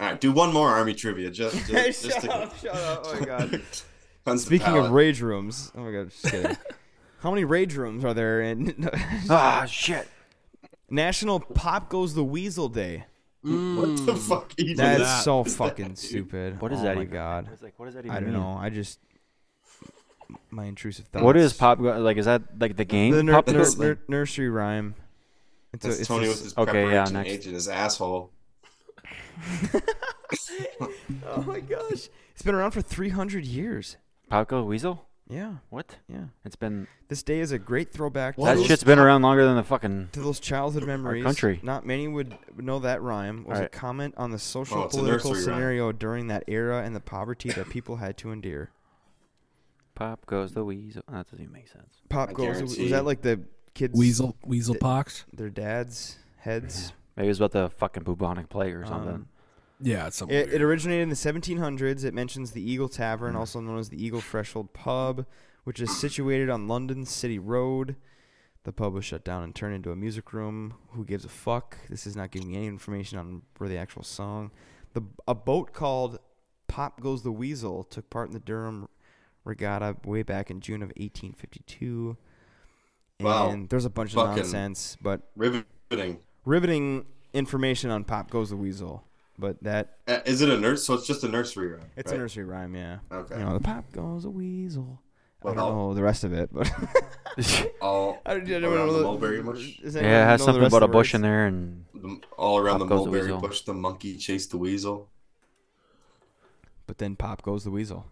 Speaker 2: All right, do one more army trivia. Just, just, just to,
Speaker 5: shut up. Oh my god.
Speaker 2: cleanse the
Speaker 5: Speaking of
Speaker 2: palate.
Speaker 5: rage rooms. Oh my god, just kidding. How many rage rooms are there in
Speaker 3: Ah, shit.
Speaker 5: National Pop Goes the Weasel Day?
Speaker 2: what the fuck? Even
Speaker 5: That's
Speaker 4: that?
Speaker 5: so fucking stupid.
Speaker 3: What is
Speaker 5: oh
Speaker 3: that
Speaker 5: my
Speaker 3: even?
Speaker 5: god.
Speaker 3: It's like, what does that even
Speaker 5: I don't
Speaker 3: mean?
Speaker 5: know. I just my intrusive thoughts.
Speaker 3: What is pop? go- Like, is that like the game?
Speaker 5: The nur-
Speaker 3: Pop
Speaker 5: nur-
Speaker 3: Go-
Speaker 2: That's-
Speaker 5: nur- nursery rhyme. It's
Speaker 2: That's
Speaker 5: a, it's
Speaker 2: Tony
Speaker 5: a-
Speaker 2: with his
Speaker 3: okay, yeah,
Speaker 2: preparation
Speaker 3: next.
Speaker 2: age and his asshole.
Speaker 5: oh my gosh! It's been around for 300 years.
Speaker 3: Pop Go Weasel?
Speaker 5: Yeah,
Speaker 3: What?
Speaker 5: yeah.
Speaker 3: It's been
Speaker 5: This day is a great throwback to
Speaker 2: What?
Speaker 3: that
Speaker 5: those,
Speaker 2: was-
Speaker 3: shit's been around longer than the fucking.
Speaker 5: to those childhood memories.
Speaker 3: country.
Speaker 5: Not many would know that rhyme. Was a
Speaker 3: Alright.
Speaker 5: comment on the social
Speaker 2: Oh, it's a
Speaker 5: political
Speaker 2: nursery rhyme.
Speaker 5: scenario during that era and the poverty that people had to endure.
Speaker 3: Pop goes the weasel. That doesn't even make sense.
Speaker 5: Pop
Speaker 2: I
Speaker 5: goes. Was
Speaker 2: guarantee-
Speaker 5: that like the kids?
Speaker 4: Weasel, weasel pox.
Speaker 5: Their dads' heads.
Speaker 3: Maybe it's about the fucking bubonic plague or something.
Speaker 5: Um,
Speaker 4: Yeah, it's something.
Speaker 5: It, it
Speaker 4: weird.
Speaker 5: originated in the 1700s. It mentions the Eagle
Speaker 2: Mm.
Speaker 5: Tavern, also known as the Eagle Threshold Pub, which is situated on London's City Road. The pub was shut down and turned into a music room. Who gives a fuck? This is not giving any information on where the actual song. The a boat called "Pop Goes the Weasel" took part in the Durham Regatta way back in June of 1852. And
Speaker 2: Wow.
Speaker 5: there's a bunch of
Speaker 2: Fucking-
Speaker 5: nonsense, but
Speaker 2: Riveting.
Speaker 5: riveting information on "Pop Goes the Weasel." But that
Speaker 2: Uh, Is it a nurse? So it's just a nursery rhyme.
Speaker 5: it's
Speaker 2: right?
Speaker 5: a nursery rhyme, yeah.
Speaker 2: Okay.
Speaker 5: You know, the pop goes a weasel. I
Speaker 2: Well-
Speaker 5: don't know the rest of it, but
Speaker 2: All
Speaker 5: I don't, I don't
Speaker 2: around
Speaker 5: know
Speaker 2: the
Speaker 5: the-
Speaker 2: mulberry bush.
Speaker 5: does
Speaker 3: yeah,
Speaker 5: anyone
Speaker 3: it has
Speaker 5: know the
Speaker 3: something
Speaker 5: rest
Speaker 3: about a
Speaker 5: of the
Speaker 3: bush in
Speaker 5: words?
Speaker 3: there and
Speaker 2: the, all around
Speaker 3: Up
Speaker 2: the
Speaker 3: goes the
Speaker 2: mulberry
Speaker 3: weasel.
Speaker 2: bush. The monkey chased the weasel.
Speaker 5: But then pop goes the weasel.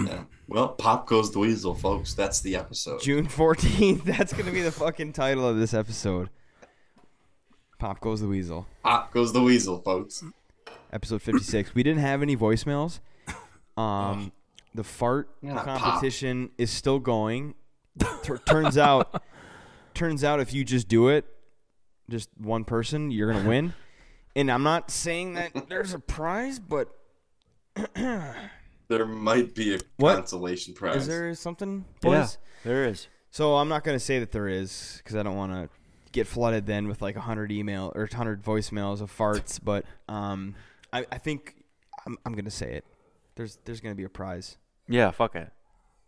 Speaker 2: Yeah. Well, pop goes the weasel, folks. That's the episode.
Speaker 5: June 14th. That's going to be the fucking title of this episode. Pop goes the weasel.
Speaker 2: Pop goes the weasel, folks.
Speaker 5: Episode 56. We didn't have any voicemails. Um the fart
Speaker 2: Yeah, pop.
Speaker 5: competition is still going. Tur- turns out turns out if you just do it, just one person, you're going to win. And I'm not saying that there's a prize, but
Speaker 2: There might be a
Speaker 5: What?
Speaker 2: consolation prize.
Speaker 5: is there something?
Speaker 3: Yeah,
Speaker 5: boys?
Speaker 3: there is.
Speaker 5: So I'm not gonna say that there is because I don't want to get flooded then with like 100 email or 100 voicemails of farts. But um, I, I think I'm, I'm gonna say it. There's there's gonna be a prize.
Speaker 3: Yeah, fuck it.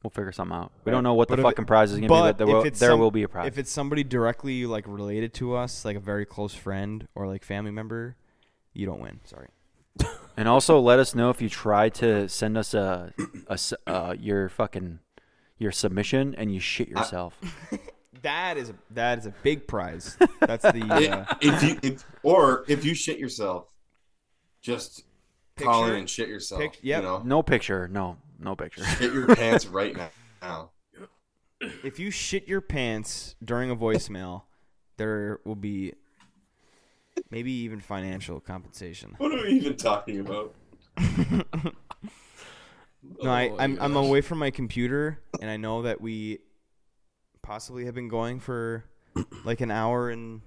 Speaker 3: We'll figure something out. We don't know what the
Speaker 5: But if it-
Speaker 3: fucking prize is gonna be, but
Speaker 5: but
Speaker 3: there, will,
Speaker 5: if it's
Speaker 3: there
Speaker 5: some-
Speaker 3: will be a prize.
Speaker 5: If it's somebody directly like related to us, like a very close friend or like family member, you don't win. Sorry.
Speaker 3: and also, let us know if you try to send us a, a s- uh, your fucking your submission and you shit yourself.
Speaker 5: That is a, that is a big prize. That's the uh,
Speaker 2: if you if, or if you shit yourself, just call in
Speaker 5: Picture-
Speaker 2: and shit yourself.
Speaker 5: pic-
Speaker 2: Yeah.
Speaker 5: yep.
Speaker 2: You know,
Speaker 3: no picture. No, no picture.
Speaker 2: shit your pants right now. now.
Speaker 5: if you shit your pants during a voicemail, there will be maybe even financial compensation.
Speaker 2: What are we even talking about?
Speaker 5: No, I,
Speaker 4: Oh,
Speaker 5: I'm I'm
Speaker 4: gosh.
Speaker 5: away from my computer, and I know that we possibly have been going for like an hour and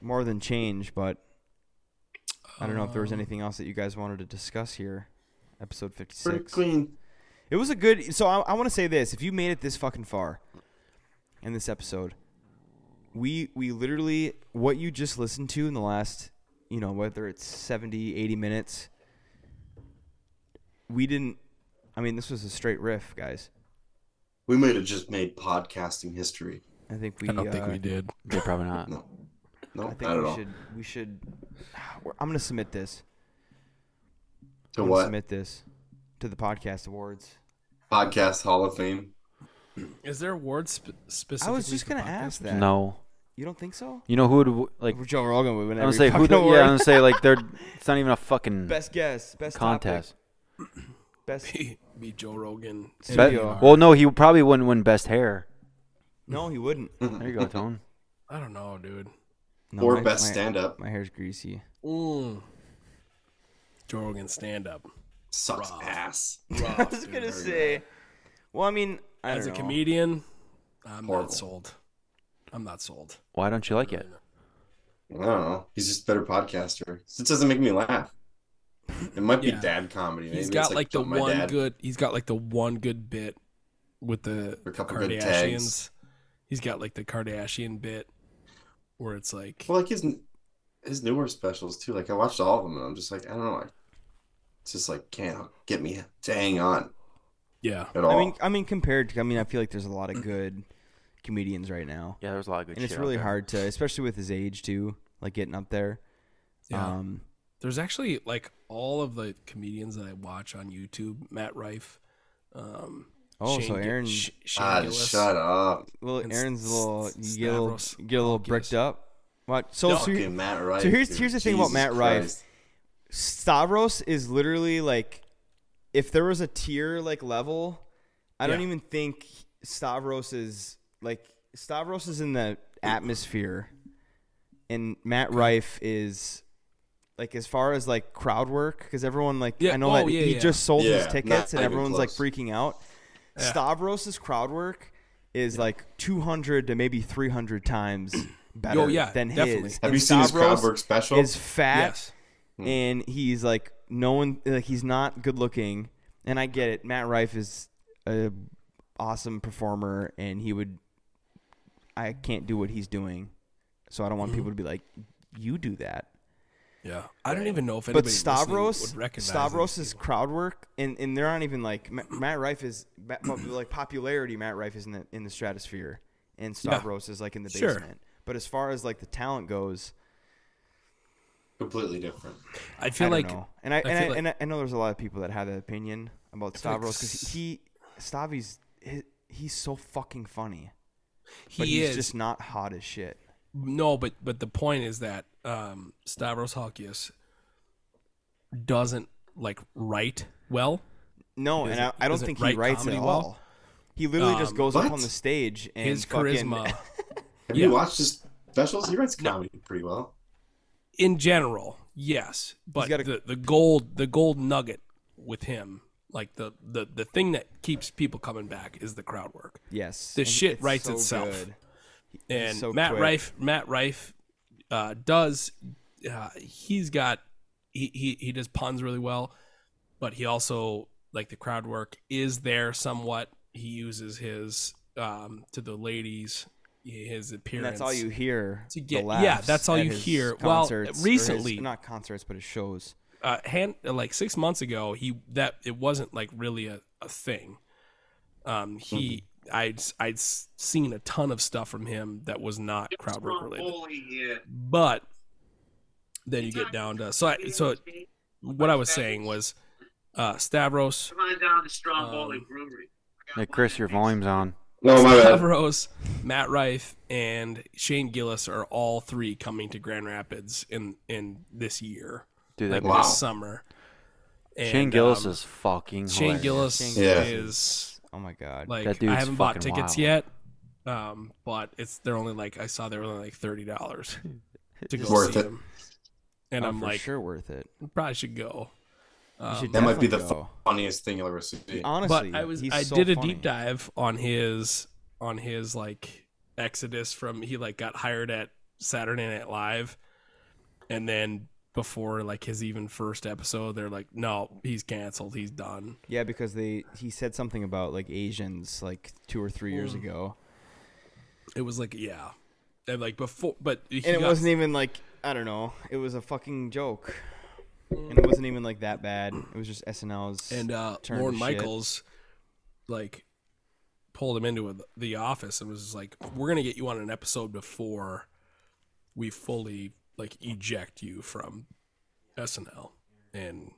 Speaker 5: more than change, but I don't know if there was anything else that you guys wanted to discuss here. Episode
Speaker 2: Pretty
Speaker 5: 56.
Speaker 2: clean.
Speaker 5: It was a good. So I, I want to say this: if you made it this fucking far in this episode, we we literally what you just listened to in the last, you know, whether it's 70, 80 minutes, we didn't. I mean, this was a straight riff, guys.
Speaker 2: We might have just made podcasting history.
Speaker 5: I think we.
Speaker 4: I don't think
Speaker 5: uh,
Speaker 4: we did.
Speaker 3: yeah, probably not.
Speaker 2: No, no,
Speaker 5: I think
Speaker 2: not at
Speaker 5: we
Speaker 2: all.
Speaker 5: should. We should. we're- I'm gonna submit this.
Speaker 2: To
Speaker 5: I'm gonna
Speaker 2: what?
Speaker 5: Submit this to the podcast awards.
Speaker 2: Podcast Hall of Fame.
Speaker 4: Is there awards sp-
Speaker 5: I
Speaker 4: specifically?
Speaker 5: was just
Speaker 4: for
Speaker 5: gonna
Speaker 4: podcasts?
Speaker 5: ask that.
Speaker 3: No.
Speaker 5: You don't think so?
Speaker 3: You know who would w- like?
Speaker 5: Joe Rogan would win
Speaker 3: I'm gonna
Speaker 5: every
Speaker 3: say who?
Speaker 5: fucking
Speaker 3: The, yeah, I'm
Speaker 5: award.
Speaker 3: gonna say like they're. It's not even a fucking
Speaker 5: best guess, best topic,
Speaker 3: contest.
Speaker 5: best
Speaker 4: Be Joe Rogan.
Speaker 3: Be-
Speaker 5: studio.
Speaker 3: well, no, he probably wouldn't win best hair.
Speaker 5: No, he wouldn't.
Speaker 3: There you go, Tone.
Speaker 4: I don't know, dude.
Speaker 5: No,
Speaker 2: or
Speaker 5: my-
Speaker 2: best
Speaker 5: my-
Speaker 2: stand up.
Speaker 5: My hair's greasy.
Speaker 4: Mm. Joe Rogan stand up.
Speaker 2: Sucks ass.
Speaker 5: I was gonna say. Well, I mean, I
Speaker 4: As a
Speaker 5: don't know.
Speaker 4: comedian, I'm
Speaker 2: Horrible.
Speaker 4: not sold. I'm not sold.
Speaker 3: Why don't you like it?
Speaker 2: I don't know. He's just a better podcaster. It doesn't make me laugh. It might be
Speaker 4: Yeah.
Speaker 2: dad comedy. Maybe
Speaker 4: He's
Speaker 2: it's
Speaker 4: got like, the
Speaker 2: something my
Speaker 4: one
Speaker 2: dad-
Speaker 4: good. He's got like the one good bit with the
Speaker 2: A couple good
Speaker 4: Kardashians.
Speaker 2: tags.
Speaker 4: He's got like the Kardashian bit where it's like
Speaker 2: Well, like his his newer specials too. Like I watched all of them, and I'm just like, I don't know. I, it's just like can't get me to hang on
Speaker 4: yeah.
Speaker 2: at all.
Speaker 5: I mean, I mean, compared to, I mean, I feel like there's a lot of good comedians right now,
Speaker 3: Yeah, there's a lot of good.
Speaker 5: and it's
Speaker 3: shit out
Speaker 5: really
Speaker 3: there.
Speaker 5: hard to, especially with his age too, like getting up there.
Speaker 4: Yeah.
Speaker 5: Um,
Speaker 4: There's actually like all of the comedians that I watch on YouTube, Matt Rife, um
Speaker 5: oh,
Speaker 4: Shane
Speaker 5: so
Speaker 4: Gil-
Speaker 5: Aaron,
Speaker 4: Sh- Shane
Speaker 2: God,
Speaker 4: Gillis.
Speaker 2: Ah, shut up,
Speaker 5: well,
Speaker 4: and
Speaker 5: Aaron's a
Speaker 4: S-
Speaker 5: little,
Speaker 4: S-
Speaker 5: you get a little,
Speaker 4: Stavros
Speaker 5: you get a little
Speaker 4: Papadakis.
Speaker 5: bricked up. What? So, so
Speaker 2: fucking Matt Rife.
Speaker 5: here's-
Speaker 2: dude.
Speaker 5: here's the thing about
Speaker 2: Jesus
Speaker 5: Matt Rife.
Speaker 2: Christ.
Speaker 5: Stavros is literally like, if there was a tier like level, I don't
Speaker 4: Yeah.
Speaker 5: even think Stavros is like Stavros is in the atmosphere, and Matt Rife is like as far as like crowd work because everyone like
Speaker 4: Yeah,
Speaker 5: I know
Speaker 4: oh,
Speaker 5: that
Speaker 4: yeah,
Speaker 5: he
Speaker 4: yeah.
Speaker 5: just sold
Speaker 2: Yeah,
Speaker 5: his
Speaker 2: not
Speaker 5: tickets and
Speaker 2: even
Speaker 5: everyone's like
Speaker 2: close.
Speaker 5: freaking out. Stavros's crowd work is like 200 to maybe 300 times better
Speaker 4: yeah,
Speaker 5: than
Speaker 4: definitely.
Speaker 5: his.
Speaker 4: Have
Speaker 2: Have
Speaker 5: And
Speaker 2: you seen his crowd
Speaker 5: Stavros
Speaker 2: work special?
Speaker 5: is fat
Speaker 4: Yes. Hmm.
Speaker 5: and he's like no one like he's not good looking and i get it matt rife is a awesome performer and he would i can't do what he's doing so i don't
Speaker 4: Hmm.
Speaker 5: want people to be like you do that
Speaker 4: Yeah. I don't even know if anybody
Speaker 5: but
Speaker 4: listening
Speaker 5: stavros
Speaker 4: would recognize
Speaker 5: stavros
Speaker 4: these
Speaker 5: is crowd work and, and they're not even like Ma- matt rife is ma- pop- like popularity matt rife is in the, in the stratosphere and stavros is like in the
Speaker 4: Sure.
Speaker 5: basement but as far as like the talent goes
Speaker 2: completely different.
Speaker 4: people. I feel
Speaker 5: I don't
Speaker 4: like
Speaker 5: know. and I, and, I,
Speaker 4: feel like-
Speaker 5: and I and I know there's a lot of people that have that opinion about
Speaker 4: feel like
Speaker 5: Stavros because
Speaker 4: s-
Speaker 5: he Stavi's he, he's so fucking funny,
Speaker 4: he
Speaker 5: but he's
Speaker 4: is
Speaker 5: just not hot as shit.
Speaker 4: No, but but the point is that um, Stavros Halkias doesn't like write well.
Speaker 5: No, and I,
Speaker 4: Doesn't-
Speaker 5: I don't
Speaker 4: doesn't
Speaker 5: think he
Speaker 4: write
Speaker 5: writes at
Speaker 4: comedy well.
Speaker 5: all. He literally just
Speaker 4: Um,
Speaker 5: goes up
Speaker 2: What?
Speaker 5: on the stage and
Speaker 4: His
Speaker 5: fucking-
Speaker 4: charisma
Speaker 2: Have
Speaker 4: Yeah.
Speaker 2: you watched his specials? He writes comedy pretty well.
Speaker 4: in general, yes, but
Speaker 5: got a-
Speaker 4: the the gold the gold nugget with him, like the the the thing that keeps people coming back is the crowd work.
Speaker 5: yes,
Speaker 4: The
Speaker 5: and
Speaker 4: shit
Speaker 5: it's
Speaker 4: writes
Speaker 5: so
Speaker 4: itself.
Speaker 5: good.
Speaker 4: and
Speaker 5: so
Speaker 4: Matt
Speaker 5: quick.
Speaker 4: Rife Matt Rife uh, does uh, he's got he, he he does puns really well, but he also like the crowd work is there somewhat. He uses his um, to the ladies his
Speaker 5: And
Speaker 4: appearance.
Speaker 5: that's all you hear.
Speaker 4: To
Speaker 5: the
Speaker 4: get- yeah,
Speaker 5: laughs
Speaker 4: that's all
Speaker 5: at
Speaker 4: you
Speaker 5: his
Speaker 4: hear. Well,
Speaker 5: concerts, or his-
Speaker 4: recently-
Speaker 5: not concerts, but his shows.
Speaker 4: uh, hand like six months ago he that it wasn't like really a, a thing um he i'd i'd s- seen a ton of stuff from him that was not crowd work related but then you get down to so I, so what i was saying was uh stavros
Speaker 6: Come on down to Stromboli
Speaker 4: Um,
Speaker 6: Brewery.
Speaker 3: Yeah, Chris, your volume's on.
Speaker 2: No, Oh, my bad.
Speaker 4: stavros matt rife and shane gillis are all three coming to grand rapids in in this year
Speaker 3: Dude, that
Speaker 4: like
Speaker 2: Wow.
Speaker 4: this summer
Speaker 3: Shane
Speaker 4: And,
Speaker 3: Gillis
Speaker 4: um,
Speaker 3: is fucking
Speaker 4: shane
Speaker 3: hilarious.
Speaker 4: gillis
Speaker 5: Shane
Speaker 2: Yeah.
Speaker 4: is
Speaker 5: Oh my god.
Speaker 4: Like
Speaker 3: That dude's
Speaker 4: I haven't bought
Speaker 3: fucking
Speaker 4: tickets
Speaker 3: wild.
Speaker 4: yet, um, but it's they're only like I saw they were only like thirty dollars to go
Speaker 2: Worth
Speaker 4: see
Speaker 2: it.
Speaker 4: them, and
Speaker 5: Oh,
Speaker 4: I'm
Speaker 5: for
Speaker 4: like
Speaker 5: sure worth it.
Speaker 4: probably should go. Um,
Speaker 5: You should
Speaker 2: That might be
Speaker 5: definitely
Speaker 2: the
Speaker 5: go.
Speaker 2: Funniest thing you'll ever see.
Speaker 5: honestly.
Speaker 4: but I was
Speaker 5: he's
Speaker 4: I
Speaker 5: so
Speaker 4: did a
Speaker 5: funny.
Speaker 4: deep dive on his on his like exodus from he like got hired at Saturday Night Live, and then before like his even first episode, they're like, no, he's canceled, he's done.
Speaker 5: Yeah, because they he said something about like Asians like two or three
Speaker 4: Hmm.
Speaker 5: years ago,
Speaker 4: It was like yeah, and like before, but he
Speaker 5: and it
Speaker 4: got-
Speaker 5: wasn't even like I don't know. It was a fucking joke, and it wasn't even like that bad. It was just SNL's.
Speaker 4: Hmm. and uh,
Speaker 5: turn to
Speaker 4: Lauren
Speaker 5: shit.
Speaker 4: Michaels like pulled him into the office and was just like, "We're gonna get you on an episode before we fully like eject you from SNL." And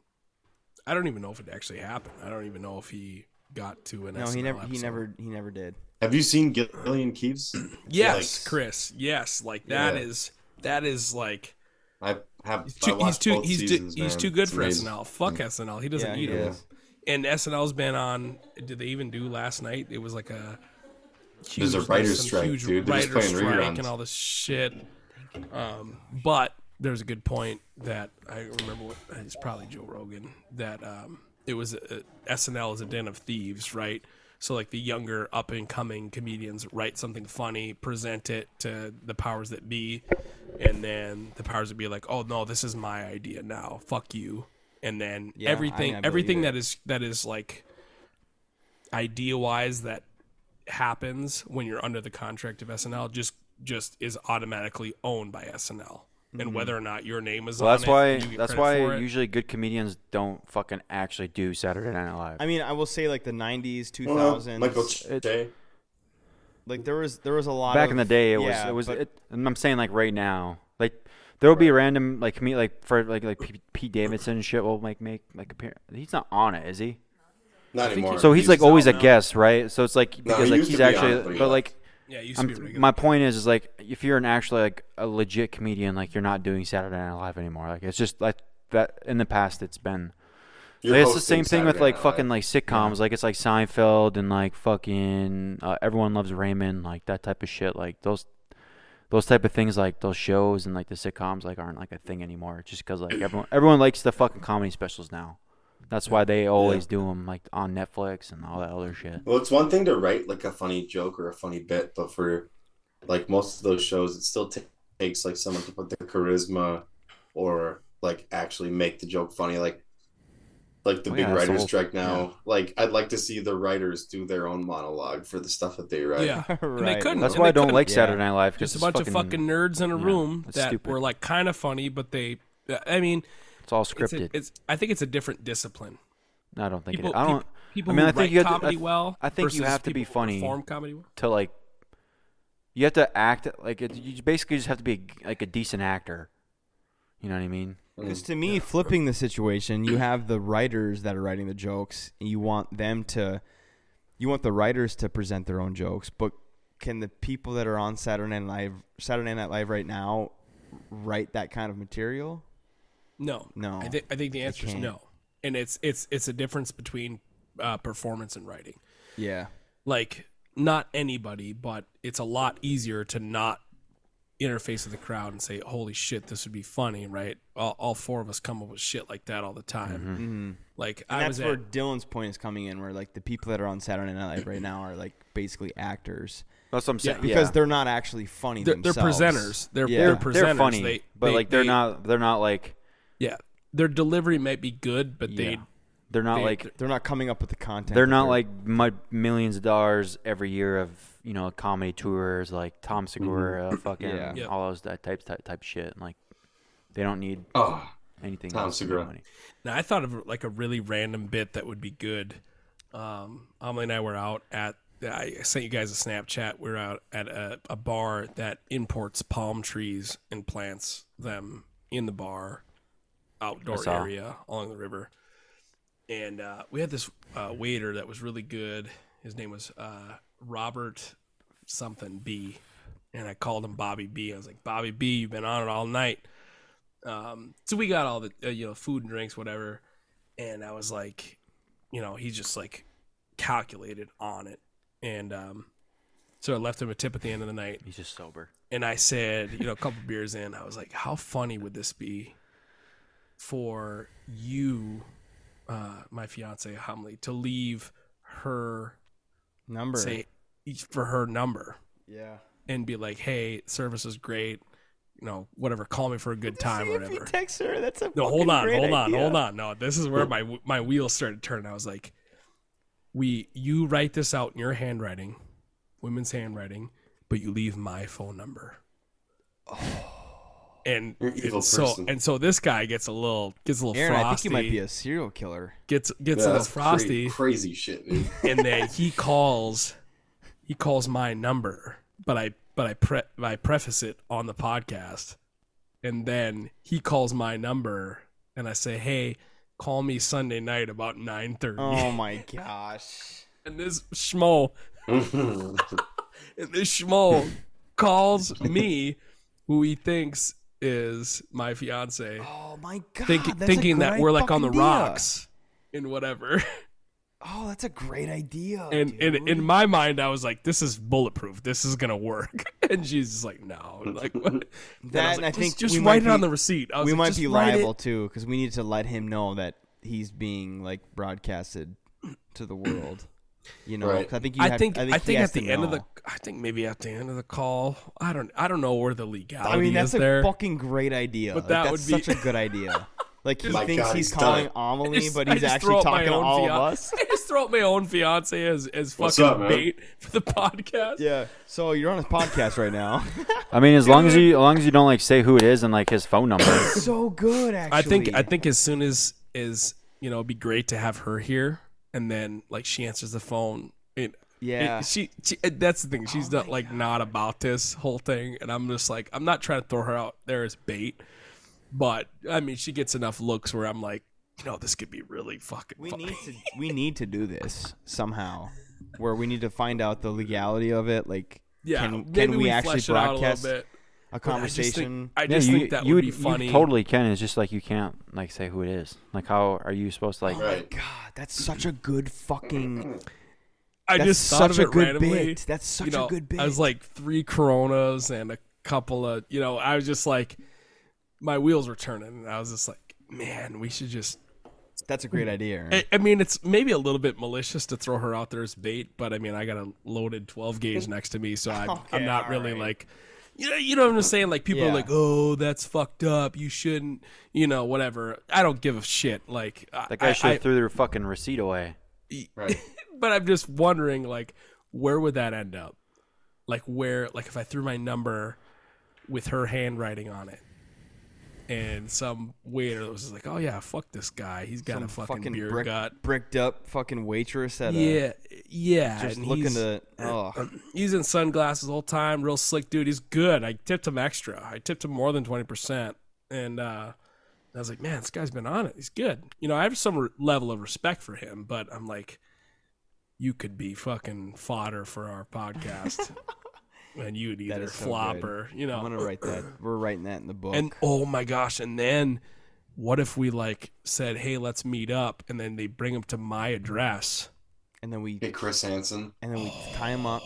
Speaker 4: I don't even know if it actually happened. I don't even know if he got to an.
Speaker 5: no,
Speaker 4: SNL
Speaker 5: he never he
Speaker 4: episode.
Speaker 5: never he never did.
Speaker 2: Have you seen Gillian Keeves?
Speaker 4: Yes,
Speaker 2: Like,
Speaker 4: Chris. Yes, like that
Speaker 2: Yeah.
Speaker 4: is that is like
Speaker 2: I have.
Speaker 4: he's
Speaker 2: I
Speaker 4: too he's
Speaker 2: watched
Speaker 4: too
Speaker 2: both
Speaker 4: he's,
Speaker 2: seasons,
Speaker 4: too, he's
Speaker 2: man.
Speaker 4: too good
Speaker 2: It's
Speaker 4: for
Speaker 2: amazing.
Speaker 4: SNL. Fuck SNL. He doesn't
Speaker 5: Yeah,
Speaker 4: need
Speaker 5: he
Speaker 4: it.
Speaker 5: is.
Speaker 4: and SNL's been on. Did they even do last night? It was like a huge,
Speaker 2: There's a writer's
Speaker 4: some
Speaker 2: strike,
Speaker 4: huge
Speaker 2: dude. They're just
Speaker 4: writer's
Speaker 2: playing
Speaker 4: strike
Speaker 2: reruns.
Speaker 4: and all this shit. Um, but there's a good point that I remember. What, it's probably Joe Rogan that um, it was uh SNL is a den of thieves, right? So like the younger up and coming comedians write something funny, present it to the powers that be, and then the powers that be are like, oh no, this is my idea now, fuck you, and then
Speaker 5: Yeah, I mean,
Speaker 4: everything
Speaker 5: I believe
Speaker 4: everything
Speaker 5: it.
Speaker 4: that is that is like idea wise that happens when you're under the contract of SNL just just is automatically owned by SNL. And whether or not your name is
Speaker 3: Mm-hmm. Well,
Speaker 4: on
Speaker 3: that's
Speaker 4: it,
Speaker 3: why.
Speaker 4: you get
Speaker 3: That's
Speaker 4: credit for
Speaker 3: why
Speaker 4: it.
Speaker 3: usually good comedians don't fucking actually do Saturday Night Live.
Speaker 5: I mean, I will say like the '90s,
Speaker 2: Well,
Speaker 5: 2000s,
Speaker 2: Michael Che.
Speaker 5: like there was there was a lot
Speaker 3: Back
Speaker 5: of,
Speaker 3: in the day, it was.
Speaker 5: yeah,
Speaker 3: it was.
Speaker 5: but-
Speaker 3: It, and I'm saying like right now, like there will be random like me like for like like Pete- Pete Davidson and shit will like make like appear. He's not on it, is he?
Speaker 2: Not anymore.
Speaker 4: Oh,
Speaker 3: So he's like
Speaker 2: always.
Speaker 3: always a guest, right? So it's like because
Speaker 2: he
Speaker 3: like
Speaker 2: used
Speaker 3: he's
Speaker 2: to be on
Speaker 3: actually,
Speaker 2: it, but he
Speaker 3: but
Speaker 2: left.
Speaker 3: like
Speaker 4: yeah, it used to be
Speaker 3: I'm,
Speaker 4: regular.
Speaker 3: my point is, is like if you're an actually like a legit comedian, like you're not doing Saturday Night Live anymore. Like it's just like that in the past, it's been.
Speaker 2: You're
Speaker 3: Like, it's the
Speaker 2: hosting
Speaker 3: same thing with
Speaker 2: Saturday
Speaker 3: like
Speaker 2: Night
Speaker 3: fucking
Speaker 2: Live.
Speaker 3: like sitcoms. Like it's like Seinfeld and like fucking uh, Everyone Loves Raymond, like that type of shit. Like those those type of things, like those shows and like the sitcoms, like aren't like a thing anymore. Just because like everyone everyone likes the fucking comedy specials now. That's why they always do 'em do them like on Netflix and all that other shit.
Speaker 2: Well, it's one thing to write like a funny joke or a funny bit, but for like most of those shows, it still ta- takes like someone to put their charisma or like actually make the joke funny. Like, like the
Speaker 3: Oh,
Speaker 2: big
Speaker 3: yeah, that's the
Speaker 2: writers
Speaker 3: whole-
Speaker 2: strike now. Like, I'd like to see the writers do their own monologue for the stuff that they write.
Speaker 4: yeah, and they
Speaker 5: Right.
Speaker 4: couldn't.
Speaker 3: That's
Speaker 4: and
Speaker 3: why
Speaker 4: they
Speaker 3: I don't
Speaker 4: couldn't.
Speaker 3: like
Speaker 5: Yeah.
Speaker 3: Saturday Night Live. 'cause
Speaker 4: just a
Speaker 3: it's
Speaker 4: bunch of fucking nerds in a
Speaker 3: yeah,
Speaker 4: room
Speaker 3: it's
Speaker 4: that
Speaker 3: stupid.
Speaker 4: were like kind of funny, but they. I mean,
Speaker 3: It's all
Speaker 4: it's, a-
Speaker 3: scripted.
Speaker 4: it's. I think it's a different discipline.
Speaker 3: No, I don't think
Speaker 4: People,
Speaker 3: it. I don't.
Speaker 4: peop- people
Speaker 3: I mean,
Speaker 4: who
Speaker 3: I think
Speaker 4: write
Speaker 3: you have to- I
Speaker 4: comedy
Speaker 3: th-
Speaker 4: well.
Speaker 3: I think you
Speaker 4: versus
Speaker 3: have to be
Speaker 4: people who
Speaker 3: funny.
Speaker 4: Perform comedy well.
Speaker 3: to like you have to act like it, you basically just have to be like a decent actor. You know what I mean?
Speaker 5: Because to me, flipping the situation, you have the writers that are writing the jokes, and you want them to, you want the writers to present their own jokes. But can the people that are on Saturday Night Live, Saturday Night Live right now, write that kind of material?
Speaker 4: No,
Speaker 5: No,
Speaker 4: I think I think the answer is
Speaker 5: can't.
Speaker 4: no, and it's it's it's a difference between uh, performance and writing.
Speaker 5: Yeah.
Speaker 4: Like not anybody, but it's a lot easier to not interface with the crowd and say, "Holy shit, this would be funny!" Right? All, all four of us come up with shit like that all the time. Mm-hmm. Like
Speaker 5: Mm-hmm.
Speaker 4: I
Speaker 5: And that's
Speaker 4: was
Speaker 5: where
Speaker 4: at,
Speaker 5: Dylan's point is coming in, where like the people that are on Saturday Night Live right now are like basically actors
Speaker 3: That's what I'm saying.
Speaker 5: because
Speaker 3: yeah.
Speaker 5: they're not actually funny.
Speaker 4: they're, they're
Speaker 5: themselves.
Speaker 4: presenters. They're,
Speaker 5: Yeah.
Speaker 4: they're
Speaker 5: They're-
Speaker 4: presenters.
Speaker 3: they're funny,
Speaker 4: They-
Speaker 3: but
Speaker 4: they-
Speaker 3: like they're
Speaker 4: they-
Speaker 3: not they're not like
Speaker 4: Yeah, their delivery might be good, but they
Speaker 3: Yeah. they're not
Speaker 4: They-
Speaker 3: like
Speaker 4: they're-
Speaker 5: They're not coming up with the content.
Speaker 3: they're
Speaker 5: that
Speaker 3: not like my millions of dollars every year of you know comedy tours like Tom Segura, fucking
Speaker 5: Yeah.
Speaker 4: Mm-hmm. Yep.
Speaker 3: all those that type, type type shit. Like they don't need
Speaker 2: Oh,
Speaker 3: anything.
Speaker 2: Tom
Speaker 3: else to make
Speaker 2: Segura.
Speaker 3: money.
Speaker 4: Now I thought of like a really random bit that would be good. Um, Amelie and I were out at. I sent you guys a Snapchat. We were out at a, a bar that imports palm trees and plants them in the bar outdoor
Speaker 3: saw.
Speaker 4: area along the river. And uh, we had this uh, waiter that was really good. His name was uh, Robert something B. And I called him Bobby B. I was like, Bobby B, you've been on it all night. Um, so we got all the uh, you know food and drinks, whatever. And I was like, you know, he just like calculated on it. And um, so I left him a tip at the end of the night
Speaker 3: He's just sober.
Speaker 4: and I said, you know, a couple beers in, I was like, how funny would this be for you, uh, my fiance Humley, to leave her
Speaker 5: number.
Speaker 4: say for her number
Speaker 5: yeah.
Speaker 4: and be like, hey, service is great, you know, whatever, call me for a good time or whatever.
Speaker 5: text her. That's a
Speaker 4: No, hold on, hold on, hold on. No, this is where my my wheels started turning. I was like, "We, you write this out in your handwriting, women's handwriting, but you leave my phone number." And
Speaker 2: You're an evil
Speaker 4: and so
Speaker 2: person.
Speaker 4: and so this guy gets a little gets a little
Speaker 5: Aaron,
Speaker 4: frosty.
Speaker 5: I think you might be a serial killer.
Speaker 4: gets gets
Speaker 2: yeah,
Speaker 4: a little
Speaker 2: that's crazy,
Speaker 4: frosty,
Speaker 2: crazy shit, dude.
Speaker 4: and then he calls, he calls my number, but I but I pre I preface it on the podcast, and then he calls my number, and I say, "Hey, call me Sunday night about 9.30.
Speaker 5: Oh my gosh.
Speaker 4: And this schmo, and this schmo calls me, who he thinks is my fiance,
Speaker 5: Oh my god.
Speaker 4: thinking
Speaker 5: that's a
Speaker 4: thinking that
Speaker 5: great
Speaker 4: we're like on the
Speaker 5: fucking idea.
Speaker 4: rocks and whatever.
Speaker 5: Oh, that's a great idea.
Speaker 4: and
Speaker 5: dude.
Speaker 4: in, in my mind, I was like, "This is bulletproof. This is gonna work." And she's just like, "No." Like what? And
Speaker 5: That
Speaker 4: was
Speaker 5: and
Speaker 4: like,
Speaker 5: I
Speaker 4: just,
Speaker 5: think
Speaker 4: just
Speaker 5: we
Speaker 4: write
Speaker 5: might
Speaker 4: it on
Speaker 5: be-
Speaker 4: the receipt. I was
Speaker 5: we
Speaker 4: like,
Speaker 5: might
Speaker 4: "Just
Speaker 5: be
Speaker 4: write it."
Speaker 5: liable too because we need to let him know that he's being like broadcasted to the world. You know,
Speaker 2: Right.
Speaker 5: 'cause I think you
Speaker 4: I
Speaker 5: have-
Speaker 4: think
Speaker 5: I
Speaker 4: I
Speaker 5: think,
Speaker 4: think,
Speaker 5: he has
Speaker 4: at
Speaker 5: to
Speaker 4: the end of
Speaker 5: know.
Speaker 4: the I think maybe at the end of the call I don't I don't know where the legality
Speaker 5: I mean,
Speaker 4: is
Speaker 5: that's a
Speaker 4: there.
Speaker 5: fucking great idea.
Speaker 4: But
Speaker 5: Like,
Speaker 4: that
Speaker 5: that's
Speaker 4: would be-
Speaker 5: such a good idea. Like he
Speaker 2: My
Speaker 5: thinks
Speaker 2: God,
Speaker 5: he's
Speaker 2: he's
Speaker 5: calling
Speaker 2: done.
Speaker 4: I
Speaker 5: Amelie,
Speaker 4: just-
Speaker 5: but
Speaker 4: I
Speaker 5: he's
Speaker 4: just throw
Speaker 5: actually
Speaker 4: out my
Speaker 5: talking to
Speaker 4: own
Speaker 5: all of
Speaker 4: fian-
Speaker 5: us.
Speaker 4: I just throw out my own fiance as as
Speaker 2: What's
Speaker 4: fucking
Speaker 2: up, man?
Speaker 4: bait for the podcast.
Speaker 5: Yeah. So you're on his podcast right now.
Speaker 3: I mean, as long as you as long as you don't like say who it is and like his phone number.
Speaker 5: so good, actually.
Speaker 4: I think I think as soon as is you know it'd be great to have her here and then like she answers the phone and It-
Speaker 5: yeah. Oh
Speaker 4: she, she uh, that's the thing. She's not like not about this whole thing, and I'm just like I'm not trying to throw her out there as bait, but I mean she gets enough looks where I'm like, you know, this could be really fucking.
Speaker 5: we
Speaker 4: funny.
Speaker 5: need to we need to do this somehow, where we need to find out the legality of it. Like,
Speaker 4: yeah,
Speaker 5: can,
Speaker 4: maybe
Speaker 5: can we,
Speaker 4: we
Speaker 5: actually
Speaker 4: flesh it out
Speaker 5: broadcast
Speaker 4: a, little bit.
Speaker 5: a
Speaker 4: But I just think-
Speaker 5: conversation?
Speaker 4: I just think that would be funny.
Speaker 3: You totally can. It's just like you can't like say who it is. Like how are you supposed to like?
Speaker 2: right.
Speaker 5: God, that's such a good fucking.
Speaker 4: I
Speaker 5: That's
Speaker 4: just thought of
Speaker 5: such a
Speaker 4: it
Speaker 5: good
Speaker 4: randomly.
Speaker 5: bit. That's such
Speaker 4: you know,
Speaker 5: a good bit.
Speaker 4: I was like three Coronas and a couple of, you know, I was just like, my wheels were turning, and I was just like, man, we should just.
Speaker 5: that's a great idea. Aaron.
Speaker 4: I, I mean, it's maybe a little bit malicious to throw her out there as bait, but I mean, I got a loaded 12 gauge next to me, so I'm, I'm
Speaker 5: Okay,
Speaker 4: not really
Speaker 5: alright.
Speaker 4: like. You know, you know what I'm saying? Like people
Speaker 5: Yeah.
Speaker 4: are like, "Oh, that's fucked up. You shouldn't." You know, whatever. I don't give a shit. Like
Speaker 3: That
Speaker 4: I-
Speaker 3: guy
Speaker 4: I-
Speaker 3: should
Speaker 4: I-
Speaker 3: have threw their fucking receipt away.
Speaker 2: Right.
Speaker 4: but I'm just wondering, like, where would that end up? Like, where, like, if I threw my number with her handwriting on it, and some waiter was just like, "Oh yeah, fuck this guy. He's got
Speaker 5: Some
Speaker 4: a fucking, beer
Speaker 5: brick-
Speaker 4: gut."
Speaker 5: bricked up fucking waitress at a
Speaker 4: Yeah, yeah.
Speaker 5: just
Speaker 4: and
Speaker 5: looking
Speaker 4: he's, uh,
Speaker 5: to oh
Speaker 4: he's in sunglasses all the time, real slick dude. He's good. I tipped him extra. I tipped him more than twenty percent, and uh, I was like, man, this guy's been on it. He's good. You know, I have some re- level of respect for him, but I'm like, you could be fucking fodder for our podcast. and you'd
Speaker 5: That
Speaker 4: either
Speaker 5: is so
Speaker 4: flop
Speaker 5: good.
Speaker 4: or you know.
Speaker 5: I'm gonna write that. We're writing that in the book.
Speaker 4: And oh my gosh! And then, what if we like said, "Hey, let's meet up," and then they bring them to my address?
Speaker 5: And then we
Speaker 2: Hey, Chris Hansen.
Speaker 5: and then we tie him up.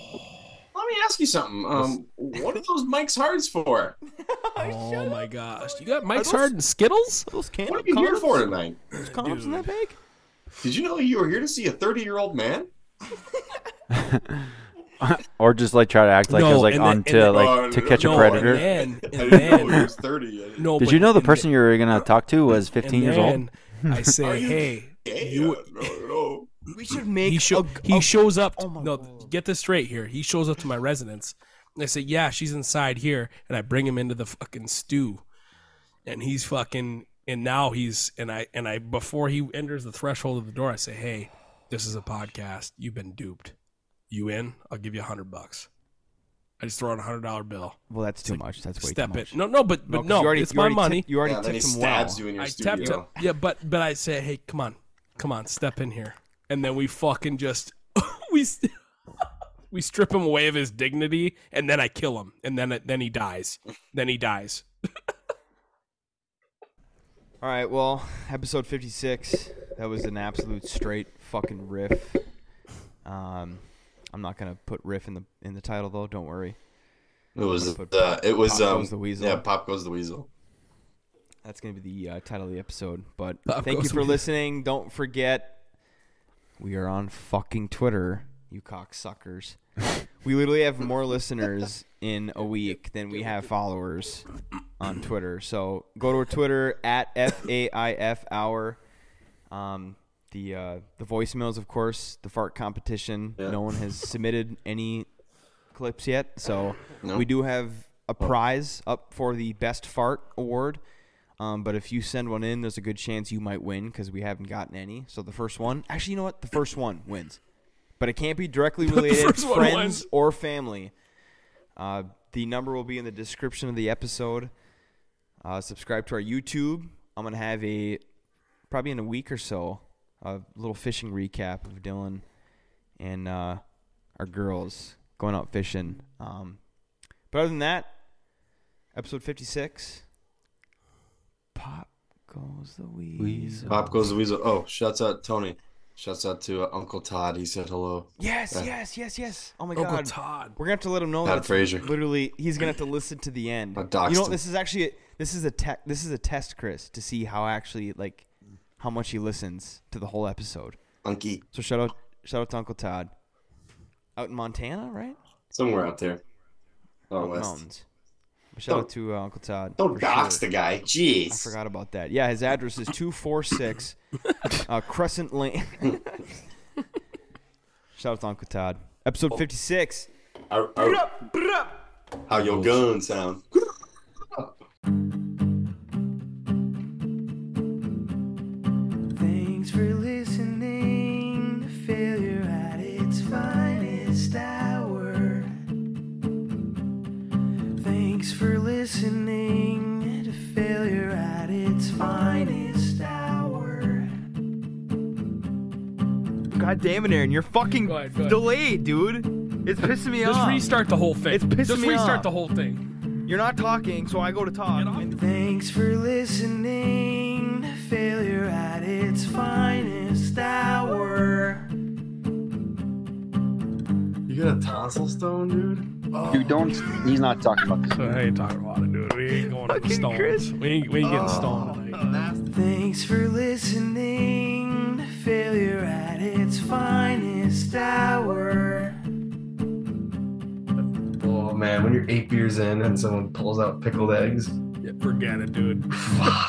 Speaker 2: Let me ask you something. Um, what are those Mike's Hards for?
Speaker 4: Oh, my gosh! You got Mike's
Speaker 5: those-
Speaker 4: Hard and Skittles?
Speaker 5: Those
Speaker 2: What are you here for tonight?
Speaker 5: Condoms in that bag?
Speaker 2: Did you know you were here to see a 30 year old man?
Speaker 3: or just like try to act like it was
Speaker 4: No,
Speaker 3: like
Speaker 4: and
Speaker 3: on
Speaker 4: then-
Speaker 3: to
Speaker 4: and
Speaker 3: like
Speaker 2: then- Oh,
Speaker 3: to
Speaker 2: no,
Speaker 3: catch a
Speaker 2: no,
Speaker 3: predator.
Speaker 4: And then,
Speaker 2: I
Speaker 4: and
Speaker 2: didn't know he
Speaker 4: then
Speaker 2: was 30. I didn't-
Speaker 4: no.
Speaker 3: Did
Speaker 4: but-
Speaker 3: you know the
Speaker 4: and
Speaker 3: person
Speaker 4: then-
Speaker 3: you were gonna talk to was 15
Speaker 4: and
Speaker 3: years old?
Speaker 4: then I say,
Speaker 2: you
Speaker 4: "Hey,
Speaker 2: Yeah,
Speaker 4: you."
Speaker 2: no, no.
Speaker 5: We should make
Speaker 4: He show,
Speaker 5: a,
Speaker 4: he
Speaker 5: a-
Speaker 4: shows up.
Speaker 5: oh my
Speaker 4: no,
Speaker 5: God.
Speaker 4: get this straight here. He shows up to my residence. And I say, "Yeah, she's inside here," and I bring him into the fucking stew, and he's fucking. And now he's and I and I before he enters the threshold of the door, I say, "Hey, this is a podcast. You've been duped. You in? I'll give you a hundred bucks." I just throw out a hundred dollar bill.
Speaker 5: well, that's too much. That's way
Speaker 4: Step
Speaker 5: too
Speaker 4: it.
Speaker 5: much.
Speaker 4: No, no, but but
Speaker 5: 'cause
Speaker 4: no,
Speaker 5: you already,
Speaker 4: it's
Speaker 5: you
Speaker 4: my
Speaker 5: already
Speaker 4: money.
Speaker 5: tipped- you already
Speaker 2: Yeah, then he
Speaker 5: tipped him
Speaker 2: stabs
Speaker 5: well.
Speaker 2: you in your
Speaker 4: I
Speaker 2: studio.
Speaker 4: tapped him. Yeah, but but I say, hey, come on, come on, step in here, and then we fucking just we st- we strip him away of his dignity, and then I kill him, and then then he dies, then he dies.
Speaker 5: All right, well, episode 56. That was an absolute straight fucking riff. Um, I'm not gonna put riff in the in the title though. Don't worry.
Speaker 2: It was,
Speaker 5: Put
Speaker 2: uh, it was,
Speaker 5: Pop
Speaker 2: um,
Speaker 5: Goes the Weasel.
Speaker 2: yeah, Pop Goes the Weasel.
Speaker 5: That's gonna be the uh, title of the episode. But
Speaker 4: Pop
Speaker 5: thank you
Speaker 4: goes
Speaker 5: for
Speaker 4: me.
Speaker 5: listening. Don't forget, we are on fucking Twitter. You cocksuckers. we literally have more listeners in a week than we have followers on Twitter. So go to our Twitter at faif hour. Um, the uh, the voicemails, of course, the fart competition.
Speaker 2: Yeah.
Speaker 5: No one has submitted any clips yet, so
Speaker 2: No. Oh.
Speaker 5: we do have a prize up for the best fart award. Um, but if you send one in, there's a good chance you might win because we haven't gotten any. So the first one, actually, you know what? The first one wins, but it can't be directly related
Speaker 4: first one
Speaker 5: friends
Speaker 4: wins.
Speaker 5: or family. Uh, the number will be in the description of the episode. Uh, subscribe to our YouTube. I'm gonna have a probably in a week or so a little fishing recap of Dylan and uh, our girls going out fishing. Um, but other than that, episode 56. Pop goes the weasel.
Speaker 2: Pop Goes the Weasel. Oh, shouts out Tony. Shouts out to uh, Uncle Todd. He said hello.
Speaker 5: Yes, yes, yes, yes. Oh my
Speaker 4: Uncle
Speaker 5: god.
Speaker 4: Todd.
Speaker 5: We're gonna have to let him know
Speaker 2: Todd
Speaker 5: that
Speaker 2: Frazier.
Speaker 5: literally he's gonna have to listen to the end.
Speaker 2: Uh,
Speaker 5: You know
Speaker 2: Doxton.
Speaker 5: what? this is actually a, this is a te- this is a test, Chris, to see how actually like how much he listens to the whole episode.
Speaker 2: Unky.
Speaker 5: So shout out shout out to Uncle Todd. Out in Montana, right?
Speaker 2: Somewhere out there. Oh,
Speaker 5: Out in the
Speaker 2: west.
Speaker 5: mountains. But shout out to uh, Uncle Todd.
Speaker 2: Don't
Speaker 5: um, for
Speaker 2: dox
Speaker 5: sure.
Speaker 2: the guy.
Speaker 5: I
Speaker 2: Jeez.
Speaker 5: forgot about that. Yeah, his address is 246 uh, Crescent Lane. Shout out to Uncle Todd. Episode 56.
Speaker 2: Ar- ar- How your gun sound?
Speaker 6: Thanks for listening to Failure at its finest hour. Thanks for listening to Failure at its finest hour.
Speaker 5: God damn it, Aaron. You're fucking
Speaker 4: Go ahead, go ahead.
Speaker 5: delayed, dude. It's pissing me
Speaker 4: Just restart the whole thing.
Speaker 5: It's pissing
Speaker 4: Just
Speaker 5: me
Speaker 4: restart
Speaker 5: off.
Speaker 4: the whole thing.
Speaker 5: You're not talking, so I go to talk.
Speaker 6: Thanks for listening to Failure at its finest hour.
Speaker 2: You got a tonsil stone, dude?
Speaker 3: Dude, don't. He's not talking about this.
Speaker 4: I ain't talking about it, dude. We ain't going to the
Speaker 6: Fucking
Speaker 4: stones.
Speaker 6: Chris. Oh,
Speaker 4: We ain't we ain't getting stoned tonight.
Speaker 6: Thanks for listening to Failure at its finest hour.
Speaker 2: Oh man, when you're eight beers in and someone pulls out pickled eggs.
Speaker 4: Yeah, forget it, dude.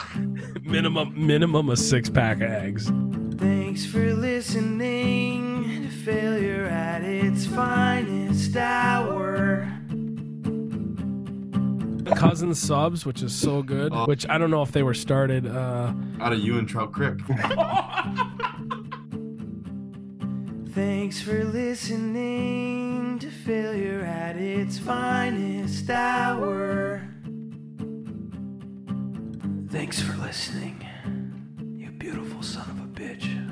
Speaker 4: minimum minimum a six pack of eggs.
Speaker 6: Thanks for listening to Failure at its finest hour.
Speaker 4: Cousin subs, which is so good.
Speaker 6: Oh.
Speaker 4: Which I don't know if they were started. Uh,
Speaker 2: Out of you and Trout Creek.
Speaker 6: Thanks for listening to Failure at its finest hour. Thanks for listening, you beautiful son of a bitch.